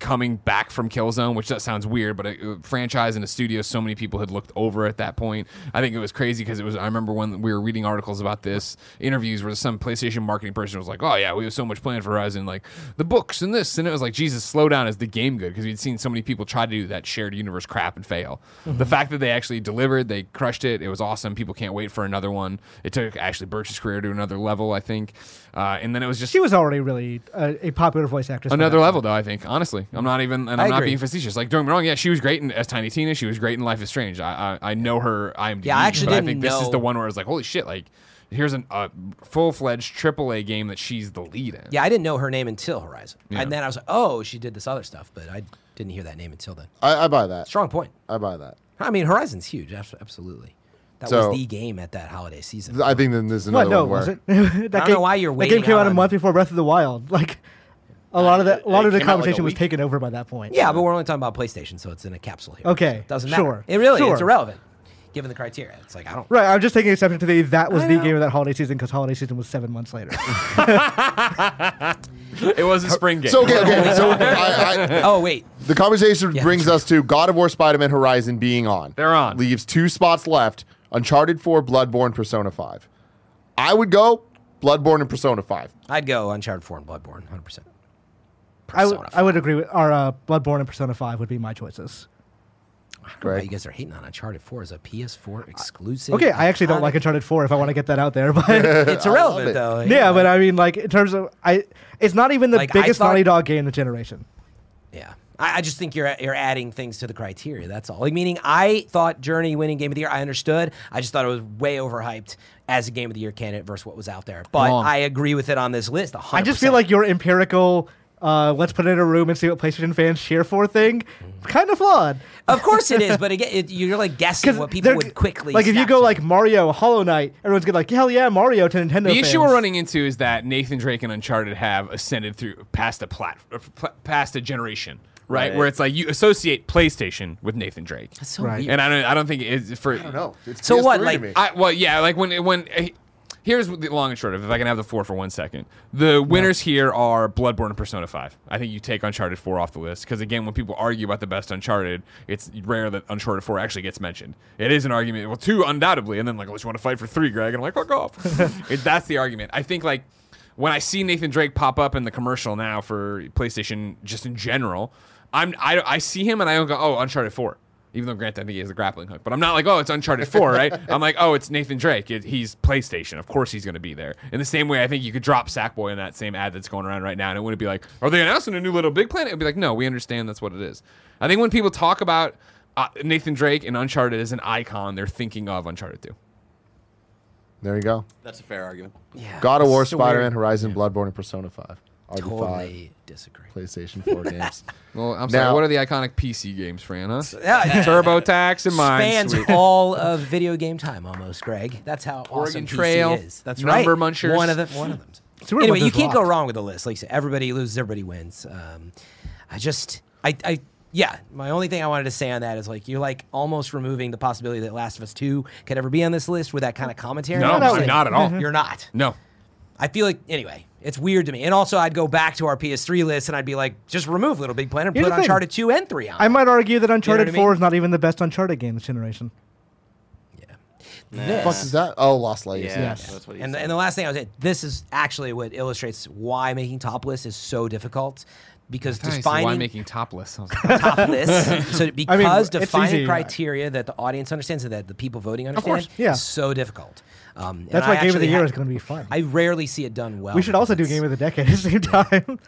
B: coming back from Killzone, which that sounds weird, but a, a franchise and a studio so many people had looked over at that point. I think it was crazy because it was. I remember when we were reading articles about this, interviews where some PlayStation marketing person was like, "Oh yeah, we have so much planned for Horizon, like the books and this," and it was like, "Jesus, slow down." Is the game good? Because we'd seen so many people try to do that shared universe crap and fail. The fact that they actually delivered, they crushed it. It was awesome. People can't wait for another one. It took Ashley Birch's career to another level, I think, uh, and then it was just
F: She was already really uh, a popular voice actress. by
B: another
F: that
B: level though i think honestly i'm not even and i'm
C: I
B: not
C: agree.
B: being facetious like don't get me wrong yeah she was great in as tiny tina she was great in life is strange i i, I know her imdb
C: Yeah, I actually
B: but
C: didn't
B: i think this is
C: know-
B: the one where i was like holy shit like here's an, a full-fledged aaa game that she's the lead in
C: Yeah, I didn't know her name until Horizon,
B: Yeah.
C: and then I was like, oh, she did this other stuff, but I didn't hear that name until then.
A: I, I buy that.
C: Strong point.
A: I buy that.
C: I mean, Horizon's huge. abs- Absolutely, that
A: So-
C: was the game at that holiday season.
A: I think then there's
F: What?
A: another
F: No, it
A: one where
F: wasn't. [LAUGHS] that
C: know why you're
F: That
C: waiting
F: game came
C: out
F: out a
C: on-
F: month before Breath of the Wild. [LAUGHS] Like a lot of that, a lot
E: it
F: of the
E: came out like a
F: conversation was
E: week.
F: taken over by that point.
C: Yeah, but we're only talking about PlayStation, so it's in a capsule here.
F: Okay,
C: So it doesn't matter.
F: sure,
C: It really
F: sure.
C: it's irrelevant given the criteria. It's like I don't.
F: Right, I'm just taking exception to the that was
C: I
F: the
C: know.
F: game of that holiday season because holiday season was seven months
C: [LAUGHS]
F: later.
B: it was a spring game
A: So okay, okay. [LAUGHS] So [LAUGHS] I, I,
C: Oh wait,
A: the conversation
C: Yeah.
A: brings us to God of War, Spider Man, Horizon being on.
B: They're on.
A: Leaves two spots left: Uncharted Four, Bloodborne, Persona Five. I would go Bloodborne and Persona Five.
C: I'd go Uncharted Four and Bloodborne, hundred percent.
F: I, w-
C: Persona
F: I would agree with our uh, Bloodborne and Persona Five would be my choices.
A: Greg.
C: You guys are hating on Uncharted Four as a PS4 exclusive.
F: Okay, I actually don't like Uncharted Four if I want to get that out there, [LAUGHS] but
C: [LAUGHS] It's irrelevant
A: it.
C: though.
F: yeah, but I mean, like in terms of I, it's not even the
C: Like, I
F: biggest
C: thought-
F: Naughty Dog game of the generation.
C: yeah, I, I just think you're you're adding things to the criteria. That's all. Like meaning, I thought Journey winning Game of the Year. I understood. I just thought it was way overhyped as a Game of the Year candidate versus what was out there. But
B: Wrong.
C: I agree with it on this list. 100%.
F: I just feel like your empirical, uh, let's put it in a room and see what PlayStation fans cheer for thing,
C: Mm-hmm.
F: kind of flawed.
C: of course it is. But again, it, you're like
F: [LAUGHS]
C: guessing what people
F: they're-
C: would quickly
F: like if you
C: snap
F: go
C: to.
F: like Mario, Hollow Knight, everyone's gonna like hell yeah Mario to Nintendo.
B: The issue we're
F: fans."
B: running into is that Nathan Drake and Uncharted have ascended through past a plat- or pl- past a generation, right?
E: Right.
B: Where it's like you associate PlayStation with Nathan Drake,
C: That's so
F: Right.
C: weird.
B: and I don't, I don't think it's for. I don't
A: Oh, No, it's
C: So
A: PS3
C: what,
A: to
C: like,
A: me.
B: I, well, yeah, like when when eh, here's the long and short of. it, If I can have the four for one second, the winners here are Bloodborne and Persona Five. I think you take Uncharted Four off the list because again, when people argue about the best Uncharted, it's rare that Uncharted Four actually gets mentioned. It is an argument. Well, two undoubtedly, and then like, let's you want to fight for three, Greg, and I'm like, fuck off. it, that's the argument. I think like. When I see Nathan Drake pop up in the commercial now for PlayStation, just in general, I'm I, I see him and I don't go, oh, Uncharted Four. Even though Grant, I think he has a grappling hook, but I'm not like, oh, it's Uncharted 4, [LAUGHS] right? I'm like, oh, it's Nathan Drake. It, he's PlayStation. Of course he's going to be there. In the same way, I think you could drop Sackboy in that same ad that's going around right now, and it wouldn't be like, are they announcing a new Little Big Planet? It'd be like, no, we understand that's what it is. I think when people talk about uh, Nathan Drake and Uncharted as an icon, they're thinking of Uncharted 2.
A: there you go.
E: That's a fair argument.
C: Yeah,
A: God of
C: it's
A: War,
C: so
A: Spider Man,
C: weird.
A: Horizon, Bloodborne, and Persona 5. RB5,
C: Totally disagree.
A: PlayStation
F: [LAUGHS]
A: 4 games.
B: Well, I'm
A: sorry,
B: sorry.
A: Now- what
B: what
A: are
B: are the iconic PC games, Fran? [LAUGHS] Huh?
C: Yeah,
B: TurboTax and mine.
C: spans all of video game time almost, Greg. That's how
B: Oregon
C: awesome
B: Trail,
C: PC is. That's
B: Number
C: right.
B: Munchers.
C: One of them. One of
B: [LAUGHS]
C: them.
F: It's weird
C: anyway,
F: what
C: you
F: there's
C: can't go
F: locked.
C: wrong with the list. Like you said, everybody loses, everybody wins. Um, I just, I, I, yeah. My only thing I wanted to say on that is like you're like almost removing the possibility that Last of Us Two could ever be on this list with that kind of commentary.
B: No,
C: I'm
B: I'm
C: saying.
B: not at all.
C: [LAUGHS] You're not.
B: No.
C: I feel like anyway, it's weird to me. And also, I'd go back to our PS3 list and I'd be like, just remove Little Big Planet, and
F: Here's
C: put
F: the thing.
C: Uncharted Two and Three on.
F: I might argue that Uncharted
C: I mean?
F: 4 is not even the best Uncharted game this generation.
A: What the fuck is that? Oh, Lost Legacy.
E: Yeah,
F: Yes.
E: that's what he
C: and, the,
E: said.
C: and the last thing I was this is actually what illustrates why making top lists is so difficult because defining
B: why making topless?
C: top
F: [LAUGHS]
C: lists so because
F: it's
C: defining
F: easy.
C: criteria that the audience understands and that the people voting understand
B: course.
F: Yeah.
C: is so difficult. Um, and
F: That's
C: I
F: why Game of the
C: actually
F: Year
C: ha-
F: is going to be fun.
C: I rarely see it done well.
F: we should also do
C: because
F: Game of the Decade at the same time.
C: it's-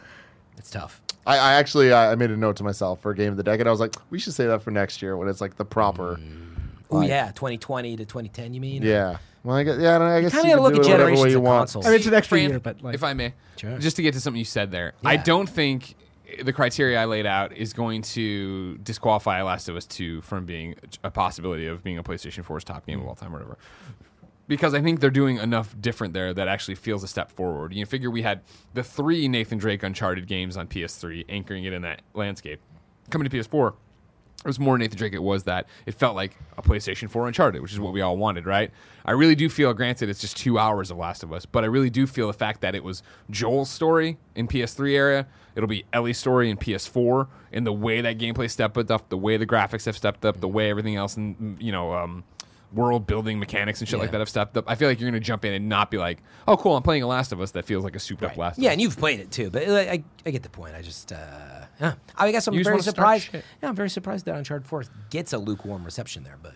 C: It's tough.
A: I, I actually I I made a note to myself for Game of the Decade. I was like, we should say that for next year when it's like the proper.
B: Mm.
C: Oh yeah, 2020 to 2010. You mean?
A: Yeah. Well, I guess, yeah, I don't know, I guess you
C: Kinda
A: can
C: gotta
A: do
C: look at
A: it whatever way
C: generations
A: you
C: of
A: want.
C: consoles.
F: I mean, it's an extra
B: Fran,
F: year, but like,
B: if I may,
C: Sure.
B: just to get to something you said there,
C: Yeah.
B: I don't think the criteria I laid out is going to disqualify Last of Us Two from being a possibility of being a PlayStation 4's top game of all time or whatever. Because I think they're doing enough different there that actually feels a step forward. You figure we had the three Nathan Drake Uncharted games on PS3, anchoring it in that landscape. Coming to PS4, it was more Nathan Drake. It was that it felt like a PlayStation 4 Uncharted, which is what we all wanted, right? I really do feel, granted, it's just two hours of Last of Us, but I really do feel the fact that it was Joel's story in PS3 area. It'll be Ellie's story in PS4, and the way that gameplay stepped up, the way the graphics have stepped up, the way everything else, and you know, um, world building mechanics and shit like that have stepped up. I feel like you're going to jump in and not be like, oh, cool, I'm playing a Last of Us that feels like a souped up Last of
C: Yeah,
B: Us.
C: and you've played it too, but like, I, I get the point. I just, uh, yeah. I guess I'm
B: You just
C: very
B: wanna start
C: surprised. Yeah,
B: shit.
C: I'm very surprised that Uncharted 4 gets a lukewarm reception there, but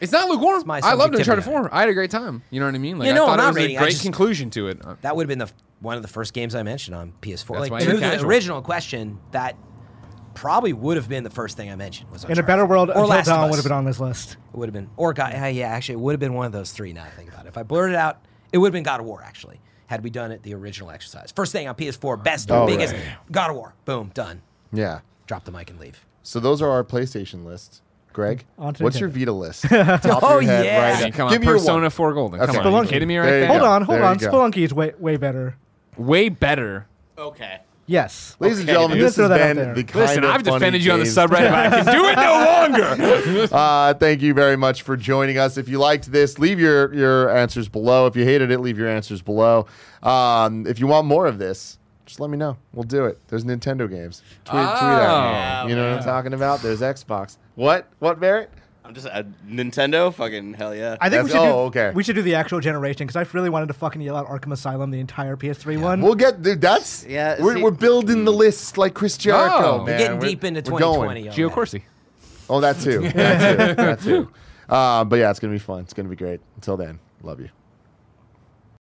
B: It's not lukewarm.
C: my
B: I loved Uncharted
C: subjectivity.
B: 4. I had a great time. You know what I mean? Like,
C: Yeah,
B: I
C: no,
B: thought
C: I'm
B: it
C: not
B: was
C: rating.
B: a
C: I
B: great
C: just-
B: conclusion to it.
C: that would have been the f- one of the first games I mentioned on PS4.
B: That's why
C: like
B: you're
C: to the
B: casual.
C: original question, that probably would have been the first thing I mentioned. Was
F: in a
C: Uncharted.
F: better world,
C: or
F: Until
C: Last of
F: Dawn
C: Us.
F: would have been on this list.
C: It would have been, or God, yeah, yeah, actually, it would have been one of those three. Now that I think about it, if I blurted it out, it would have been God of War. Actually, had we done it the original exercise, first thing on PS4, best,
A: Oh,
C: biggest,
A: right.
C: God of War. Boom, done.
A: Yeah.
C: Drop the mic and leave.
A: So those are our PlayStation lists. Greg,
F: On to
A: what's
F: Nintendo.
A: your Vita list?
F: [LAUGHS]
A: Top of your
C: Oh,
A: head
C: yeah.
A: right
B: I
A: now.
B: mean, come
A: Give
B: on,
A: me your
B: Persona
A: one.
B: 4 Golden.
A: Okay.
B: Come on, you
F: Spelunky.
B: kidding me right
A: There
B: there?
A: you
F: Hold
A: go.
F: on, hold
A: There
F: on.
A: you go.
F: Spelunky is way way better.
B: Way better.
E: Okay.
F: Yes.
A: Ladies and gentlemen,
F: dude.
A: this
F: Throw
A: has
F: that out
A: been
F: there.
A: the kind
B: Listen,
A: of
B: I've
A: funny
B: defended you on the
A: games.
B: subreddit, but I can do it
A: [LAUGHS]
B: no longer.
A: Uh, thank you very much for joining us. If you liked this, leave your, your answers below. If you hated it, leave your answers below. Um, if you want more of this, just let me know. We'll do it. There's Nintendo games. Tweet, tweet at
E: Oh.
A: me. You know what I'm talking about? There's Xbox. What? What, Barrett?
E: I'm just uh, Nintendo. Fucking hell yeah.
F: I think we should.
A: That's-
F: do,
A: oh, okay.
F: We should do the actual generation because I really wanted to fucking yell out Arkham Asylum, the entire PS3 one.
A: We'll get dude, that's
E: Yeah,
A: We're,
E: see-
A: we're building the list like Chris Jericho.
B: Oh. We're
A: man.
C: getting deep into
A: we're going.
C: 2020.
B: Gio
C: already.
B: Corsi.
C: [LAUGHS]
A: Oh, that too. That too. That too. Uh, but yeah, it's gonna be fun. It's gonna be great. Until then, love you.